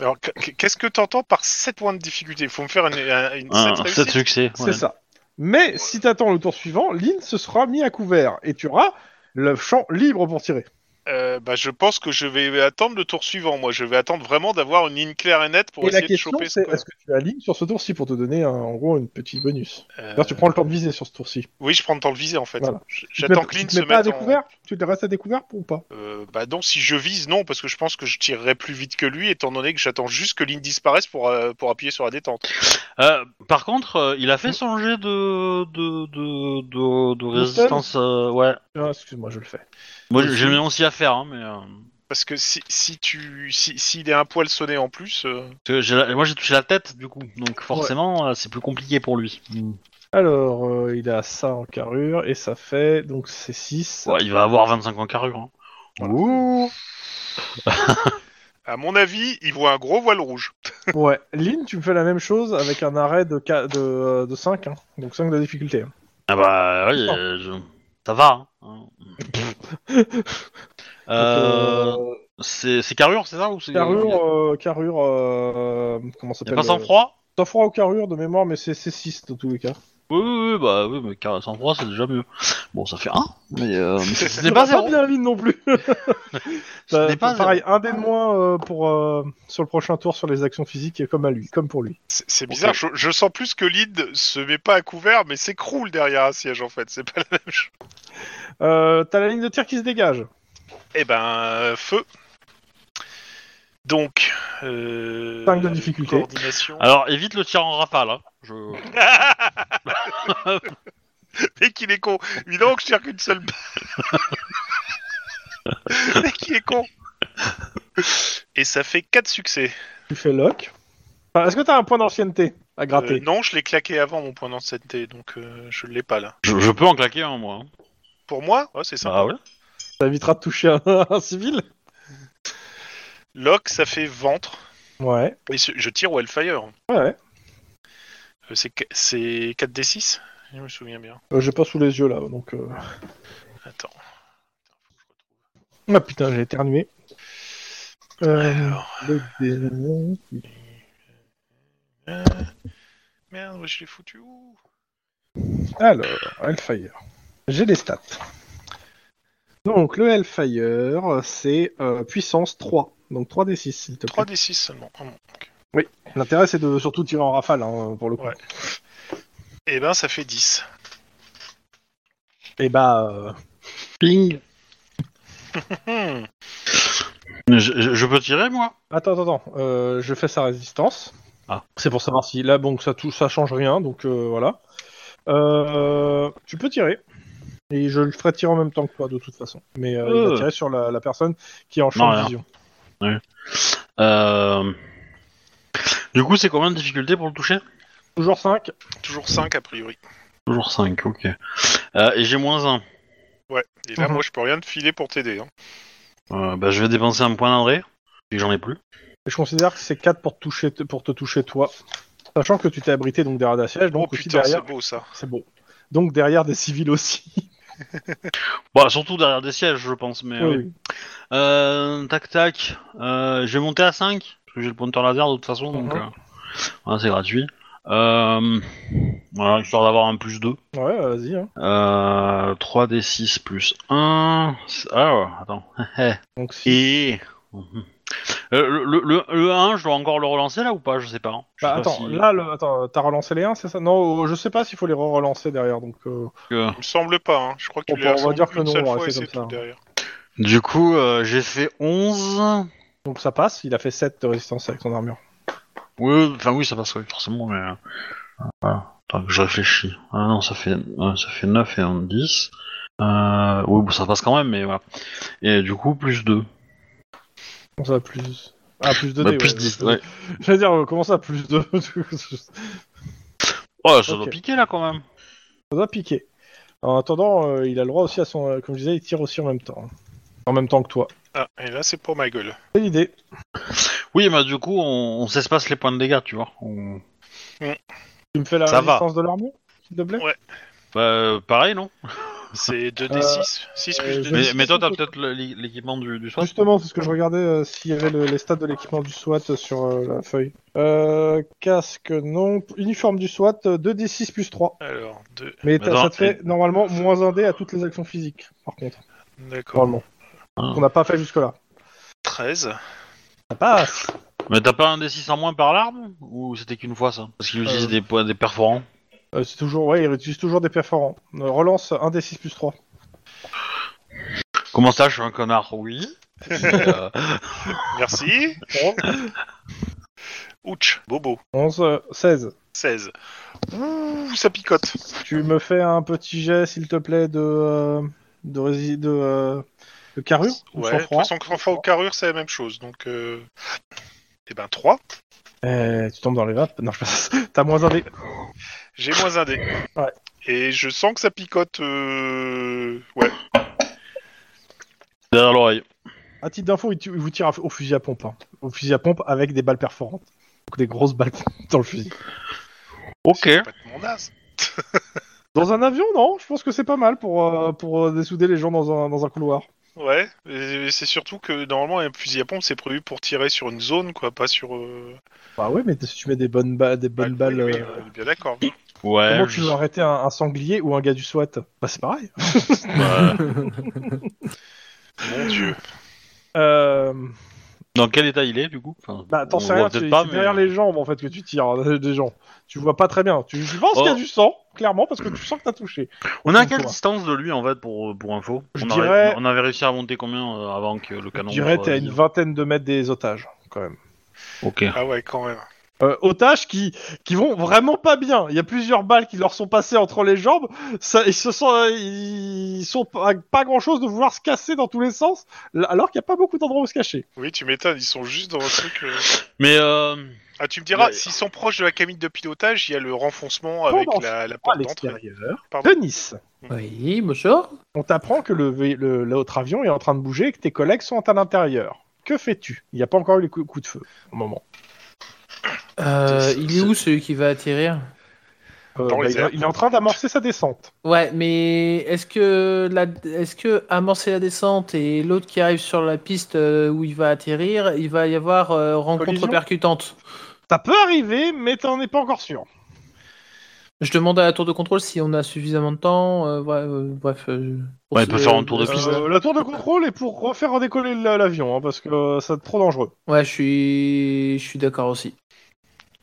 [SPEAKER 2] Alors, qu- qu'est-ce que t'entends par 7 points de difficulté Il faut me faire une, un- une
[SPEAKER 4] un,
[SPEAKER 2] sept
[SPEAKER 4] sept
[SPEAKER 2] réussites
[SPEAKER 4] succès.
[SPEAKER 1] C'est
[SPEAKER 4] ouais.
[SPEAKER 1] ça. Mais si t'attends le tour suivant, Lynn se sera mis à couvert et tu auras le champ libre pour tirer.
[SPEAKER 2] Euh, bah, je pense que je vais attendre le tour suivant. Moi, je vais attendre vraiment d'avoir une ligne claire et nette pour
[SPEAKER 1] et la
[SPEAKER 2] essayer de
[SPEAKER 1] question,
[SPEAKER 2] choper ce
[SPEAKER 1] c'est
[SPEAKER 2] quoi.
[SPEAKER 1] est-ce que tu alignes sur ce tour-ci pour te donner un- en gros une petite bonus
[SPEAKER 2] Euh,
[SPEAKER 1] D'ailleurs, tu prends le temps de viser sur ce tour-ci.
[SPEAKER 2] Oui, je prends le temps de viser en fait.
[SPEAKER 1] Voilà.
[SPEAKER 2] J-
[SPEAKER 1] Tu te
[SPEAKER 2] J'attends
[SPEAKER 1] mets-
[SPEAKER 2] que Lynn
[SPEAKER 1] tu te
[SPEAKER 2] se
[SPEAKER 1] mets pas à
[SPEAKER 2] mette en-
[SPEAKER 1] découvert Tu te restes à découvert ou pas
[SPEAKER 2] Euh, bah non, si je vise, non, parce que je pense que je tirerai plus vite que lui, étant donné que j'attends juste que Lynn disparaisse pour, euh, pour appuyer sur la détente.
[SPEAKER 4] Euh, par contre, euh, il a
[SPEAKER 1] Mm.
[SPEAKER 4] fait son jet de, de, de, de, de
[SPEAKER 1] Le
[SPEAKER 4] résistance. euh, ouais.
[SPEAKER 1] Ah, Excuse-moi, je le fais.
[SPEAKER 4] Moi,
[SPEAKER 1] Aussi.
[SPEAKER 4] j'ai mis aussi à faire, hein, mais. euh,
[SPEAKER 2] Parce que si, si tu si, s'il est un poil sonné en plus, euh,
[SPEAKER 4] parce que j'ai la- moi, j'ai touché la tête, du coup. Donc, forcément, euh, c'est plus compliqué pour lui.
[SPEAKER 1] Mm. Alors, euh, il a ça en carrure et ça fait donc c'est 6.
[SPEAKER 4] Ouais, il va avoir 25 en carrure. hein.
[SPEAKER 1] Ouh.
[SPEAKER 2] à mon avis, il voit un gros voile rouge.
[SPEAKER 1] ouais. Lynn, tu me fais la même chose avec un arrêt de, ca- de, euh, de 5, hein. donc 5 de difficulté. hein.
[SPEAKER 4] Ah bah oui,
[SPEAKER 1] Oh.
[SPEAKER 4] euh, je- ça va. hein. euh,
[SPEAKER 1] Donc, euh,
[SPEAKER 4] c'est c'est carrure, c'est ça ou c'est
[SPEAKER 1] Carrure, euh, carrure, euh, comment ça
[SPEAKER 4] Y a
[SPEAKER 1] s'appelle
[SPEAKER 4] pas sans
[SPEAKER 1] euh,
[SPEAKER 4] froid
[SPEAKER 1] Sans froid ou carrure de mémoire, mais c'est 6 dans tous les cas.
[SPEAKER 4] oui, oui, oui, bah oui, mais car- sans froid, c'est déjà mieux. Bon, ça fait un, mais euh, ce n'est
[SPEAKER 1] C'est
[SPEAKER 4] pas zéro.
[SPEAKER 1] bien vite non plus.
[SPEAKER 4] Ce
[SPEAKER 1] Bah,
[SPEAKER 4] n'est pas
[SPEAKER 1] pareil, un dé de moins euh, pour euh, sur le prochain tour sur les actions physiques, comme à lui, comme pour lui.
[SPEAKER 2] C'est c'est bizarre, je, je sens plus que Lynn se met pas à couvert, mais s'écroule derrière un siège en fait. C'est pas la même chose.
[SPEAKER 1] Euh, T'as la ligne de tir qui se dégage.
[SPEAKER 2] Eh ben, euh, feu. Donc. Euh,
[SPEAKER 1] Cinq de difficulté.
[SPEAKER 2] Coordination.
[SPEAKER 4] Alors évite le tir en rafale. Hein. Je...
[SPEAKER 2] Mec, qu'il est con. Évidemment que je tire qu'une seule balle. Mec, qu'il est con. Et ça fait 4 succès.
[SPEAKER 1] Tu fais lock. Enfin, Est-ce que t'as un point d'ancienneté à gratter.
[SPEAKER 2] Euh, non, je l'ai claqué avant mon point d'ancienneté, donc euh, je l'ai pas là.
[SPEAKER 4] Je, je peux en claquer un, moi. hein.
[SPEAKER 2] Pour moi, ouais, c'est ça.
[SPEAKER 1] Bah
[SPEAKER 4] Ah ouais
[SPEAKER 1] Ça évitera de toucher un, un civil.
[SPEAKER 2] Lock, ça fait ventre.
[SPEAKER 1] Ouais.
[SPEAKER 2] Et ce- je tire Wildfire.
[SPEAKER 1] Ouais, ouais.
[SPEAKER 2] Euh, c'est qu- C'est 4d6 Je me souviens bien.
[SPEAKER 1] Euh, J'ai pas sous les yeux là, donc. euh,
[SPEAKER 2] Attends.
[SPEAKER 1] Ah putain, j'ai éternué. Euh,
[SPEAKER 2] Alors,
[SPEAKER 1] le dé-
[SPEAKER 2] euh, Merde, je l'ai foutu où
[SPEAKER 1] Alors, Hellfire. J'ai les stats. Donc, le Hellfire, c'est euh, puissance 3. Donc 3d6, s'il te plaît.
[SPEAKER 2] 3d6 seulement. Ah bon, ok.
[SPEAKER 1] L'intérêt, c'est de surtout tirer en rafale, hein, pour le coup.
[SPEAKER 2] Ouais. Eh ben, ça fait 10.
[SPEAKER 1] Et bah, euh,
[SPEAKER 4] Ping
[SPEAKER 2] Hmm.
[SPEAKER 4] je, je- je peux tirer, moi
[SPEAKER 1] attends, attends, attends. Euh, je fais sa résistance.
[SPEAKER 4] Ah.
[SPEAKER 1] C'est pour savoir si là, bon, ça, tou- ça change rien, donc euh, voilà. Euh, tu peux tirer. Et je le ferai tirer en même temps que toi, de toute façon. Mais euh, il va
[SPEAKER 4] Euh.
[SPEAKER 1] tirer sur la, la personne qui est en champ de
[SPEAKER 4] rien.
[SPEAKER 1] vision.
[SPEAKER 4] Euh, Du coup, c'est combien de difficultés pour le toucher
[SPEAKER 1] Toujours 5.
[SPEAKER 2] Toujours 5 a priori.
[SPEAKER 4] Toujours 5, ok. Euh, et j'ai moins 1.
[SPEAKER 2] Ouais. Et là,
[SPEAKER 1] Mhm.
[SPEAKER 2] moi, je peux rien te filer pour t'aider. hein.
[SPEAKER 4] Euh, bah, je vais dépenser un point d'André, et j'en ai plus.
[SPEAKER 1] Et je considère que c'est 4 pour, toucher t- pour te toucher toi. Sachant que tu t'es abrité donc derrière des sièges, donc
[SPEAKER 2] oh
[SPEAKER 1] aussi
[SPEAKER 2] putain,
[SPEAKER 1] derrière.
[SPEAKER 2] c'est beau ça.
[SPEAKER 1] C'est beau. Donc derrière des civils aussi.
[SPEAKER 4] Bah, surtout derrière des sièges, je pense, mais...
[SPEAKER 1] Oui,
[SPEAKER 4] Eh oui.
[SPEAKER 1] oui.
[SPEAKER 4] Euh, tac tac. Euh, je vais monter à 5, parce que j'ai le pointeur laser de toute façon, donc
[SPEAKER 1] Mhm.
[SPEAKER 4] euh, voilà, c'est gratuit. Euh, voilà, histoire d'avoir un plus 2.
[SPEAKER 1] Ouais, vas-y. hein.
[SPEAKER 4] Euh, 3d6 plus 1. Ah, attends.
[SPEAKER 1] Donc si-
[SPEAKER 4] Et... Mhm. Euh, le, le, le- le 1, je dois encore le relancer là ou pas Je sais pas. hein. Je
[SPEAKER 1] Bah,
[SPEAKER 4] sais pas
[SPEAKER 1] attends,
[SPEAKER 4] si-
[SPEAKER 1] là, le... attends, t'as relancé les 1, c'est ça Non, euh, je sais pas s'il faut les re-relancer derrière. Donc, euh,
[SPEAKER 4] Euh,
[SPEAKER 2] Il me semble pas, hein. je crois que tu
[SPEAKER 1] Bon,
[SPEAKER 2] l'as
[SPEAKER 1] on va dire que
[SPEAKER 2] une
[SPEAKER 1] non,
[SPEAKER 2] seule
[SPEAKER 1] on va
[SPEAKER 2] fois et
[SPEAKER 1] rester
[SPEAKER 2] c'est
[SPEAKER 1] comme ça,
[SPEAKER 2] tout
[SPEAKER 1] hein.
[SPEAKER 2] derrière.
[SPEAKER 4] Du coup, euh, j'ai fait 11.
[SPEAKER 1] donc ça passe. Il a fait 7 de résistance avec son armure.
[SPEAKER 4] Oui, enfin oui, ça passe, oui, forcément, mais... euh, Voilà. Attends, que je réfléchis. Ah non, ça fait, ouais, ça fait 9 et 11, 10. Euh, oui, bon, ça passe quand même, mais voilà. Et du coup, plus 2.
[SPEAKER 1] Comment ça, plus. Ah, plus 2
[SPEAKER 4] Bah,
[SPEAKER 1] dés,
[SPEAKER 4] plus
[SPEAKER 1] ouais.
[SPEAKER 4] 10, ouais.
[SPEAKER 1] Je veux dire, euh, comment ça, plus 2
[SPEAKER 4] Oh, ça doit
[SPEAKER 1] Ok.
[SPEAKER 4] piquer, là, quand même.
[SPEAKER 1] Ça doit piquer. En attendant, euh, il a le droit aussi à son. euh, Comme je disais, il tire aussi en même temps. hein. En même temps que toi.
[SPEAKER 2] Ah, et là c'est pour ma gueule.
[SPEAKER 1] C'est l'idée.
[SPEAKER 4] Oui, mais du coup, on, on s'espace les points de dégâts, tu vois. On-
[SPEAKER 1] Tu me fais la
[SPEAKER 4] Ça va.
[SPEAKER 1] résistance de l'armure, s'il te plaît
[SPEAKER 4] Bah, euh, pareil, non
[SPEAKER 2] C'est 2d6, 6 plus
[SPEAKER 1] euh,
[SPEAKER 2] 2
[SPEAKER 1] je-
[SPEAKER 4] mais, mais toi, t'as peut-être le- l'é- l'équipement du, du SWAT
[SPEAKER 1] Justement, c'est ce que je regardais euh, s'il y avait le- les stats de l'équipement du SWAT sur euh, la feuille. Euh, casque, non. Uniforme du SWAT, euh, 2d6 plus 3.
[SPEAKER 2] Alors, 2,
[SPEAKER 1] Mais t'as-
[SPEAKER 4] Attends,
[SPEAKER 1] ça te fait normalement moins 1 dé à toutes les actions physiques, par contre.
[SPEAKER 2] d'accord,
[SPEAKER 1] Normalement.
[SPEAKER 4] Ah.
[SPEAKER 1] On n'a pas fait jusque-là.
[SPEAKER 2] 13.
[SPEAKER 1] Ça passe
[SPEAKER 4] Mais t'as pas un D6 en moins par l'arme Ou c'était qu'une fois, ça Parce qu'il utilise
[SPEAKER 1] Euh.
[SPEAKER 4] des, points- des perforants.
[SPEAKER 1] Euh, C'est toujours, ouais, il utilise toujours des perforants. Euh, relance 1d6 plus 3.
[SPEAKER 4] Comment ça, je suis un connard Oui. Mais, euh,
[SPEAKER 2] Merci. Ouch, bobo,
[SPEAKER 1] 11, euh, 16.
[SPEAKER 2] 16. Ouh, ça picote.
[SPEAKER 1] Tu me fais un petit jet, s'il te plaît, de. euh, de, rési- de, euh, de carrure ou
[SPEAKER 2] Ouais, de toute
[SPEAKER 1] sang-froid
[SPEAKER 2] façon, quand on fait au carrure, c'est la même chose, donc... Euh... Eh ben 3,
[SPEAKER 1] Euh, Tu tombes dans les vapes. Non, je passe. T'as moins 1 dé.
[SPEAKER 2] j'ai moins un dé.
[SPEAKER 1] Ouais.
[SPEAKER 2] Et je sens que ça picote... Euh... Ouais,
[SPEAKER 4] Derrière l'oreille.
[SPEAKER 1] À titre d'info, il, tu- il vous tire au fusil à pompe. hein. Au fusil à pompe avec des balles perforantes. Donc des grosses balles dans le fusil.
[SPEAKER 4] Ok.
[SPEAKER 2] pas de mon as.
[SPEAKER 1] Dans un avion, non Je pense que c'est pas mal pour, euh, pour euh, dessouder les gens dans un, dans un couloir.
[SPEAKER 2] Ouais, et c'est surtout que normalement un fusil à pompe c'est prévu pour tirer sur une zone quoi, pas sur... euh,
[SPEAKER 1] Bah ouais, mais si tu mets des bonnes, ba- des bonnes
[SPEAKER 2] bah, oui,
[SPEAKER 1] balles...
[SPEAKER 2] oui,
[SPEAKER 1] euh,
[SPEAKER 2] on est bien d'accord.
[SPEAKER 4] Ouais.
[SPEAKER 1] Comment
[SPEAKER 4] je-
[SPEAKER 1] tu veux arrêter un, un sanglier ou un gars du SWAT Bah c'est pareil.
[SPEAKER 4] Ouais.
[SPEAKER 2] Mon dieu.
[SPEAKER 1] Euh,
[SPEAKER 4] Dans quel état il est du coup Enfin,
[SPEAKER 1] bah
[SPEAKER 4] on
[SPEAKER 1] t'en sais
[SPEAKER 4] voit
[SPEAKER 1] rien,
[SPEAKER 4] peut-être
[SPEAKER 1] tu-
[SPEAKER 4] pas,
[SPEAKER 1] c'est
[SPEAKER 4] mais-
[SPEAKER 1] derrière les jambes en fait que tu tires euh, des gens. Tu vois pas très bien. Tu, tu penses
[SPEAKER 4] Oh.
[SPEAKER 1] qu'il y a du sang, clairement, parce que tu sens que t'as touché.
[SPEAKER 4] On est à
[SPEAKER 1] Pour
[SPEAKER 4] quelle
[SPEAKER 1] toi.
[SPEAKER 4] distance de lui en fait pour, pour info
[SPEAKER 1] Je
[SPEAKER 4] on, a-
[SPEAKER 1] dirais-
[SPEAKER 4] on avait réussi à monter combien euh, avant que le canon
[SPEAKER 1] Je dirais
[SPEAKER 4] soit
[SPEAKER 1] t'es à une
[SPEAKER 4] visible
[SPEAKER 1] vingtaine de mètres des otages, quand même.
[SPEAKER 4] Ok.
[SPEAKER 2] Ah ouais, quand même.
[SPEAKER 1] Euh, otages qui qui vont vraiment pas bien. Il y a plusieurs balles qui leur sont passées entre les jambes. Ça, ils se sont euh, ils sont pas, pas grand chose de vouloir se casser dans tous les sens, là- alors qu'il n'y a pas beaucoup d'endroits où se cacher.
[SPEAKER 2] Oui, tu m'étonnes, ils sont juste dans un truc. euh,
[SPEAKER 4] Mais euh,
[SPEAKER 2] Ah, tu me diras,
[SPEAKER 1] Mais-
[SPEAKER 2] s'ils sont proches de la cabine de pilotage, il y a le renfoncement
[SPEAKER 1] Bon,
[SPEAKER 2] avec
[SPEAKER 1] bah, on
[SPEAKER 2] la, la
[SPEAKER 1] à
[SPEAKER 2] porte d'entrée.
[SPEAKER 1] l'extérieur
[SPEAKER 2] Pardon.
[SPEAKER 1] de Nice.
[SPEAKER 3] Oui, monsieur.
[SPEAKER 1] On t'apprend que le vé- le- l'autre avion est en train de bouger et que tes collègues sont à l'intérieur. Que fais-tu Il n'y a pas encore eu les cou- coups de feu au moment.
[SPEAKER 3] Euh,
[SPEAKER 2] C'est-
[SPEAKER 3] il est où celui qui va atterrir
[SPEAKER 1] Euh,
[SPEAKER 2] Dans les
[SPEAKER 1] il,
[SPEAKER 2] airs.
[SPEAKER 1] il est en train d'amorcer sa descente.
[SPEAKER 3] Ouais, mais est-ce que la, est-ce que amorcer la descente et l'autre qui arrive sur la piste euh, où il va atterrir, il va y avoir euh, rencontre
[SPEAKER 1] Collision
[SPEAKER 3] percutante
[SPEAKER 1] Ça peut arriver, mais t'en es pas encore sûr.
[SPEAKER 3] Je demande à la tour de contrôle si on a suffisamment de temps. euh, ouais, euh, bref. euh, pour
[SPEAKER 4] Ouais, il
[SPEAKER 3] se-
[SPEAKER 4] peut faire un tour de
[SPEAKER 3] euh,
[SPEAKER 4] piste.
[SPEAKER 1] Euh, la tour de contrôle est pour refaire redécoller la- l'avion, hein, parce que euh, c'est trop dangereux.
[SPEAKER 3] Ouais, je suis, je suis d'accord aussi.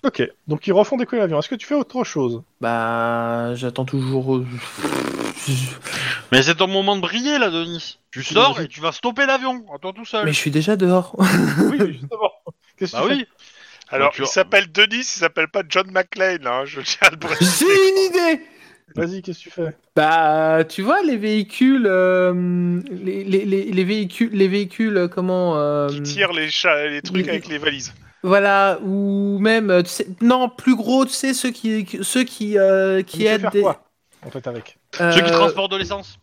[SPEAKER 1] Ok, donc ils refont décoller l'avion. Est-ce que tu fais autre chose
[SPEAKER 3] Bah, j'attends toujours. euh,
[SPEAKER 4] Mais c'est ton moment de briller là, Denis. Tu sors et tu vas stopper l'avion, à toi tout seul.
[SPEAKER 3] Mais je suis déjà dehors.
[SPEAKER 1] Oui, justement. Qu'est-ce que
[SPEAKER 4] Bah
[SPEAKER 1] tu fais
[SPEAKER 4] oui.
[SPEAKER 2] Alors,
[SPEAKER 4] tu
[SPEAKER 2] il
[SPEAKER 4] as-
[SPEAKER 2] s'appelle Denis, il s'appelle pas John McLean, hein, je tiens à le préciser.
[SPEAKER 3] J'ai une idée.
[SPEAKER 1] Vas-y, qu'est-ce que tu fais
[SPEAKER 3] Bah, tu vois, les véhicules, euh, les, les, les, les véhicules, les véhicules, euh, comment euh,
[SPEAKER 2] Qui tire les, cha- les trucs
[SPEAKER 3] oui.
[SPEAKER 2] avec les valises.
[SPEAKER 3] Voilà, ou même, euh, tu sais- non, plus gros, tu sais ceux qui, ceux qui, euh, qui
[SPEAKER 1] Tu veux
[SPEAKER 3] aident.
[SPEAKER 1] faire
[SPEAKER 3] des-
[SPEAKER 1] quoi en fait avec
[SPEAKER 3] euh,
[SPEAKER 4] Ceux qui transportent de l'essence.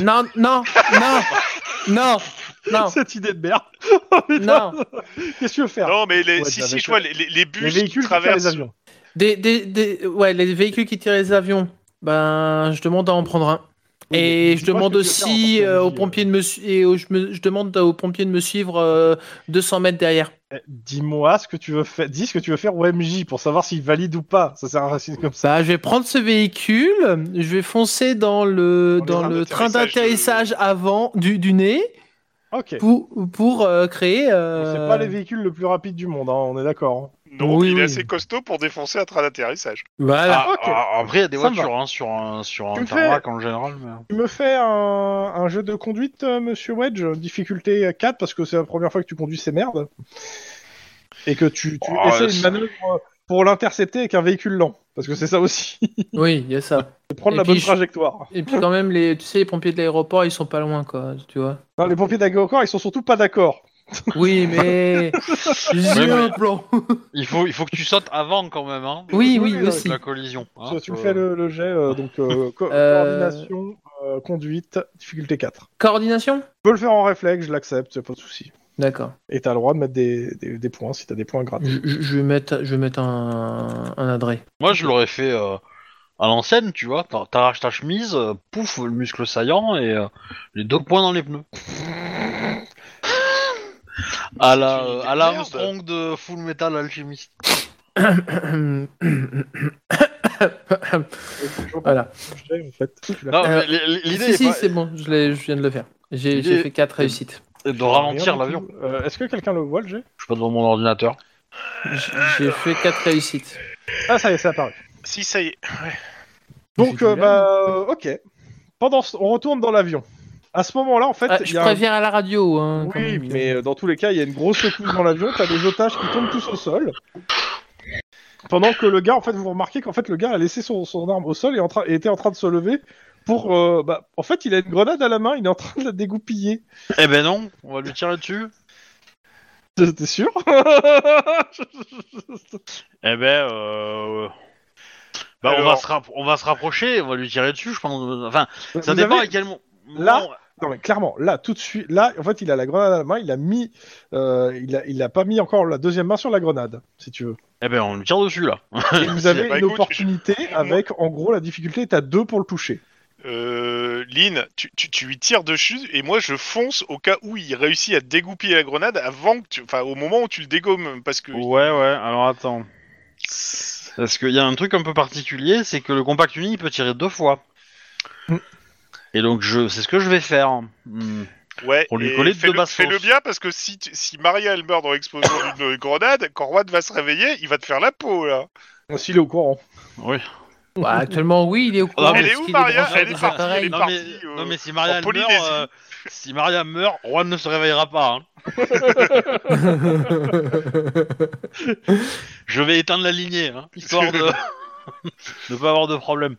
[SPEAKER 3] Non, non, non, non, non,
[SPEAKER 1] Cette idée de merde.
[SPEAKER 3] non.
[SPEAKER 1] Qu'est-ce que tu veux faire
[SPEAKER 2] Non, mais les,
[SPEAKER 1] Ouais,
[SPEAKER 2] si,
[SPEAKER 1] avec
[SPEAKER 2] si, je
[SPEAKER 1] eux.
[SPEAKER 2] vois les, les- les bus
[SPEAKER 1] Les véhicules
[SPEAKER 2] qui
[SPEAKER 1] qui tirent
[SPEAKER 2] traversent.
[SPEAKER 1] les avions.
[SPEAKER 3] Des, des, des, ouais, les véhicules qui tirent les avions. Ben, je demande à en prendre un.
[SPEAKER 1] Oui, mais
[SPEAKER 3] Et je
[SPEAKER 1] dis-moi
[SPEAKER 3] demande
[SPEAKER 1] ce que tu veux faire en
[SPEAKER 3] aussi
[SPEAKER 1] tant que
[SPEAKER 3] euh, aux
[SPEAKER 1] Tunisie,
[SPEAKER 3] pompiers de me su- et aux- je, me- je demande aux pompiers de me suivre euh, 200 mètres derrière.
[SPEAKER 1] Eh, Dis-moi ce que tu veux faire. Dis ce que tu veux faire au MJ pour savoir s'il valide ou pas. Ça sert à racine comme ça.
[SPEAKER 3] Bah, je vais prendre ce véhicule, je vais foncer dans le,
[SPEAKER 2] Dans
[SPEAKER 3] dans
[SPEAKER 2] le train
[SPEAKER 3] le train
[SPEAKER 2] d'atterrissage
[SPEAKER 3] d'atterrissage avant du, du nez
[SPEAKER 1] Ok.
[SPEAKER 3] pour, pour euh, créer.
[SPEAKER 1] Donc,
[SPEAKER 3] euh,
[SPEAKER 1] C'est pas les véhicules le plus rapide du monde. hein, on est d'accord.
[SPEAKER 2] Non,
[SPEAKER 3] Oui,
[SPEAKER 2] il est
[SPEAKER 3] oui.
[SPEAKER 2] assez costaud pour défoncer un train d'atterrissage.
[SPEAKER 3] Voilà.
[SPEAKER 4] Ah,
[SPEAKER 1] ok.
[SPEAKER 4] ah, après, il y a des
[SPEAKER 1] Ça me
[SPEAKER 4] voitures hein, sur un, sur
[SPEAKER 1] Tu
[SPEAKER 4] un
[SPEAKER 1] me fais-
[SPEAKER 4] tarmac en général. mais-
[SPEAKER 1] Tu me fais un, un jeu de conduite, euh, Monsieur Wedge, difficulté 4 parce que c'est la première fois que tu conduis ces merdes et que tu, tu
[SPEAKER 4] Oh,
[SPEAKER 1] essaies
[SPEAKER 4] ouais,
[SPEAKER 1] une
[SPEAKER 4] ça-
[SPEAKER 1] manœuvre pour l'intercepter avec un véhicule lent parce que c'est ça aussi.
[SPEAKER 3] Oui, il y a ça.
[SPEAKER 1] de prendre
[SPEAKER 3] Et
[SPEAKER 1] la
[SPEAKER 3] puis
[SPEAKER 1] bonne
[SPEAKER 3] je-
[SPEAKER 1] trajectoire.
[SPEAKER 3] Et puis quand même, les, tu sais, les pompiers de l'aéroport, ils sont pas loin, quoi, tu vois.
[SPEAKER 1] Non, les pompiers d'Agocor, ils sont surtout pas d'accord.
[SPEAKER 3] Oui, mais j'ai
[SPEAKER 4] mais-
[SPEAKER 3] un plan.
[SPEAKER 4] Il, faut, il faut que tu sautes avant quand même. Hein,
[SPEAKER 3] Oui,
[SPEAKER 1] Oui,
[SPEAKER 3] oui,
[SPEAKER 1] oui,
[SPEAKER 3] aussi.
[SPEAKER 4] La collision. hein,
[SPEAKER 1] Tu- tu me
[SPEAKER 4] faut-
[SPEAKER 1] fais le, le jet euh, donc euh, co-
[SPEAKER 3] Euh.
[SPEAKER 1] coordination, euh, conduite, difficulté 4.
[SPEAKER 3] Coordination
[SPEAKER 1] Tu peux le faire en réflexe, je l'accepte, y a pas de souci.
[SPEAKER 3] D'accord.
[SPEAKER 1] Et t'as le droit de mettre des, des, des points si t'as des points gratis.
[SPEAKER 3] Je, je- je vais mettre, je vais mettre un, un adré.
[SPEAKER 4] Moi, je l'aurais fait euh, à l'ancienne, tu vois. T'ar- T'arraches ta chemise, euh, pouf, le muscle saillant et euh, les deux points dans les pneus. à la, euh,
[SPEAKER 2] C'est une idée
[SPEAKER 4] à la
[SPEAKER 2] de merde.
[SPEAKER 4] Armstrong de Full Metal Alchemist.
[SPEAKER 3] voilà.
[SPEAKER 1] Le jet, en fait, tu l'as
[SPEAKER 4] Non,
[SPEAKER 3] Euh,
[SPEAKER 4] mais l- l- L'idée
[SPEAKER 3] si,
[SPEAKER 4] est
[SPEAKER 3] si,
[SPEAKER 4] pas-
[SPEAKER 3] c'est bon, je, l'ai- je viens de le faire. J'ai
[SPEAKER 4] L'idée
[SPEAKER 3] j'ai
[SPEAKER 4] est-
[SPEAKER 3] fait 4 réussites.
[SPEAKER 4] est de
[SPEAKER 1] fait.
[SPEAKER 4] ralentir
[SPEAKER 1] Rien
[SPEAKER 4] l'avion.
[SPEAKER 1] du tout. Euh, Est-ce que quelqu'un le voit le jet
[SPEAKER 4] Je suis pas devant mon ordinateur.
[SPEAKER 3] J- J'ai fait 4 réussites.
[SPEAKER 1] Ah ça y est, c'est apparu.
[SPEAKER 2] Si, ça y est.
[SPEAKER 1] Donc
[SPEAKER 3] J'ai
[SPEAKER 1] euh,
[SPEAKER 3] dit merde.
[SPEAKER 1] bah euh, ok. Pendant ce- on retourne dans l'avion. À ce moment-là, en fait,
[SPEAKER 3] Ah,
[SPEAKER 1] il
[SPEAKER 3] je
[SPEAKER 1] y a un-
[SPEAKER 3] préviens à la radio. Hein, quand
[SPEAKER 1] Oui,
[SPEAKER 3] même.
[SPEAKER 1] mais euh, dans tous les cas, il y a une grosse secousse dans l'avion, t'as des otages qui tombent tous au sol. Pendant que le gars, en fait, vous remarquez qu'en fait, le gars a laissé son, son arme au sol et, en train- et était en train de se lever pour. euh, bah, en fait, il a une grenade à la main, il est en train de la dégoupiller.
[SPEAKER 4] Eh ben non, on va lui tirer dessus.
[SPEAKER 1] T'es t'es sûr
[SPEAKER 4] Eh ben, euh... bah, on, va
[SPEAKER 2] Alors-
[SPEAKER 4] se rapp- on va se rapprocher, on va lui tirer dessus, je pense. Enfin, ça
[SPEAKER 1] Vous
[SPEAKER 4] dépend
[SPEAKER 1] avez-
[SPEAKER 4] à quel moment.
[SPEAKER 1] Là, Non, mais clairement, là, tout de suite, là, en fait, il a la grenade à la main, il a mis. euh, il, a, il a pas mis encore la deuxième main sur la grenade, si tu veux.
[SPEAKER 4] Eh ben, on lui tire dessus là.
[SPEAKER 1] Et vous avez
[SPEAKER 2] Bah,
[SPEAKER 1] une
[SPEAKER 2] écoute,
[SPEAKER 1] opportunité
[SPEAKER 2] je-
[SPEAKER 1] avec, en gros, la difficulté est à deux pour le toucher.
[SPEAKER 2] Euh, Lynn, tu, tu, tu lui tires dessus et moi je fonce au cas où il réussit à dégoupiller la grenade avant que tu... Enfin, au moment où tu le dégommes, parce que...
[SPEAKER 4] Ouais, ouais, alors attends. Parce qu'il y a un truc un peu particulier, c'est que le compact uni il peut tirer deux fois.
[SPEAKER 1] Mm.
[SPEAKER 4] Et donc je, c'est ce que je vais faire. Hmm.
[SPEAKER 2] Ouais,
[SPEAKER 4] Pour lui
[SPEAKER 2] et
[SPEAKER 4] coller deux
[SPEAKER 2] fais-le,
[SPEAKER 4] basses
[SPEAKER 2] fais-le
[SPEAKER 4] fausses.
[SPEAKER 2] bien parce que si, tu- si Maria elle meurt dans l'explosion d'une grenade, quand Juan va se réveiller, il va te faire la peau là.
[SPEAKER 1] S'il est au courant.
[SPEAKER 4] Oui.
[SPEAKER 3] Bah, actuellement, oui, il est au courant.
[SPEAKER 4] Elle est
[SPEAKER 3] parce
[SPEAKER 2] où,
[SPEAKER 3] qu'il
[SPEAKER 2] Maria
[SPEAKER 3] branché à
[SPEAKER 2] Elle est
[SPEAKER 3] des
[SPEAKER 2] partie,
[SPEAKER 3] appareils.
[SPEAKER 2] elle est
[SPEAKER 4] non,
[SPEAKER 2] partie,
[SPEAKER 4] mais,
[SPEAKER 2] euh,
[SPEAKER 4] non mais si Maria
[SPEAKER 2] en
[SPEAKER 4] elle
[SPEAKER 2] Polynésie.
[SPEAKER 4] meurt, euh, si Maria meurt, Juan ne se réveillera pas. hein. Je vais éteindre la lignée, hein, histoire de ne pas avoir de problème.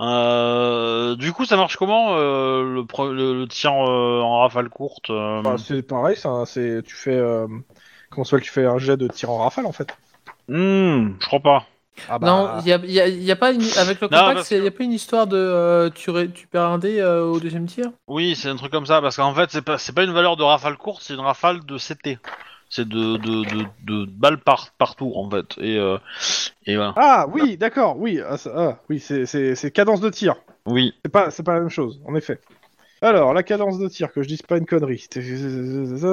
[SPEAKER 4] Euh, du coup, ça marche comment euh, le, pro- le, le tir euh, en rafale courte euh,
[SPEAKER 1] hein, Bah, c'est pareil, ça, c'est tu fais euh, comment ça s'appelle, tu fais un jet de tir en rafale en fait. bah.
[SPEAKER 4] Hmm, je crois pas.
[SPEAKER 5] Ah
[SPEAKER 3] Non, il n'y a, y a- y a pas une... avec le
[SPEAKER 4] Non,
[SPEAKER 3] compact,
[SPEAKER 4] parce
[SPEAKER 3] il n'y a pas une histoire de euh, tu, ré- tu perds un dé euh, au deuxième tir
[SPEAKER 4] Oui, c'est un truc comme ça, parce qu'en fait, c'est pas, c'est pas une valeur de rafale courte, c'est une rafale de CT. C'est de, de, de, de balles par, par tour, en fait. Et, euh, et voilà.
[SPEAKER 1] Ah oui, d'accord, oui, ah, ça- ah, oui, c'est- c'est c'est cadence de tir.
[SPEAKER 4] Oui.
[SPEAKER 1] C'est pas, c'est pas la même chose, en effet. Alors, la cadence de tir, que je dise pas une connerie.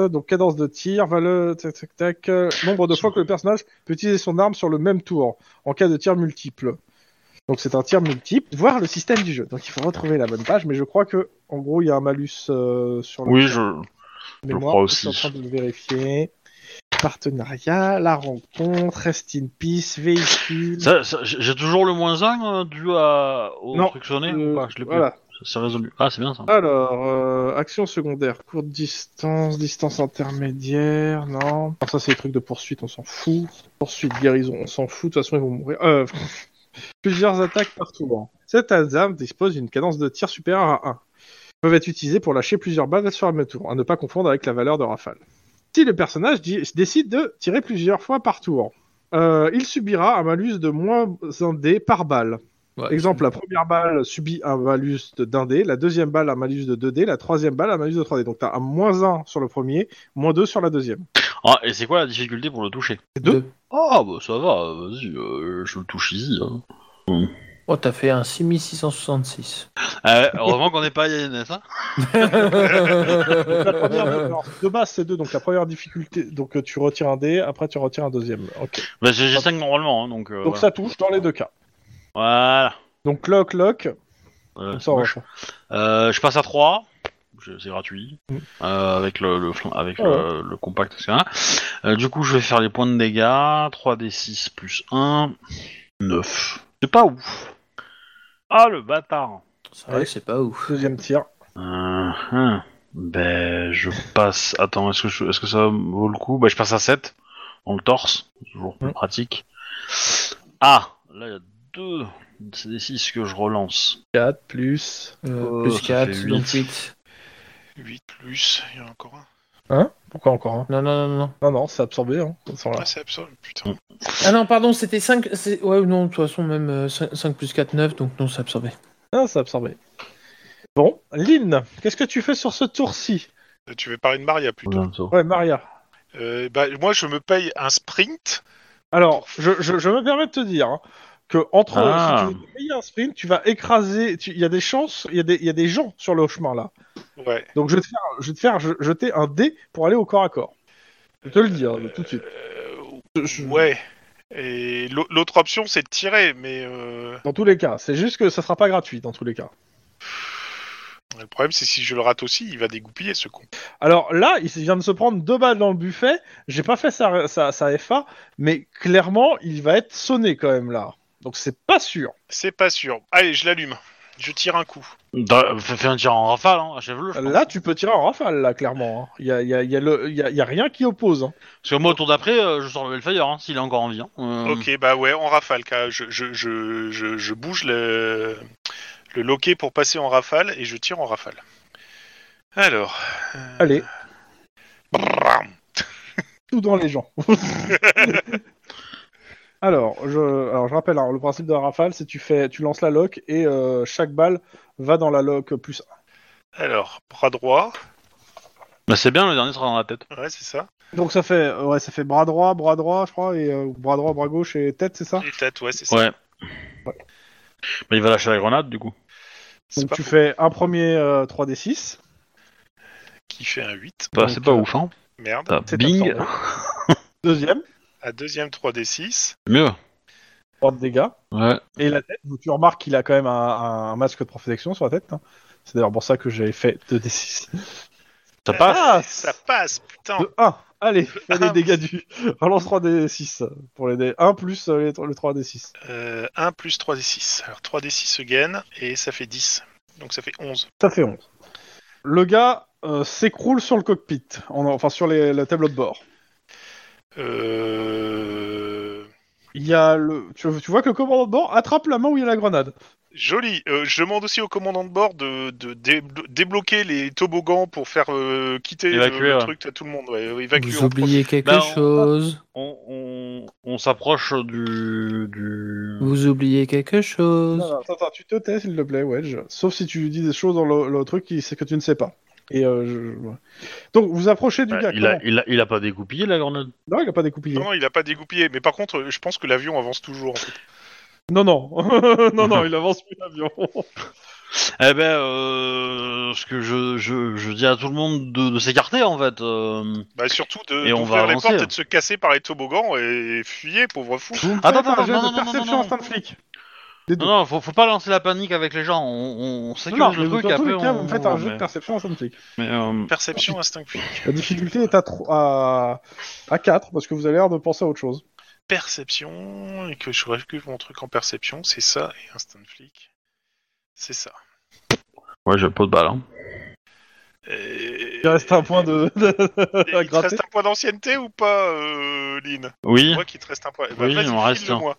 [SPEAKER 1] Donc, cadence de tir, valeur, tac, tac, tac, euh, nombre de fois que le personnage peut utiliser son arme sur le même tour, en cas de tir multiple. Donc, c'est un tir multiple, voir le système du jeu. Donc, il faut retrouver la bonne page, mais je crois que, en gros, il y a un malus euh, sur le
[SPEAKER 4] Oui, je. je
[SPEAKER 1] mémoire.
[SPEAKER 4] crois
[SPEAKER 1] suis en
[SPEAKER 4] aussi.
[SPEAKER 1] train de le vérifier. Partenariat, la rencontre, rest in peace, véhicule.
[SPEAKER 4] ça- ça- j'ai j'ai toujours le moins 1 dû à, au
[SPEAKER 1] Non,
[SPEAKER 4] truc sonné
[SPEAKER 1] euh,
[SPEAKER 4] ou pas Je l'ai plus.
[SPEAKER 1] voilà.
[SPEAKER 4] C'est résolu. Ah, c'est bien ça.
[SPEAKER 1] Alors, euh, action secondaire, courte distance, distance intermédiaire, non. Alors ça, c'est les trucs de poursuite, on s'en fout. Poursuite, guérison, on s'en fout, de toute façon, ils vont mourir. Euh, plusieurs attaques par tour. Cette arme dispose d'une cadence de tir supérieure à 1. Peuvent être utilisées pour lâcher plusieurs balles sur un même tour, à ne pas confondre avec la valeur de rafale. Si le personnage di- décide de tirer plusieurs fois par tour, euh, il subira un malus de moins un dé par balle.
[SPEAKER 3] Ouais.
[SPEAKER 1] Exemple, la première balle subit un malus de- d'un dé, la deuxième balle un malus de 2D, la troisième balle un malus de 3D. Donc t'as un moins 1 sur le premier, moins 2 sur la deuxième.
[SPEAKER 4] Ah, et c'est quoi la difficulté pour le toucher
[SPEAKER 1] deux.
[SPEAKER 4] Ah, bah ça va, vas-y, euh, je le touche easy. hein.
[SPEAKER 3] Oh, t'as fait un 6666.
[SPEAKER 4] Euh, heureusement qu'on n'est pas à INS,
[SPEAKER 1] Bah,
[SPEAKER 4] hein
[SPEAKER 1] La première, alors, de base c'est 2, donc la première difficulté, donc euh, tu retires un dé, après tu retires un deuxième. Ok.
[SPEAKER 4] Bah, j'ai j'ai 5 normalement, hein, donc. euh,
[SPEAKER 1] Donc ça touche dans les deux cas.
[SPEAKER 4] voilà.
[SPEAKER 1] Donc lock, lock,
[SPEAKER 4] Voilà.
[SPEAKER 1] on
[SPEAKER 4] Ouais,
[SPEAKER 1] s'en
[SPEAKER 4] c'est
[SPEAKER 1] va.
[SPEAKER 4] Euh, je passe à 3. je- C'est gratuit. Euh, avec le, le flan- avec le, le compact, etc. Euh, du coup, je vais faire les points de dégâts. 3d6 plus 1. 9. C'est pas ouf. Ah, le bâtard.
[SPEAKER 3] C'est vrai que c'est pas ouf.
[SPEAKER 1] Deuxième tir.
[SPEAKER 4] Euh, hein. Ben, je passe. Attends, est-ce que, je- est-ce que ça vaut le coup Ben, je passe à 7. Dans le torse. Toujours plus pratique. Ah, là, il y a 2. C'est des 6 que je relance.
[SPEAKER 1] 4 plus.
[SPEAKER 3] Euh,
[SPEAKER 4] Oh,
[SPEAKER 3] plus
[SPEAKER 4] ça
[SPEAKER 3] 4,
[SPEAKER 4] fait
[SPEAKER 3] donc
[SPEAKER 4] huit.
[SPEAKER 3] 8.
[SPEAKER 2] 8 plus, il y en a encore un.
[SPEAKER 1] Pourquoi encore un
[SPEAKER 3] Non, non, non, non.
[SPEAKER 1] Non, non, c'est absorbé. Hein. Ils sont là.
[SPEAKER 2] Ah, c'est absolu, putain.
[SPEAKER 3] Ah non, pardon, c'était 5. Ouais, non, de toute façon, même 5, plus 4, 9, donc non, c'est absorbé.
[SPEAKER 1] Ah, c'est absorbé. Bon, Lynn, qu'est-ce que tu fais sur ce tour-ci
[SPEAKER 2] Euh, Tu veux parler de Maria plutôt
[SPEAKER 1] Ouais, Maria.
[SPEAKER 2] Euh, bah, Moi, je me paye un sprint.
[SPEAKER 1] Alors, je, je- je me permets de te dire hein, que entre
[SPEAKER 4] Ah.
[SPEAKER 1] si tu veux payer un sprint, tu vas écraser. tu- Il y a des chances, il y, a des- il y a des gens sur le chemin là.
[SPEAKER 2] Ouais.
[SPEAKER 1] Donc je vais te faire, je vais te faire je- jeter un dé pour aller au corps à corps. Je vais te le dire tout de suite.
[SPEAKER 2] Euh,
[SPEAKER 1] Je-
[SPEAKER 2] ouais. Et l'au- l'autre option, c'est de tirer, mais euh,
[SPEAKER 1] Dans tous les cas, c'est juste que ça sera pas gratuit dans tous les cas.
[SPEAKER 2] le problème, c'est si je le rate aussi, il va dégoupiller ce con.
[SPEAKER 1] Alors là, il vient de se prendre deux balles dans le buffet. J'ai pas fait sa, sa- sa FA, mais clairement, il va être sonné quand même là. Donc c'est pas sûr.
[SPEAKER 2] C'est pas sûr. Allez, je l'allume. Je tire un coup.
[SPEAKER 4] Dans- Fais, fais un tir en rafale, hein. achève-le. je pense.
[SPEAKER 1] Là, tu peux tirer en rafale là, clairement. hein. Il y, a, il y a- il y a le- il y a- il y a rien qui oppose. hein.
[SPEAKER 4] Parce que moi, au tour d'après, euh, je sors le Hellfire, hein, s'il est encore en vie. hein. Euh,
[SPEAKER 2] Ok, bah ouais, en rafale. car Je, je, je, je, je bouge le, le loquet pour passer en rafale et je tire en rafale. Alors. euh,
[SPEAKER 1] Allez,
[SPEAKER 2] brrram.
[SPEAKER 1] tout dans les gens. alors, je, alors, je rappelle, hein, le principe de la rafale, c'est tu fais, tu lances la lock et euh, chaque balle va dans la lock plus
[SPEAKER 2] Alors, bras droit.
[SPEAKER 4] Bah, c'est bien, le dernier sera dans la tête.
[SPEAKER 2] Ouais, c'est ça.
[SPEAKER 1] 1. Donc ça fait, ouais, ça fait bras droit, bras droit, je crois, et euh, bras droit, bras gauche et tête, c'est ça
[SPEAKER 2] Et tête, ouais, c'est ça.
[SPEAKER 4] Ouais. Bah, il va lâcher la grenade, du coup.
[SPEAKER 2] C'est
[SPEAKER 1] Donc
[SPEAKER 2] pas
[SPEAKER 1] tu
[SPEAKER 2] faux.
[SPEAKER 1] fais un premier euh, 3d6.
[SPEAKER 2] Qui fait un 8.
[SPEAKER 4] Bah,
[SPEAKER 1] Donc,
[SPEAKER 4] c'est pas
[SPEAKER 1] euh,
[SPEAKER 4] ouf, hein.
[SPEAKER 2] Merde.
[SPEAKER 4] Ah,
[SPEAKER 1] c'est
[SPEAKER 4] bing
[SPEAKER 1] absorbé. Deuxième,
[SPEAKER 2] À deuxième 3D6.
[SPEAKER 4] Mieux.
[SPEAKER 1] 3 de dégâts.
[SPEAKER 4] Ouais.
[SPEAKER 1] Et la tête, tu remarques qu'il a quand même un, un masque de protection sur la tête. hein. C'est d'ailleurs pour ça que j'avais fait 2d6.
[SPEAKER 4] Ça passe
[SPEAKER 1] Ah,
[SPEAKER 2] Ça passe, putain.
[SPEAKER 1] De 1. Allez, fais
[SPEAKER 4] Ah.
[SPEAKER 1] les
[SPEAKER 2] un.
[SPEAKER 1] dégâts du. Relance 3D6 pour les dés. 1 plus euh, les tro- le 3D6.
[SPEAKER 2] Euh, 1 plus 3D6. Alors 3D6 again et ça fait 10. Donc ça fait 11.
[SPEAKER 1] Ça fait 11. Le gars euh, s'écroule sur le cockpit, en- enfin sur les- le tableau de bord.
[SPEAKER 2] Euh...
[SPEAKER 1] Il y a le... tu, tu vois que le commandant de bord attrape la main où il y a la grenade.
[SPEAKER 2] Joli. Euh, je demande aussi au commandant de bord de, de dé- débloquer les toboggans pour faire euh, quitter le-
[SPEAKER 4] Évacuer,
[SPEAKER 2] le,
[SPEAKER 4] ouais.
[SPEAKER 2] truc à tout le monde. Ouais, euh, évacuer
[SPEAKER 3] Vous
[SPEAKER 2] en premier.
[SPEAKER 3] oubliez quelque
[SPEAKER 4] Bah, on-
[SPEAKER 3] chose.
[SPEAKER 4] On, on, on s'approche du. du...
[SPEAKER 3] Vous oubliez quelque chose.
[SPEAKER 1] Non, non, attends, attends, tu te tais, s'il te plaît, Wedge. Sauf si tu dis des choses dans le, le truc qui, c'est que tu ne sais pas. Et euh, je- ouais. Donc, vous approchez du
[SPEAKER 4] Bah,
[SPEAKER 1] gars.
[SPEAKER 4] il, a,
[SPEAKER 1] comment
[SPEAKER 4] il, a, il a pas découpillé la grenade
[SPEAKER 1] Non, il a pas découpillé.
[SPEAKER 2] Non, non, il a pas dégoupillé, mais par contre, euh, je pense que l'avion avance toujours. en fait.
[SPEAKER 1] Non, non. non, non, il avance plus l'avion.
[SPEAKER 4] Eh ben, euh, ce que je, je, je dis à tout le monde de, de s'écarter en fait. euh.
[SPEAKER 2] Bah, surtout de
[SPEAKER 4] Et on va
[SPEAKER 2] d'ouvrir les
[SPEAKER 4] avancer,
[SPEAKER 2] portes
[SPEAKER 4] hein.
[SPEAKER 2] et de se casser par les toboggans et fuyer, pauvre fou.
[SPEAKER 4] Attends,
[SPEAKER 1] Faites un
[SPEAKER 4] attends,
[SPEAKER 1] jet
[SPEAKER 4] non,
[SPEAKER 1] de
[SPEAKER 4] non, non,
[SPEAKER 1] perception
[SPEAKER 4] non, non.
[SPEAKER 1] instinct de flic.
[SPEAKER 4] Non, non, faut, faut pas lancer la panique avec les gens. On, on
[SPEAKER 1] Non,
[SPEAKER 4] sécurise
[SPEAKER 1] non,
[SPEAKER 4] le
[SPEAKER 1] mais
[SPEAKER 4] truc
[SPEAKER 1] dans
[SPEAKER 4] et
[SPEAKER 1] tous
[SPEAKER 4] après
[SPEAKER 1] les cas,
[SPEAKER 4] on.
[SPEAKER 1] vous faites un jeu
[SPEAKER 4] mais-
[SPEAKER 1] de perception instinct de flic.
[SPEAKER 4] mais, euh,
[SPEAKER 2] Perception instinctive.
[SPEAKER 1] La difficulté est à, tro- à... à 4 parce que vous avez l'air de penser à autre chose.
[SPEAKER 2] Perception, et que je recule mon truc en perception, c'est ça, et instant flic, c'est ça.
[SPEAKER 4] Ouais, j'ai pas de balle. Hein.
[SPEAKER 2] Et-
[SPEAKER 1] Il reste un point de.
[SPEAKER 2] Et
[SPEAKER 1] à
[SPEAKER 2] Il te
[SPEAKER 1] gratter.
[SPEAKER 2] reste un point d'ancienneté ou pas, euh, Lynn
[SPEAKER 4] Oui.
[SPEAKER 2] Moi qui te reste un point. Eh
[SPEAKER 4] Oui,
[SPEAKER 2] vas-y,
[SPEAKER 4] il en reste
[SPEAKER 2] file-le-moi.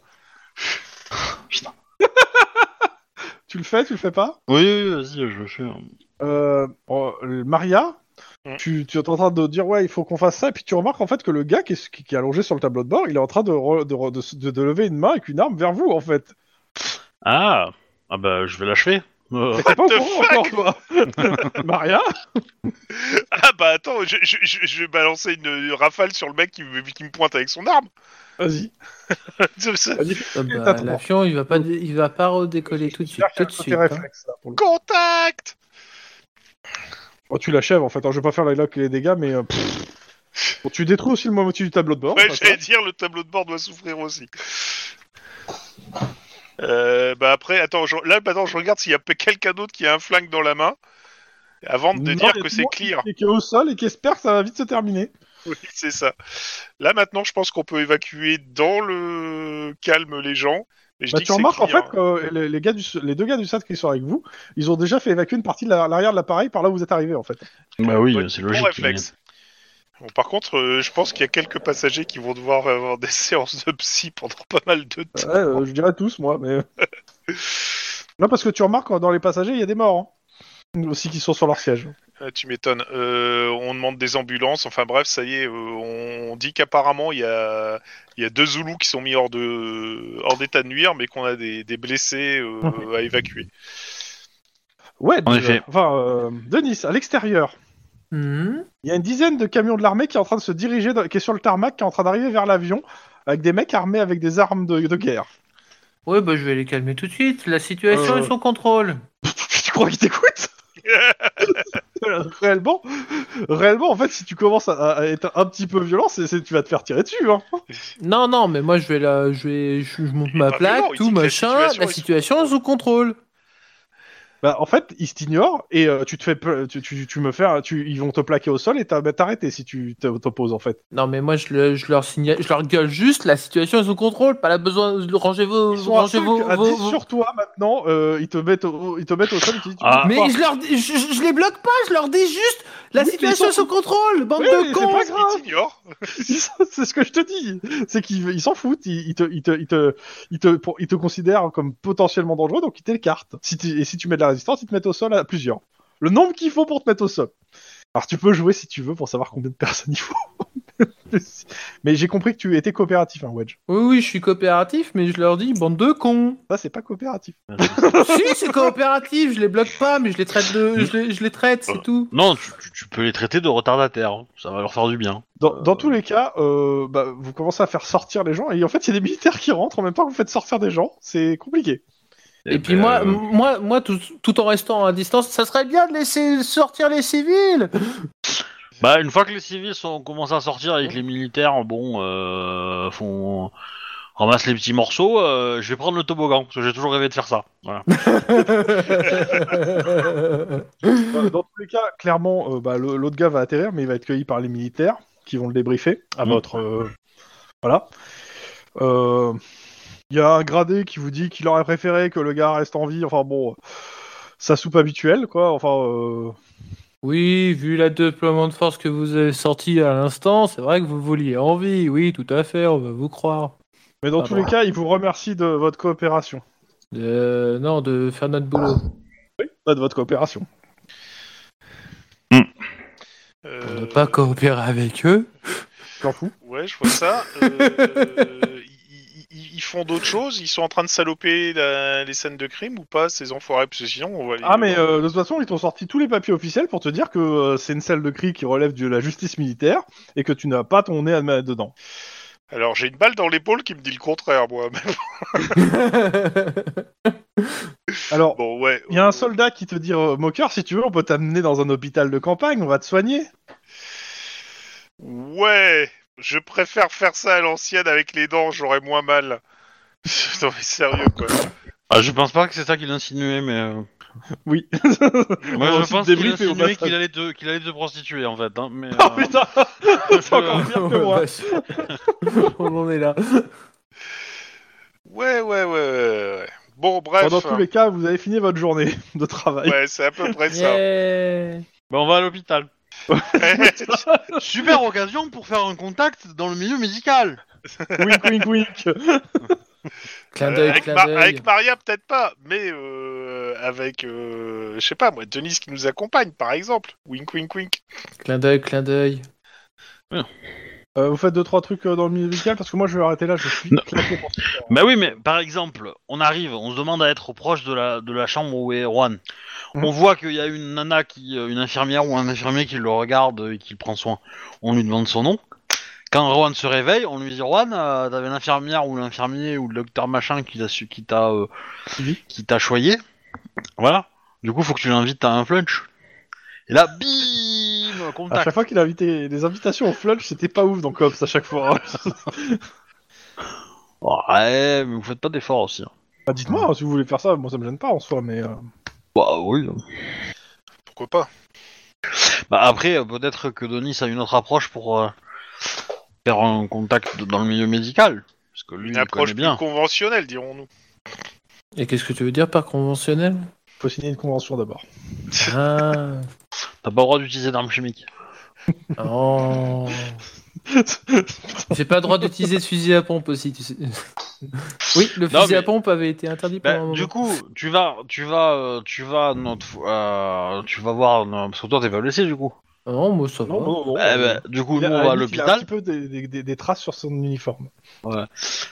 [SPEAKER 1] Tu le fais, tu le fais pas
[SPEAKER 4] Oui, oui, vas-y, je le fais.
[SPEAKER 1] Euh, euh, Maria,
[SPEAKER 2] Mm.
[SPEAKER 1] tu, tu es en train de dire ouais, il faut qu'on fasse ça, et puis tu remarques en fait que le gars qui est, qui- qui est allongé sur le tableau de bord, il est en train de, re- de, re- de se- de- de lever une main avec une arme vers vous en fait.
[SPEAKER 4] Ah, ah bah, je vais l'achever. Euh,
[SPEAKER 1] Mais T'es pas au
[SPEAKER 2] the
[SPEAKER 1] courant encore toi, Maria
[SPEAKER 2] Ah bah attends, je, je, je, je vais balancer une, une rafale sur le mec qui, me- qui me pointe avec son arme.
[SPEAKER 1] Vas-y.
[SPEAKER 2] Ça- ça-
[SPEAKER 3] Ah bah,
[SPEAKER 1] t'as trois.
[SPEAKER 3] L'avion, il va pas, dé- il va pas redécoller tout de suite.
[SPEAKER 1] Là, il y a un
[SPEAKER 3] Tout de
[SPEAKER 1] côté
[SPEAKER 3] suite. hein.
[SPEAKER 1] réflexe, là, pour le coup.
[SPEAKER 2] Contact
[SPEAKER 1] Oh, tu l'achèves en fait. Alors, je vais pas faire la loc et les dégâts, mais euh, pff. Bon, tu détruis aussi le moitié du tableau de bord.
[SPEAKER 2] Ouais,
[SPEAKER 1] pas
[SPEAKER 2] j'allais dire, le tableau de bord doit souffrir aussi. Euh, bah après, attends, je- là maintenant je regarde s'il y a pe- quelqu'un d'autre qui a un flingue dans la main avant de
[SPEAKER 1] Non,
[SPEAKER 2] dire
[SPEAKER 1] il y a
[SPEAKER 2] que
[SPEAKER 1] tout
[SPEAKER 2] c'est
[SPEAKER 1] le monde
[SPEAKER 2] clear.
[SPEAKER 1] Et qui est au sol et qui espère que ça va vite se terminer.
[SPEAKER 2] Oui, c'est ça. Là maintenant, je pense qu'on peut évacuer dans le calme les gens. Mais je
[SPEAKER 1] Bah,
[SPEAKER 2] dis
[SPEAKER 1] tu
[SPEAKER 2] que c'est
[SPEAKER 1] remarques en
[SPEAKER 2] clear.
[SPEAKER 1] fait que euh, les, les gars du, les deux gars du SAT qui sont avec vous, ils ont déjà fait évacuer une partie de la- l'arrière de l'appareil par là où vous êtes arrivé en fait.
[SPEAKER 4] bah oui,
[SPEAKER 2] hein. Bon-
[SPEAKER 4] c'est
[SPEAKER 2] bon
[SPEAKER 4] logique.
[SPEAKER 2] réflexe. Bon, par contre, euh, je pense qu'il y a quelques passagers qui vont devoir avoir des séances de psy pendant pas mal de temps.
[SPEAKER 1] Ouais, euh, je dirais tous, moi, mais. non, parce que tu remarques, euh, dans les passagers, il y a des morts. hein. Aussi qui sont sur leur siège.
[SPEAKER 2] Ah, tu m'étonnes. Euh, on demande des ambulances. Enfin bref, ça y est, euh, on dit qu'apparemment il y a, il y a deux Zoulous qui sont mis hors de hors d'état de nuire, mais qu'on a des, des blessés euh, à évacuer.
[SPEAKER 1] Ouais,
[SPEAKER 4] En
[SPEAKER 1] euh,
[SPEAKER 4] effet.
[SPEAKER 1] Enfin, euh, Denis, à l'extérieur,
[SPEAKER 3] Mhm.
[SPEAKER 1] il y a une dizaine de camions de l'armée qui est en train de se diriger, dans- qui est sur le tarmac, qui est en train d'arriver vers l'avion, avec des mecs armés avec des armes de, de guerre.
[SPEAKER 3] Ouais, bah, je vais les calmer tout de suite. La situation
[SPEAKER 1] Euh.
[SPEAKER 3] est sous contrôle.
[SPEAKER 1] tu crois qu'ils t'écoutent réellement, réellement, en fait, si tu commences à, à être un petit peu violent, c'est c'est- tu vas te faire tirer dessus. Hein.
[SPEAKER 3] Non, non, mais moi, je vais la, je vais, je, je monte
[SPEAKER 2] Il est
[SPEAKER 3] ma
[SPEAKER 2] pas
[SPEAKER 3] plaque,
[SPEAKER 2] violent, il
[SPEAKER 3] tout
[SPEAKER 2] dit que la
[SPEAKER 3] machin.
[SPEAKER 2] situation
[SPEAKER 3] La
[SPEAKER 2] est sous
[SPEAKER 3] situation est sous contrôle.
[SPEAKER 1] Bah, en fait, ils t'ignorent et euh, tu te fais, pe- tu, tu, tu me fais, un- tu, ils vont te plaquer au sol et t'as- bah, t'arrêter si tu te- t'opposes en fait.
[SPEAKER 3] Non, mais moi, je, le- je leur signale, je leur gueule juste. La situation est sous contrôle. Pas la besoin. Rangez vos,
[SPEAKER 1] Ils sont
[SPEAKER 3] rangez vos,
[SPEAKER 1] à
[SPEAKER 3] vos-
[SPEAKER 1] 10 sur toi maintenant. euh, ils te mettent, au, ils te mettent au sol. et tu dis, tu
[SPEAKER 4] Ah.
[SPEAKER 1] peux
[SPEAKER 3] Mais
[SPEAKER 1] pas.
[SPEAKER 3] je leur dis- je, je- je les bloque pas, je leur dis juste la
[SPEAKER 1] Oui,
[SPEAKER 3] situation
[SPEAKER 1] mais ils
[SPEAKER 3] est
[SPEAKER 1] sont-
[SPEAKER 3] sous contrôle, bande
[SPEAKER 1] Oui, mais
[SPEAKER 3] de
[SPEAKER 1] c'est
[SPEAKER 3] cons.
[SPEAKER 1] pas
[SPEAKER 2] Ils
[SPEAKER 1] grave.
[SPEAKER 2] t'ignorent.
[SPEAKER 1] c'est ce que je te dis. C'est qu'ils ils s'en foutent. Ils, ils te, ils te, ils te, ils te, pour- ils te considèrent comme potentiellement dangereux, donc ils t'écartent. Si tu- et si tu mets de la résistance, ils te mettent au sol à plusieurs. Le nombre qu'il faut pour te mettre au sol. Alors tu peux jouer si tu veux pour savoir combien de personnes il faut. Mais j'ai compris que tu étais coopératif, hein, Wedge.
[SPEAKER 3] Oui, oui, je suis coopératif, mais je leur dis bande de cons.
[SPEAKER 1] Ça, c'est pas coopératif.
[SPEAKER 3] si, c'est coopératif, je les bloque pas, mais je les traite de, je les, je les traite, c'est tout.
[SPEAKER 4] Non, tu, tu- tu peux les traiter de retardataires. hein. Ça va leur faire du bien.
[SPEAKER 1] Dans, dans tous les cas, euh, bah, vous commencez à faire sortir les gens, et en fait, il y a des militaires qui rentrent en même temps que vous faites sortir des gens. C'est compliqué.
[SPEAKER 3] Et, puis
[SPEAKER 4] Euh,
[SPEAKER 3] moi, moi, moi, tout, tout en restant à distance, ça serait bien de laisser sortir les civils.
[SPEAKER 4] Bah, une fois que les civils sont commencé à sortir et que les militaires, bon, euh, font ramassent les petits morceaux, euh, je vais prendre le toboggan parce que j'ai toujours rêvé de faire ça. Voilà.
[SPEAKER 1] Euh, dans tous les cas, clairement, euh, bah, le- l'autre gars va atterrir, mais il va être cueilli par les militaires qui vont le débriefer à
[SPEAKER 3] Mmh.
[SPEAKER 4] Mm.
[SPEAKER 1] votre. euh, voilà. Euh, Il y a un gradé qui vous dit qu'il aurait préféré que le gars reste en vie. Enfin bon, sa soupe habituelle, quoi. Enfin, euh,
[SPEAKER 3] oui, vu la déploiement de force que vous avez sorti à l'instant, c'est vrai que vous vouliez envie. Oui, tout à fait, on va vous croire.
[SPEAKER 1] mais dans
[SPEAKER 3] Ah
[SPEAKER 1] tous
[SPEAKER 3] bon.
[SPEAKER 1] les cas, il vous remercie de votre coopération.
[SPEAKER 3] De- Non, de faire notre boulot.
[SPEAKER 1] Pas de votre coopération.
[SPEAKER 3] Pour
[SPEAKER 2] Euh,
[SPEAKER 3] ne pas coopérer avec eux.
[SPEAKER 1] J'en fous.
[SPEAKER 2] Ouais, je vois ça. Euh, ils- ils ils font d'autres choses. Ils sont en train de saloper la- les scènes de crime ou pas, ces enfoirés Parce que sinon, on va les-
[SPEAKER 1] Ah, mais euh, de toute façon, ils t'ont sorti tous les papiers officiels pour te dire que euh, c'est une salle de cri qui relève de la justice militaire et que tu n'as pas ton nez à mettre dedans.
[SPEAKER 2] Alors, j'ai une balle dans l'épaule qui me dit le contraire, moi. Mais
[SPEAKER 1] Alors, il
[SPEAKER 2] bon, ouais.
[SPEAKER 1] y a un soldat qui te dit euh, Moqueur, si tu veux, on peut t'amener dans un hôpital de campagne, on va te soigner.
[SPEAKER 2] Ouais, je préfère faire ça à l'ancienne avec les dents, j'aurais moins mal. non, mais sérieux, quoi.
[SPEAKER 4] Ah, je pense pas que c'est ça qu'il insinuait, mais. euh,
[SPEAKER 1] Oui.
[SPEAKER 4] Moi,
[SPEAKER 1] On
[SPEAKER 4] je
[SPEAKER 1] ensuite
[SPEAKER 4] pense qu'il
[SPEAKER 1] débriefe et on
[SPEAKER 4] insinuait
[SPEAKER 1] passe à-
[SPEAKER 4] qu'il allait, te- qu'il allait te prostituer, en fait. Hein, mais,
[SPEAKER 1] Oh
[SPEAKER 4] euh,
[SPEAKER 1] putain C'est encore pire que moi.
[SPEAKER 3] On en est là.
[SPEAKER 2] Ouais, ouais, ouais, ouais. ouais. Bon, bref.
[SPEAKER 1] Dans tous les cas, vous avez fini votre journée de travail.
[SPEAKER 2] Ouais, c'est à peu près ça.
[SPEAKER 3] Yeah.
[SPEAKER 4] bah, on va à l'hôpital. Super occasion pour faire un contact dans le milieu médical.
[SPEAKER 1] wink, wink, wink.
[SPEAKER 3] Clin
[SPEAKER 2] Euh,
[SPEAKER 3] d'œil,
[SPEAKER 2] avec,
[SPEAKER 3] clin
[SPEAKER 2] Ma-
[SPEAKER 3] d'œil.
[SPEAKER 2] avec Maria, peut-être pas, mais euh, avec, euh, je sais pas moi, Denise qui nous accompagne, par exemple. Wink, wink, wink.
[SPEAKER 3] Clin d'œil, clin d'œil.
[SPEAKER 1] Euh, vous faites deux trois trucs euh, dans le milieu médical parce que moi je vais arrêter là, je suis
[SPEAKER 4] Non.
[SPEAKER 1] claqué pour ça.
[SPEAKER 4] Bah oui, mais par exemple, on arrive, on se demande à être proche de la, de la chambre où est Juan.
[SPEAKER 1] Mm.
[SPEAKER 4] On voit qu'il y a une nana, qui, euh, une infirmière ou un infirmier qui le regarde et qui le prend soin. On lui demande son nom. Quand Juan se réveille, on lui dit Juan, euh, t'avais l'infirmière ou l'infirmier ou le docteur machin qui t'a su- qui t'a euh,
[SPEAKER 1] Suivi.
[SPEAKER 4] qui t'a choyé. Voilà. Du coup, faut que tu l'invites à un flunch. Et là, bim,
[SPEAKER 1] À
[SPEAKER 4] contact.
[SPEAKER 1] chaque fois qu'il a invité des invitations au flunch, c'était pas ouf dans Cops à chaque fois.
[SPEAKER 4] Ouais, mais vous faites pas d'efforts aussi. hein.
[SPEAKER 1] Bah, Dites-moi hein, si vous voulez faire ça, moi ça me gêne pas en soi, mais euh,
[SPEAKER 4] Bah oui.
[SPEAKER 2] Pourquoi pas
[SPEAKER 4] Bah après, euh, peut-être que Denis a une autre approche pour euh, faire un contact dans le milieu médical. Parce que lui,
[SPEAKER 2] Une
[SPEAKER 4] il
[SPEAKER 2] approche
[SPEAKER 4] connaît
[SPEAKER 2] plus
[SPEAKER 4] bien.
[SPEAKER 2] conventionnelle, dirons-nous.
[SPEAKER 3] Et qu'est-ce que tu veux dire par conventionnel
[SPEAKER 1] faut signer une convention d'abord.
[SPEAKER 3] Ah,
[SPEAKER 4] T'as pas le droit d'utiliser d'armes chimiques.
[SPEAKER 3] oh. J'ai pas le droit d'utiliser de fusil à pompe aussi, tu sais. Oui, le
[SPEAKER 4] Non,
[SPEAKER 3] fusil à
[SPEAKER 4] mais-
[SPEAKER 3] pompe avait été interdit pendant
[SPEAKER 4] Bah,
[SPEAKER 3] un moment.
[SPEAKER 4] du coup, tu vas, tu vas, euh, tu vas, notre, euh, tu vas voir. non, parce que toi, t'es pas blessé du coup.
[SPEAKER 3] Ah Non, moi ça va.
[SPEAKER 1] non, non.
[SPEAKER 4] Eh ben, du coup,
[SPEAKER 1] Il
[SPEAKER 4] nous
[SPEAKER 1] a-
[SPEAKER 4] on
[SPEAKER 1] la
[SPEAKER 4] va à
[SPEAKER 1] limite, il a un
[SPEAKER 4] l'hôpital.
[SPEAKER 1] petit peu des, des- des- des traces sur son uniforme.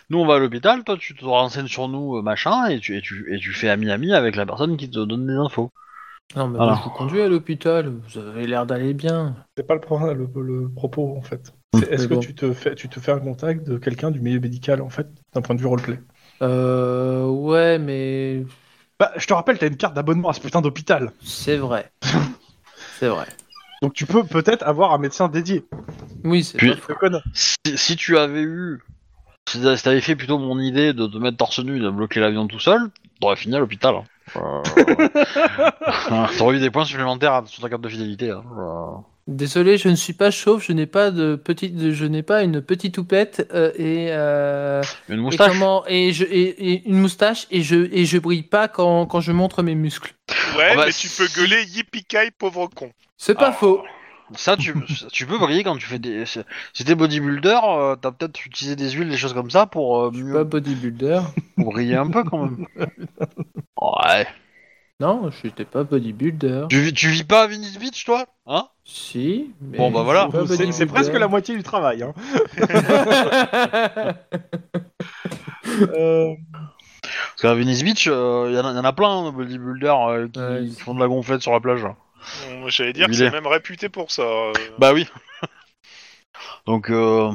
[SPEAKER 4] Nous on va à l'hôpital. Toi, tu te renseignes sur nous, euh, machin, et tu, et tu, et tu fais ami-ami avec la personne qui te donne des infos.
[SPEAKER 3] Non, mais
[SPEAKER 4] Voilà.
[SPEAKER 3] moi, je vous conduis à l'hôpital. Vous avez l'air d'aller bien.
[SPEAKER 1] C'est pas le, pro- le- le propos en fait. C'est- Est-ce
[SPEAKER 3] Mmh. Mais
[SPEAKER 1] que
[SPEAKER 3] bon.
[SPEAKER 1] tu, te fais, tu te fais un contact de quelqu'un du milieu médical en fait, d'un point de vue roleplay
[SPEAKER 3] Euh, ouais, mais
[SPEAKER 1] Bah, je te rappelle, t'as une carte d'abonnement à ce putain d'hôpital.
[SPEAKER 3] c'est vrai. c'est vrai.
[SPEAKER 1] Donc tu peux peut-être avoir un médecin dédié.
[SPEAKER 3] Oui, c'est
[SPEAKER 4] Puis-
[SPEAKER 3] pas faux.
[SPEAKER 1] Le connard.
[SPEAKER 4] Si, si tu avais eu, si t'a- si t'avais fait plutôt mon idée de te mettre torse nu et de bloquer l'avion tout seul, t'aurais fini à l'hôpital. hein. Euh, t'aurais eu des points supplémentaires à- sur ta carte de fidélité. hein. Euh,
[SPEAKER 3] Désolé, je ne suis pas chauve, je n'ai pas de petite, de- je n'ai pas une petite toupette euh, et, euh,
[SPEAKER 4] Une
[SPEAKER 3] et
[SPEAKER 4] moustache.
[SPEAKER 3] comment et je et, et une moustache et je et je brille pas quand, quand je montre mes muscles.
[SPEAKER 2] Ouais,
[SPEAKER 4] Ah bah,
[SPEAKER 2] mais tu peux
[SPEAKER 4] si.
[SPEAKER 2] gueuler yippee pauvre con.
[SPEAKER 3] C'est pas
[SPEAKER 4] Ah.
[SPEAKER 3] faux.
[SPEAKER 4] Ça, tu, ça, tu peux briller quand tu fais des. Si si t'es bodybuilder, euh, t'as peut-être utilisé des huiles, des choses comme ça pour euh,
[SPEAKER 3] Pas
[SPEAKER 4] mieux
[SPEAKER 3] bodybuilder.
[SPEAKER 4] pour briller un peu quand même. Ouais.
[SPEAKER 3] Non, je n'étais pas bodybuilder.
[SPEAKER 4] Tu, vis- tu vis pas à Venice Beach, toi Hein
[SPEAKER 3] Si. Mais
[SPEAKER 4] Bon, bah, voilà.
[SPEAKER 3] je suis pas
[SPEAKER 1] C'est c'est presque la
[SPEAKER 3] bodybuilder.
[SPEAKER 1] moitié du travail. Hein. Euh,
[SPEAKER 4] Parce qu'à Venice Beach, il y, en a- y en a plein de bodybuilders euh, qui,
[SPEAKER 3] Ouais.
[SPEAKER 4] qui font de la gonflette sur la plage.
[SPEAKER 2] Bon, Hum, J'allais dire que
[SPEAKER 4] Il est.
[SPEAKER 2] c'est même réputé pour ça. euh.
[SPEAKER 4] Bah oui. Donc, euh,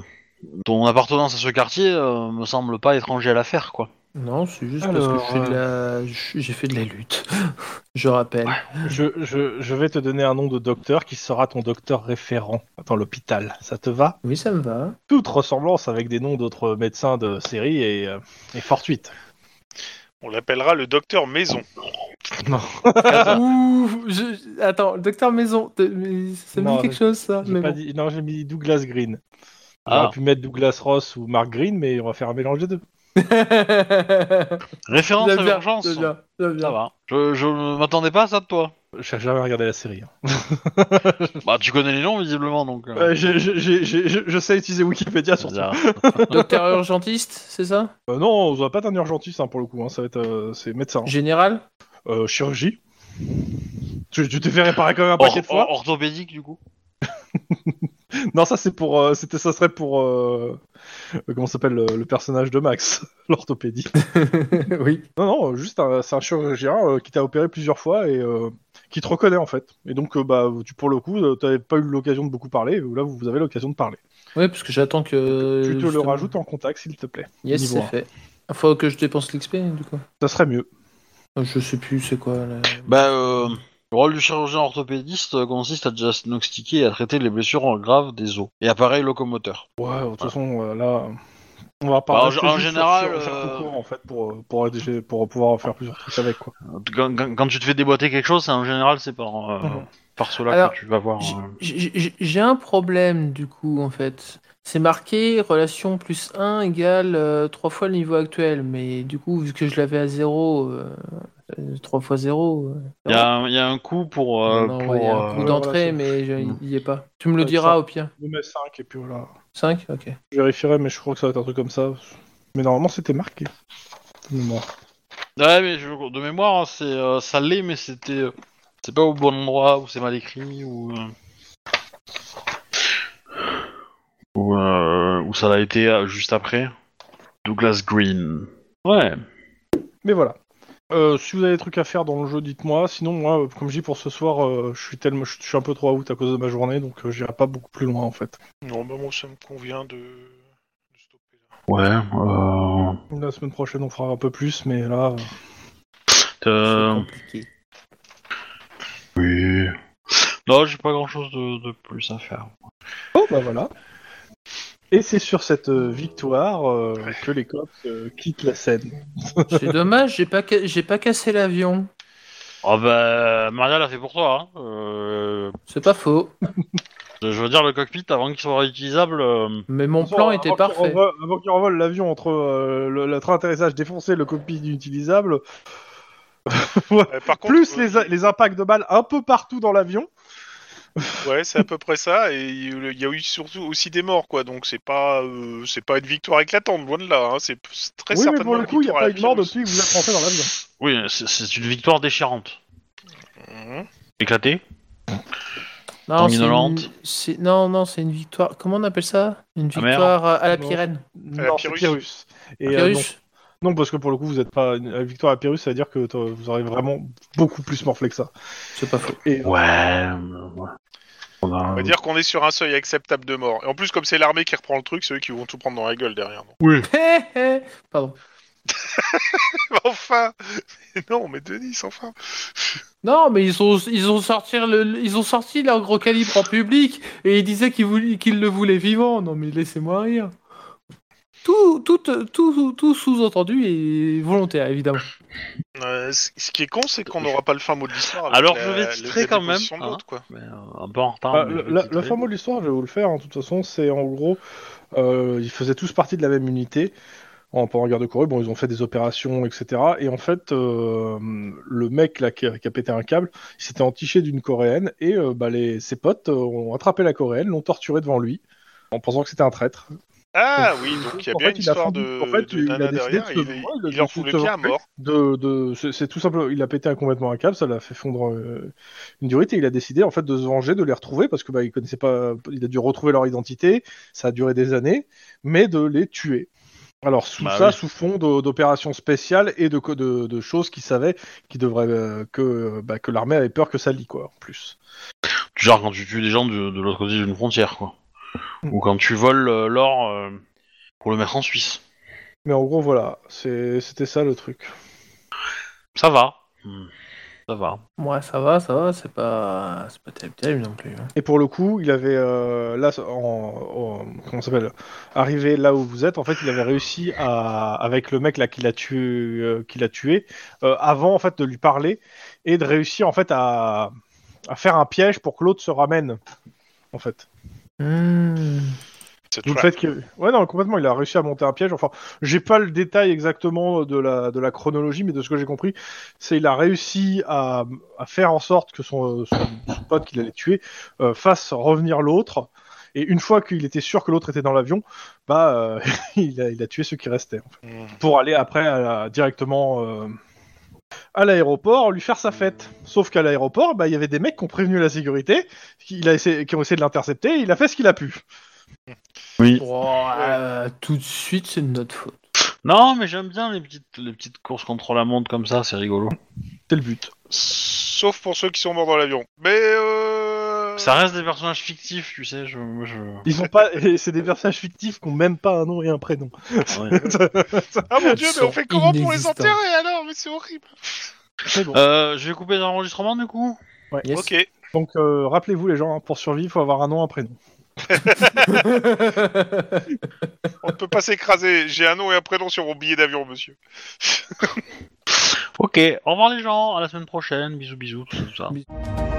[SPEAKER 4] ton appartenance à ce quartier euh, me semble pas étranger à l'affaire, quoi.
[SPEAKER 3] Non, c'est juste
[SPEAKER 1] Alors,
[SPEAKER 3] parce que je fais de la... je- j'ai fait de la lutte. je rappelle.
[SPEAKER 1] je, je- je vais te donner un nom de docteur qui sera ton docteur référent dans l'hôpital. Ça te va
[SPEAKER 3] Oui, ça me va.
[SPEAKER 1] Toute ressemblance avec des noms d'autres médecins de série est, euh, est fortuite.
[SPEAKER 2] On l'appellera le docteur maison.
[SPEAKER 3] Ouh, je- Attends, le docteur Maison, te- mais ça me
[SPEAKER 1] Non,
[SPEAKER 3] dit quelque chose ça
[SPEAKER 1] J'ai
[SPEAKER 3] Ah, mais
[SPEAKER 1] pas
[SPEAKER 3] bon.
[SPEAKER 1] dit- non, j'ai mis Douglas Green.
[SPEAKER 4] Ah.
[SPEAKER 1] J'aurais pu mettre Douglas Ross ou Mark Green, mais on va faire un mélange des deux.
[SPEAKER 3] J'aime
[SPEAKER 4] Référence à
[SPEAKER 3] bien,
[SPEAKER 4] l'urgence.
[SPEAKER 3] j'aime bien, j'aime bien.
[SPEAKER 4] Ça va. Je, je ne m'attendais pas à ça de toi.
[SPEAKER 1] J'ai jamais regardé la série. hein.
[SPEAKER 4] Bah, tu connais les noms visiblement donc. euh,
[SPEAKER 1] Euh, j'ai- j'ai- j'ai- j'ai- je je sais utiliser Wikipédia
[SPEAKER 4] c'est
[SPEAKER 1] surtout.
[SPEAKER 4] bizarre.
[SPEAKER 3] Docteur urgentiste, c'est ça
[SPEAKER 1] Euh, non, on va pas être un urgentiste hein, pour le coup. hein, Ça va être euh, c'est médecin. hein.
[SPEAKER 3] Général
[SPEAKER 1] Euh, chirurgie. Tu, tu t'es fait réparer quand même un
[SPEAKER 4] Or-
[SPEAKER 1] paquet de fois.
[SPEAKER 4] or- orthopédique du coup.
[SPEAKER 1] Non, ça c'est pour, euh, c'était, ça serait pour euh, euh, comment s'appelle le, le personnage de Max, l'orthopédie.
[SPEAKER 3] Oui.
[SPEAKER 1] Non, non, euh, juste un, c'est un chirurgien euh, qui t'a opéré plusieurs fois et euh, qui te reconnaît en fait. Et donc, euh, bah, tu, pour le coup, euh, t'avais pas eu l'occasion de beaucoup parler. et Là, vous avez l'occasion de parler.
[SPEAKER 3] Ouais, parce que j'attends que.
[SPEAKER 1] tu te le
[SPEAKER 3] justement-
[SPEAKER 1] rajoutes en contact, s'il te plaît.
[SPEAKER 3] Yes,
[SPEAKER 1] niveau
[SPEAKER 3] c'est
[SPEAKER 1] un.
[SPEAKER 3] fait. Faut que je dépense l'XP, du coup.
[SPEAKER 1] Ça serait mieux.
[SPEAKER 3] Je sais plus c'est quoi. là.
[SPEAKER 4] Bah, euh, le rôle du chirurgien orthopédiste euh, consiste à diagnostiquer et à traiter les blessures graves des os et appareils locomoteurs.
[SPEAKER 1] Ouais, de toute façon, euh, là, on va
[SPEAKER 4] Bah, en-
[SPEAKER 1] pas. rester
[SPEAKER 4] en
[SPEAKER 1] juste
[SPEAKER 4] général,
[SPEAKER 1] sur- sur
[SPEAKER 4] euh, Ah.
[SPEAKER 1] le concours, en fait, pour, euh, pour, aider- pour pouvoir faire plusieurs trucs avec quoi.
[SPEAKER 4] Quand, quand- quand tu te fais déboîter quelque chose, c'est- en général, c'est par, euh,
[SPEAKER 1] Mhm.
[SPEAKER 4] par cela
[SPEAKER 3] Alors,
[SPEAKER 4] que tu vas voir.
[SPEAKER 3] J-
[SPEAKER 4] euh.
[SPEAKER 3] j- j- J'ai un problème, du coup, en fait. C'est marqué relation plus 1 égale 3 fois le niveau actuel, mais du coup, vu que je l'avais à 0, 3 fois euh, 0.
[SPEAKER 4] Il y, a un- il y a un coût pour. euh, pour,
[SPEAKER 3] un coup
[SPEAKER 4] euh,
[SPEAKER 1] dans-
[SPEAKER 3] d'entrée,
[SPEAKER 1] relation.
[SPEAKER 3] mais je-
[SPEAKER 4] Mm.
[SPEAKER 3] il y est pas. Tu me le
[SPEAKER 1] Ouais,
[SPEAKER 3] diras
[SPEAKER 1] ça.
[SPEAKER 3] au pire.
[SPEAKER 1] Je mets 5 et puis voilà.
[SPEAKER 3] 5 Ok.
[SPEAKER 1] Je vérifierai, mais je crois que ça va être un truc comme ça. Mais normalement, c'était marqué. De mémoire.
[SPEAKER 4] Ouais, mais je- de mémoire, hein, c'est euh, ça l'est, mais c'était. euh, c'est pas au bon endroit, ou c'est mal écrit, ou. euh, Ou, euh, ou ça l'a été euh, juste après. Douglas Green. Ouais.
[SPEAKER 1] Mais voilà. Euh, si vous avez des trucs à faire dans le jeu, dites-moi. Sinon, moi, euh, comme je dis pour ce soir, euh, je suis tellement, je suis un peu trop out à cause de ma journée, donc euh, j'irai pas beaucoup plus loin en fait.
[SPEAKER 2] Non, bah moi ça me convient de, de stopper là.
[SPEAKER 4] Ouais. euh,
[SPEAKER 1] La semaine prochaine, on fera un peu plus, mais là, euh,
[SPEAKER 4] euh,
[SPEAKER 3] C'est compliqué.
[SPEAKER 4] Oui. Non, j'ai pas grand chose de, de plus à faire.
[SPEAKER 1] oh bah voilà. Et c'est sur cette euh, victoire euh, que les cops euh, quittent la scène.
[SPEAKER 3] C'est dommage, j'ai pas, ca- j'ai pas cassé l'avion.
[SPEAKER 4] Oh bah, Maria l'a fait pour toi. Hein. Euh,
[SPEAKER 3] C'est pas faux.
[SPEAKER 4] je veux dire, le cockpit, avant qu'il soit réutilisable, euh,
[SPEAKER 3] Mais mon
[SPEAKER 1] Bon,
[SPEAKER 3] plan était
[SPEAKER 1] avant qu'ils
[SPEAKER 3] parfait.
[SPEAKER 1] renvolent- avant qu'ils renvolent l'avion entre euh, le, le train d'atterrissage défoncé, le cockpit inutilisable,
[SPEAKER 2] Euh, par contre,
[SPEAKER 1] plus
[SPEAKER 2] euh,
[SPEAKER 1] les, a- les impacts de balles un peu partout dans l'avion.
[SPEAKER 2] Ouais, c'est à peu près ça. Et il y a eu- il y a eu surtout aussi des morts, quoi. Donc c'est pas, euh, c'est pas une victoire éclatante, loin de là. hein. C'est c'est très
[SPEAKER 1] Oui, mais
[SPEAKER 2] certainement
[SPEAKER 1] pour le
[SPEAKER 2] une
[SPEAKER 1] coup, il n'y
[SPEAKER 2] victoire
[SPEAKER 1] a pas
[SPEAKER 2] à
[SPEAKER 1] eu
[SPEAKER 2] la
[SPEAKER 1] de mort
[SPEAKER 2] Pyrrhus.
[SPEAKER 1] depuis que vous êtes rentré dans l'avion.
[SPEAKER 4] oui, c'est- c'est une victoire déchirante.
[SPEAKER 2] Mhm.
[SPEAKER 4] Éclatée.
[SPEAKER 3] Non, c'est une...
[SPEAKER 4] Dominante.
[SPEAKER 3] c'est- non, non, c'est une victoire. Comment on appelle ça Une
[SPEAKER 4] Amère.
[SPEAKER 3] victoire euh, à la
[SPEAKER 1] Non.
[SPEAKER 3] Pyrène.
[SPEAKER 1] Non,
[SPEAKER 2] À la
[SPEAKER 1] c'est
[SPEAKER 2] Pyrrhus.
[SPEAKER 1] Pyrrhus. Et, euh, non.
[SPEAKER 3] Pyrrhus
[SPEAKER 1] non, parce que pour le coup, vous n'êtes pas. La victoire à Pyrrhus, ça veut dire que toi, vous aurez vraiment beaucoup plus morflé que ça.
[SPEAKER 3] C'est pas faux.
[SPEAKER 1] Et,
[SPEAKER 4] Ouais. euh, ouais. On a-
[SPEAKER 2] On va dire qu'on est sur un seuil acceptable de mort. Et en plus, comme c'est l'armée qui reprend le truc, c'est eux qui vont tout prendre dans la gueule derrière. donc.
[SPEAKER 3] Hé, hé. Pardon.
[SPEAKER 2] enfin Mais Non, mais Denis, enfin
[SPEAKER 3] Non, mais ils ont, ils ont, sorti, le, le- ils ont sorti leur gros calibre en public et ils disaient qu'ils voulaient- qu'ils le voulaient vivant. Non, mais laissez-moi rire. Tout, tout, tout, tout sous-entendu et volontaire, évidemment.
[SPEAKER 2] Euh, c- Ce qui est con, c'est qu'on n'aura pas le fin mot de l'histoire. avec
[SPEAKER 4] Alors,
[SPEAKER 2] la-
[SPEAKER 4] je vais
[SPEAKER 2] la-
[SPEAKER 4] titrer
[SPEAKER 2] la
[SPEAKER 4] quand même,
[SPEAKER 2] déposition de l'autre, quoi.
[SPEAKER 4] Mais, euh, un peu en retard.
[SPEAKER 1] Bah,
[SPEAKER 4] mais
[SPEAKER 1] le,
[SPEAKER 4] je
[SPEAKER 1] la-
[SPEAKER 4] vais
[SPEAKER 1] le fin mot de l'histoire, je vais vous le faire, hein, de toute façon, c'est en gros, euh, ils faisaient tous partie de la même unité. En, pendant la guerre de Corée, bon, ils ont fait des opérations, etc. Et en fait, euh, le mec là qui a, qui a pété un câble, il s'était entiché d'une Coréenne et euh, bah, les, ses potes euh, ont attrapé la Coréenne, l'ont torturé devant lui, en pensant que c'était un traître.
[SPEAKER 2] Ah oui, donc il y a
[SPEAKER 1] En
[SPEAKER 2] bien
[SPEAKER 1] fait,
[SPEAKER 2] une
[SPEAKER 1] il a
[SPEAKER 2] histoire
[SPEAKER 1] fondu-
[SPEAKER 2] de,
[SPEAKER 1] en fait,
[SPEAKER 2] de
[SPEAKER 1] il a
[SPEAKER 2] nana
[SPEAKER 1] décidé de
[SPEAKER 2] derrière.
[SPEAKER 1] se
[SPEAKER 2] il,
[SPEAKER 1] voir, il a
[SPEAKER 2] il en
[SPEAKER 1] décidé
[SPEAKER 2] fout
[SPEAKER 1] de
[SPEAKER 2] le
[SPEAKER 1] se
[SPEAKER 2] bien à
[SPEAKER 1] voir.
[SPEAKER 2] mort.
[SPEAKER 1] de, de- c'est c'est tout simple il a pété un complètement un câble ça l'a fait fondre euh, une durite et il a décidé en fait de se venger de les retrouver parce que bah il connaissait pas il a dû retrouver leur identité ça a duré des années mais de les tuer alors sous
[SPEAKER 4] Bah
[SPEAKER 1] ça
[SPEAKER 4] oui.
[SPEAKER 1] sous fond de- d'opérations spéciales et de, co- de, de choses qu'ils savaient qui devraient euh, que euh, bah, que l'armée avait peur que ça lie quoi en plus
[SPEAKER 4] Genre quand tu tues des gens de, de l'autre côté d'une frontière, quoi.
[SPEAKER 1] Hmm.
[SPEAKER 4] Ou quand tu voles euh, l'or euh, pour le mettre en Suisse.
[SPEAKER 1] mais en gros voilà c'est- c'était ça le truc
[SPEAKER 4] Ça va. Hmm. Ça va.
[SPEAKER 3] Moi, ça va, ça va, c'est pas, c'est pas terrible, terrible non plus. hein.
[SPEAKER 1] Et pour le coup, il avait euh, là, en, en- comment ça s'appelle, arrivé là où vous êtes, en fait, il avait réussi à, avec le mec là qui l'a tué, euh, qui l'a tué, euh, avant en fait de lui parler et de réussir en fait à, à faire un piège pour que l'autre se ramène, en fait.
[SPEAKER 3] Hmm.
[SPEAKER 2] C'est
[SPEAKER 1] Vous le
[SPEAKER 2] trap.
[SPEAKER 1] fait que... Ouais, non, complètement, il a réussi à monter un piège. Enfin, j'ai pas le détail exactement de la, de la chronologie, mais de ce que j'ai compris, c'est il a réussi à, à faire en sorte que son, son- son pote qu'il allait tuer euh, fasse revenir l'autre. Et une fois qu'il était sûr que l'autre était dans l'avion, bah, euh, il, a, il a tué ceux qui restaient. en fait.
[SPEAKER 2] Mm.
[SPEAKER 1] Pour aller après à la- directement euh, à l'aéroport, lui faire sa fête. Sauf qu'à l'aéroport, bah, il y avait des mecs qui ont prévenu la sécurité, qui, il a essayé- qui ont essayé de l'intercepter, et il a fait ce qu'il a pu.
[SPEAKER 4] Oui.
[SPEAKER 3] Oh, euh, tout de suite, c'est de notre faute.
[SPEAKER 4] Non, mais j'aime bien les petites, les petites courses contre la montre comme ça, c'est rigolo.
[SPEAKER 1] Euh. C'est le but.
[SPEAKER 2] Sauf pour ceux qui sont morts dans l'avion. Mais euh...
[SPEAKER 4] Ça reste des personnages fictifs, tu sais. Je, moi, je...
[SPEAKER 1] Ils ont pas, et c'est des personnages fictifs qui ont même pas un nom et un prénom.
[SPEAKER 4] Ouais.
[SPEAKER 2] Ah mon dieu,
[SPEAKER 3] Ils
[SPEAKER 2] mais on
[SPEAKER 3] sont
[SPEAKER 2] fait comment pour les
[SPEAKER 3] inexistants.
[SPEAKER 2] enterrer alors Mais c'est horrible.
[SPEAKER 1] C'est bon.
[SPEAKER 4] Euh, je vais couper l'enregistrement du coup.
[SPEAKER 3] Yes.
[SPEAKER 2] Ok.
[SPEAKER 1] Donc euh, rappelez-vous les gens, hein, pour survivre, il faut avoir un nom, un prénom.
[SPEAKER 2] On ne peut pas s'écraser. J'ai un nom et un prénom sur mon billet d'avion, monsieur.
[SPEAKER 4] Ok. Au revoir les gens. À la semaine prochaine. Bisous, bisous, tout ça. tout ça.